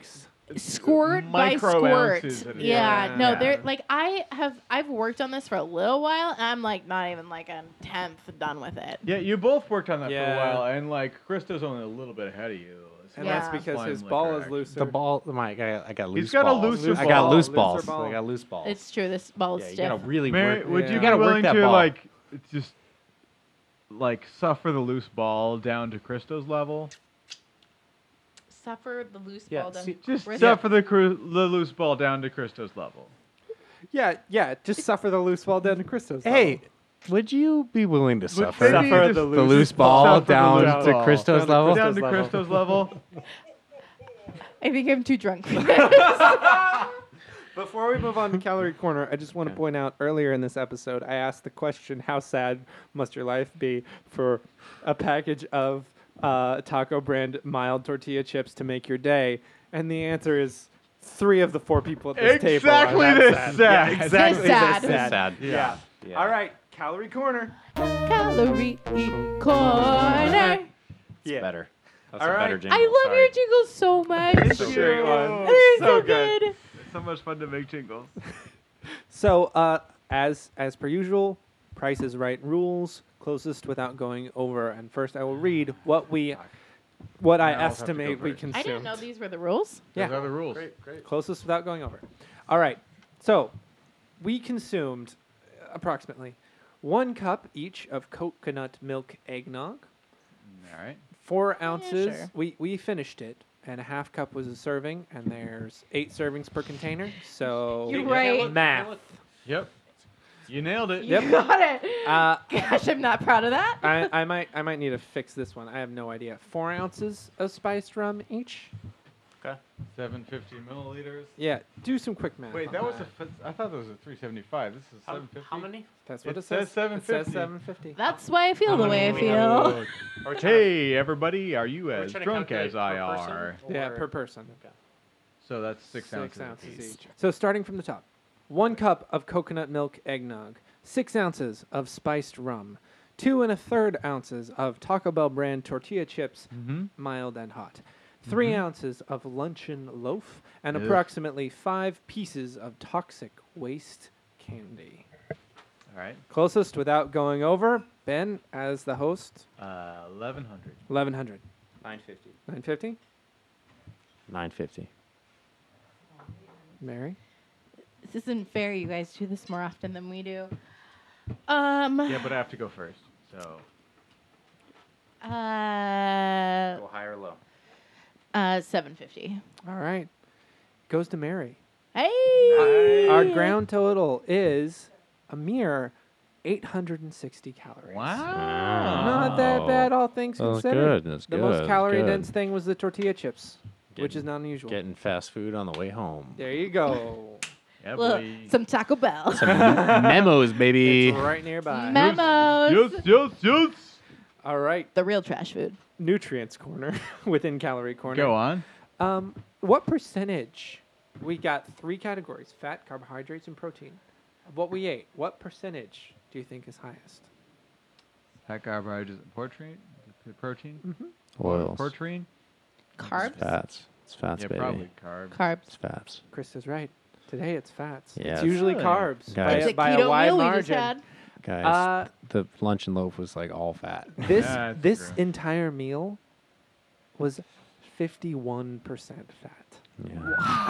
[SPEAKER 3] squirt by
[SPEAKER 2] Micro
[SPEAKER 3] squirt.
[SPEAKER 2] ounces at a
[SPEAKER 3] Yeah,
[SPEAKER 4] time.
[SPEAKER 3] no,
[SPEAKER 4] Yeah.
[SPEAKER 3] there. Like I have, I've worked on this for a little while, and I'm like not even like a tenth done with it.
[SPEAKER 2] yeah. You both worked on that
[SPEAKER 4] Yeah.
[SPEAKER 2] for a while, and like Kristo's only a little bit ahead of you. as far
[SPEAKER 4] And that's
[SPEAKER 2] as
[SPEAKER 3] Yeah.
[SPEAKER 4] because
[SPEAKER 2] slime
[SPEAKER 4] his
[SPEAKER 2] liquor
[SPEAKER 4] ball is
[SPEAKER 2] action.
[SPEAKER 4] looser.
[SPEAKER 5] The ball, my, I got, I got loose
[SPEAKER 2] got a
[SPEAKER 5] balls.
[SPEAKER 2] looser
[SPEAKER 5] I got
[SPEAKER 2] ball.
[SPEAKER 5] loose
[SPEAKER 4] Looser
[SPEAKER 5] balls.
[SPEAKER 4] ball.
[SPEAKER 5] I got loose balls.
[SPEAKER 3] It's true. This ball is
[SPEAKER 5] yeah, you
[SPEAKER 3] stiff.
[SPEAKER 5] gotta really
[SPEAKER 2] Mary,
[SPEAKER 5] work.
[SPEAKER 2] would
[SPEAKER 4] yeah.
[SPEAKER 2] you
[SPEAKER 4] You
[SPEAKER 2] be
[SPEAKER 5] gotta work
[SPEAKER 2] willing
[SPEAKER 5] that
[SPEAKER 2] to
[SPEAKER 5] ball.
[SPEAKER 2] like just like suffer the loose ball down to Kristo's level?
[SPEAKER 3] Suffer the loose
[SPEAKER 5] Yeah,
[SPEAKER 3] ball. down
[SPEAKER 5] see,
[SPEAKER 3] to
[SPEAKER 2] Just
[SPEAKER 3] Kristo.
[SPEAKER 2] suffer the, cru- the loose ball down to Kristo's level.
[SPEAKER 4] Yeah, yeah. Just suffer the loose ball down to Christos.
[SPEAKER 7] Hey, would you be willing to suffer,
[SPEAKER 2] maybe you just-
[SPEAKER 7] the, loose ball
[SPEAKER 2] suffer the
[SPEAKER 7] down
[SPEAKER 2] loose
[SPEAKER 7] to
[SPEAKER 2] ball.
[SPEAKER 7] Christo's level?
[SPEAKER 2] down to Kristo's level.
[SPEAKER 3] I think I'm too drunk.
[SPEAKER 4] Before we move on to Calorie Corner, I just want to point out earlier in this episode, I asked the question, How sad must your life be for a package of uh, taco brand mild tortilla chips to make your day? And the answer is three of the four people at this table. are
[SPEAKER 2] Exactly
[SPEAKER 4] that
[SPEAKER 2] this
[SPEAKER 4] sad.
[SPEAKER 2] sad.
[SPEAKER 4] Yeah, exactly this
[SPEAKER 3] sad.
[SPEAKER 4] sad.
[SPEAKER 3] This
[SPEAKER 7] sad.
[SPEAKER 4] Yeah. All right, Calorie Corner.
[SPEAKER 3] Calorie corner.
[SPEAKER 4] yeah.
[SPEAKER 5] better. That's
[SPEAKER 4] All
[SPEAKER 5] a
[SPEAKER 4] right.
[SPEAKER 5] better jingle.
[SPEAKER 3] I love
[SPEAKER 5] sorry.
[SPEAKER 3] your jingles so much.
[SPEAKER 4] It's a
[SPEAKER 2] great.
[SPEAKER 4] great one.
[SPEAKER 3] They're
[SPEAKER 4] so good.
[SPEAKER 2] It's so much fun to make jingles.
[SPEAKER 4] So, uh, as as per usual, Price is Right rules closest without going over. And first, I will read what we, what I
[SPEAKER 2] Now I'll have to go
[SPEAKER 4] estimate we
[SPEAKER 2] first.
[SPEAKER 4] consumed.
[SPEAKER 3] I didn't know these were the rules.
[SPEAKER 4] Yeah.
[SPEAKER 2] Those are the rules.
[SPEAKER 4] Closest without going over. All right. So, we consumed uh, approximately one cup each of coconut milk eggnog,
[SPEAKER 2] All right.
[SPEAKER 4] four ounces.
[SPEAKER 3] sure.
[SPEAKER 4] We we finished it, and a half cup was a serving. And there's eight servings per container. So
[SPEAKER 3] You're right.
[SPEAKER 4] math.
[SPEAKER 2] Yep. You nailed it.
[SPEAKER 4] Yep.
[SPEAKER 3] You got it.
[SPEAKER 4] Uh,
[SPEAKER 3] Gosh, I'm not proud of that.
[SPEAKER 4] I, I might I might need to fix this one. I have no idea. Four ounces of spiced rum each.
[SPEAKER 2] 750 milliliters.
[SPEAKER 4] Yeah, do some quick math.
[SPEAKER 2] Wait,
[SPEAKER 4] on
[SPEAKER 2] that was a. f- I thought that was a 375. This is 750. How many?
[SPEAKER 4] That's what
[SPEAKER 2] it
[SPEAKER 4] it,
[SPEAKER 2] says
[SPEAKER 4] It
[SPEAKER 2] 750.
[SPEAKER 4] says seven fifty.
[SPEAKER 3] That's why I feel the way I feel.
[SPEAKER 2] Hey, everybody, are you as
[SPEAKER 5] trying to
[SPEAKER 2] drunk
[SPEAKER 5] calculate
[SPEAKER 2] as I
[SPEAKER 5] per person?
[SPEAKER 2] are?
[SPEAKER 4] Yeah, per person.
[SPEAKER 2] So that's six, ounces. apiece.
[SPEAKER 4] each. So starting from the top, one cup of coconut milk eggnog, six ounces of spiced rum, two and a third ounces of Taco Bell brand tortilla chips,
[SPEAKER 2] Mm-hmm.
[SPEAKER 4] mild and hot. 3 ounces of luncheon loaf and
[SPEAKER 2] Ugh.
[SPEAKER 4] approximately five pieces of toxic waste candy.
[SPEAKER 2] All right.
[SPEAKER 4] Closest without going over, Ben as the host,
[SPEAKER 2] Uh, 1100.
[SPEAKER 4] 1100.
[SPEAKER 5] 950.
[SPEAKER 4] 950?
[SPEAKER 5] 950.
[SPEAKER 4] Mary?
[SPEAKER 3] This isn't fair. You guys do this more often than we do. Um.
[SPEAKER 2] Yeah, but I have to go first. So.
[SPEAKER 3] Uh.
[SPEAKER 5] high or low?
[SPEAKER 3] Uh. Seven fifty.
[SPEAKER 4] All right. Goes to Mary.
[SPEAKER 3] Hey.
[SPEAKER 4] Our ground total is a mere 860 calories. Not that bad, all things
[SPEAKER 5] That's
[SPEAKER 4] considered.
[SPEAKER 5] good, that's
[SPEAKER 4] the
[SPEAKER 5] good,
[SPEAKER 4] most
[SPEAKER 5] that's
[SPEAKER 4] calorie
[SPEAKER 5] good.
[SPEAKER 4] dense thing was the tortilla chips, which
[SPEAKER 5] Getting-
[SPEAKER 4] is not unusual.
[SPEAKER 5] Getting fast food on the way home.
[SPEAKER 4] There you go.
[SPEAKER 2] Yeah,
[SPEAKER 3] Look,
[SPEAKER 2] boy.
[SPEAKER 3] some Taco Bell.
[SPEAKER 7] Memos, baby.
[SPEAKER 4] it's right nearby.
[SPEAKER 3] Memos.
[SPEAKER 2] Yes, yes, yes.
[SPEAKER 4] all right.
[SPEAKER 3] The real trash food.
[SPEAKER 4] Nutrients corner within calorie corner.
[SPEAKER 2] Go on.
[SPEAKER 4] Um, what percentage? We got three categories: fat, carbohydrates, and protein. Of what we ate, what percentage do you think is highest?
[SPEAKER 2] Fat carbohydrates and protein. Protein.
[SPEAKER 5] Oils.
[SPEAKER 2] Protein.
[SPEAKER 3] Carbs.
[SPEAKER 5] Fats. It's fats,
[SPEAKER 2] yeah,
[SPEAKER 5] baby.
[SPEAKER 2] probably carbs.
[SPEAKER 3] Carbs.
[SPEAKER 5] It's fats.
[SPEAKER 4] Chris is right. Today it's fats.
[SPEAKER 5] Yes.
[SPEAKER 4] It's usually
[SPEAKER 2] Really?
[SPEAKER 4] carbs by,
[SPEAKER 5] Guys.
[SPEAKER 4] a,
[SPEAKER 3] The
[SPEAKER 4] by a
[SPEAKER 3] keto
[SPEAKER 4] wide
[SPEAKER 3] meal we just
[SPEAKER 4] margin.
[SPEAKER 3] had.
[SPEAKER 5] Guys,
[SPEAKER 4] Uh,
[SPEAKER 5] the lunch and loaf was like all fat.
[SPEAKER 4] This
[SPEAKER 2] That's
[SPEAKER 4] this
[SPEAKER 2] true.
[SPEAKER 4] entire meal was fifty-one percent fat,
[SPEAKER 5] Yeah.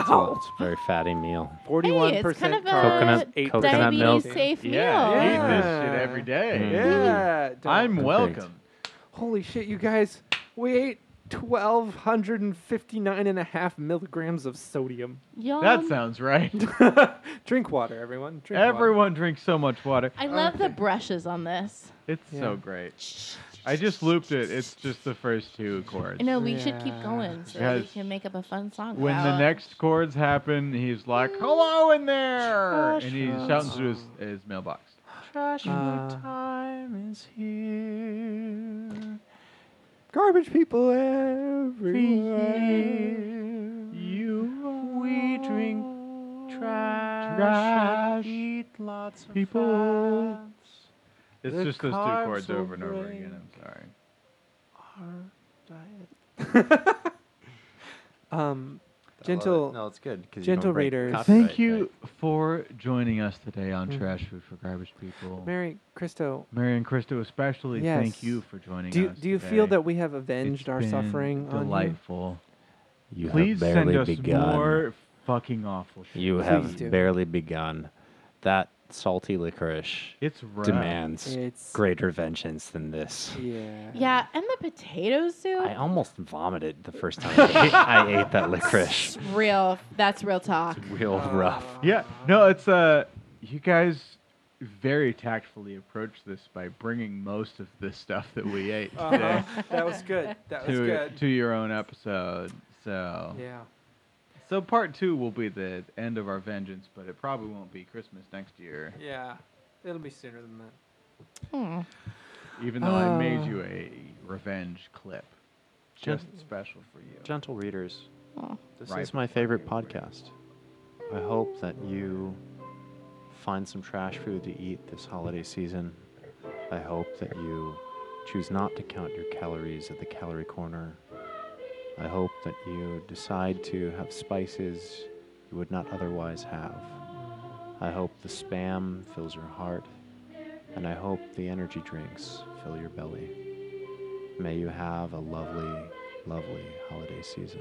[SPEAKER 5] It's, a, it's a very fatty meal.
[SPEAKER 4] forty-one
[SPEAKER 3] Hey, it's kind
[SPEAKER 4] percent
[SPEAKER 3] of a
[SPEAKER 5] Coconut-
[SPEAKER 3] diabetes
[SPEAKER 5] coconut milk.
[SPEAKER 3] safe meal.
[SPEAKER 2] Yeah, eat this
[SPEAKER 4] Yeah.
[SPEAKER 2] shit every day.
[SPEAKER 5] Mm.
[SPEAKER 4] Yeah, don't-
[SPEAKER 2] I'm
[SPEAKER 5] Perfect.
[SPEAKER 2] welcome.
[SPEAKER 4] Holy shit, you guys, we ate 1,259 and a half milligrams of sodium.
[SPEAKER 3] Yum.
[SPEAKER 2] That sounds right.
[SPEAKER 4] Drink water, everyone. Drink water.
[SPEAKER 2] Everyone drinks so much water.
[SPEAKER 3] I love the brushes on this.
[SPEAKER 2] It's so
[SPEAKER 4] Yeah.
[SPEAKER 2] great. I just looped it. It's just the first two chords.
[SPEAKER 3] I know we should keep
[SPEAKER 4] Yeah.
[SPEAKER 3] going so that we
[SPEAKER 2] Yes.
[SPEAKER 3] can make up a fun song.
[SPEAKER 2] When the
[SPEAKER 3] about-
[SPEAKER 2] next chords happen, he's like, "Hello in there," and he shouts through his, his mailbox. Trash food
[SPEAKER 4] Uh,
[SPEAKER 2] time is here.
[SPEAKER 4] Garbage people everywhere.
[SPEAKER 2] Here you we drink trash, trash eat lots of people. It's
[SPEAKER 4] The
[SPEAKER 2] just those two chords
[SPEAKER 4] carbs will
[SPEAKER 2] over and over
[SPEAKER 4] break.
[SPEAKER 2] again. I'm sorry.
[SPEAKER 4] Um, Gentle-
[SPEAKER 5] Uh, No, it's good. 'cause you don't
[SPEAKER 4] gentle
[SPEAKER 5] break
[SPEAKER 4] readers.
[SPEAKER 5] copyright,
[SPEAKER 2] Thank you for joining us today on
[SPEAKER 4] Mhm.
[SPEAKER 2] Trash Food for Garbage People. Mary,
[SPEAKER 4] Mary Christo,
[SPEAKER 2] and Christo, especially,
[SPEAKER 4] Yes.
[SPEAKER 2] thank you for joining
[SPEAKER 4] do you,
[SPEAKER 2] us.
[SPEAKER 4] do you
[SPEAKER 2] today.
[SPEAKER 4] feel that we have
[SPEAKER 2] It's
[SPEAKER 4] avenged our
[SPEAKER 2] been
[SPEAKER 4] suffering on you?
[SPEAKER 2] Delightful.
[SPEAKER 5] You
[SPEAKER 2] Please
[SPEAKER 5] have barely
[SPEAKER 2] send us
[SPEAKER 5] begun.
[SPEAKER 2] more fucking awful shit.
[SPEAKER 5] You have
[SPEAKER 4] do.
[SPEAKER 5] barely begun. That salty licorice
[SPEAKER 2] It's rough.
[SPEAKER 5] demands
[SPEAKER 4] It's
[SPEAKER 5] greater vengeance than this.
[SPEAKER 4] Yeah.
[SPEAKER 3] Yeah, and the potato soup.
[SPEAKER 5] I almost vomited the first time I ate, I ate that licorice.
[SPEAKER 3] It's real. That's real talk.
[SPEAKER 5] It's real rough.
[SPEAKER 2] Yeah, no, it's uh, you guys very tactfully approached this by bringing most of the stuff that we ate today
[SPEAKER 4] Uh-huh. that was good. That was
[SPEAKER 2] to
[SPEAKER 4] good.
[SPEAKER 2] to your own episode. So
[SPEAKER 4] Yeah.
[SPEAKER 2] so part two will be the end of our vengeance, but it probably won't be Christmas next year.
[SPEAKER 4] Yeah. It'll be sooner than that.
[SPEAKER 3] Hmm.
[SPEAKER 2] Even though I made
[SPEAKER 4] Uh.
[SPEAKER 2] you a revenge clip, just special for you.
[SPEAKER 5] Gentle readers,
[SPEAKER 3] Aw.
[SPEAKER 5] this
[SPEAKER 2] Right.
[SPEAKER 5] is my favorite podcast. I hope that you find some trash food to eat this holiday season. I hope that you choose not to count your calories at the calorie corner. I hope that you decide to have spices you would not otherwise have. I hope the spam fills your heart, and I hope the energy drinks fill your belly. May you have a lovely, lovely holiday season.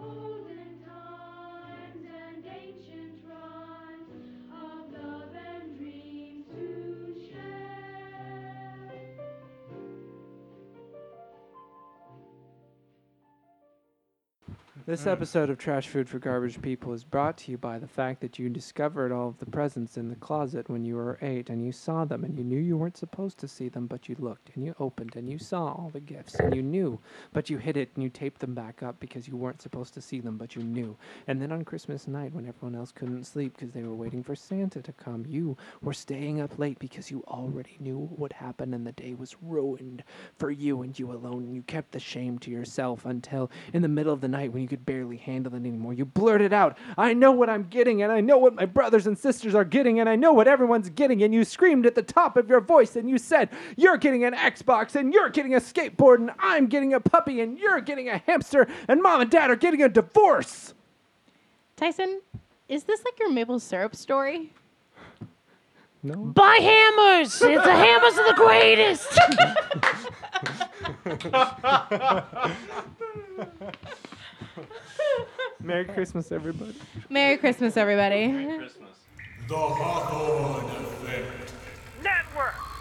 [SPEAKER 8] Olden times and ancient rhymes of love and dreams to share.
[SPEAKER 4] This episode of Trash Food for Garbage People is brought to you by the fact that you discovered all of the presents in the closet when you were eight and you saw them and you knew you weren't supposed to see them, but you looked and you opened and you saw all the gifts and you knew, but you hid it and you taped them back up because you weren't supposed to see them, but you knew. And then on Christmas night, when everyone else couldn't sleep because they were waiting for Santa to come, you were staying up late because you already knew what would happen and the day was ruined for you and you alone. And you kept the shame to yourself until in the middle of the night when you could barely handle it anymore, you blurted out, I know what I'm getting and I know what my brothers and sisters are getting and I know what everyone's getting. And you screamed at the top of your voice and you said, You're getting an Xbox and you're getting a skateboard and I'm getting a puppy and you're getting a hamster and mom and dad are getting a divorce.
[SPEAKER 3] Tyson, is this like your maple syrup story?
[SPEAKER 4] No.
[SPEAKER 10] Buy hammers! It's the hammers are the greatest!
[SPEAKER 4] Merry Christmas, everybody.
[SPEAKER 3] Merry Christmas, everybody.
[SPEAKER 11] The Hawthorne Effect.
[SPEAKER 12] Network.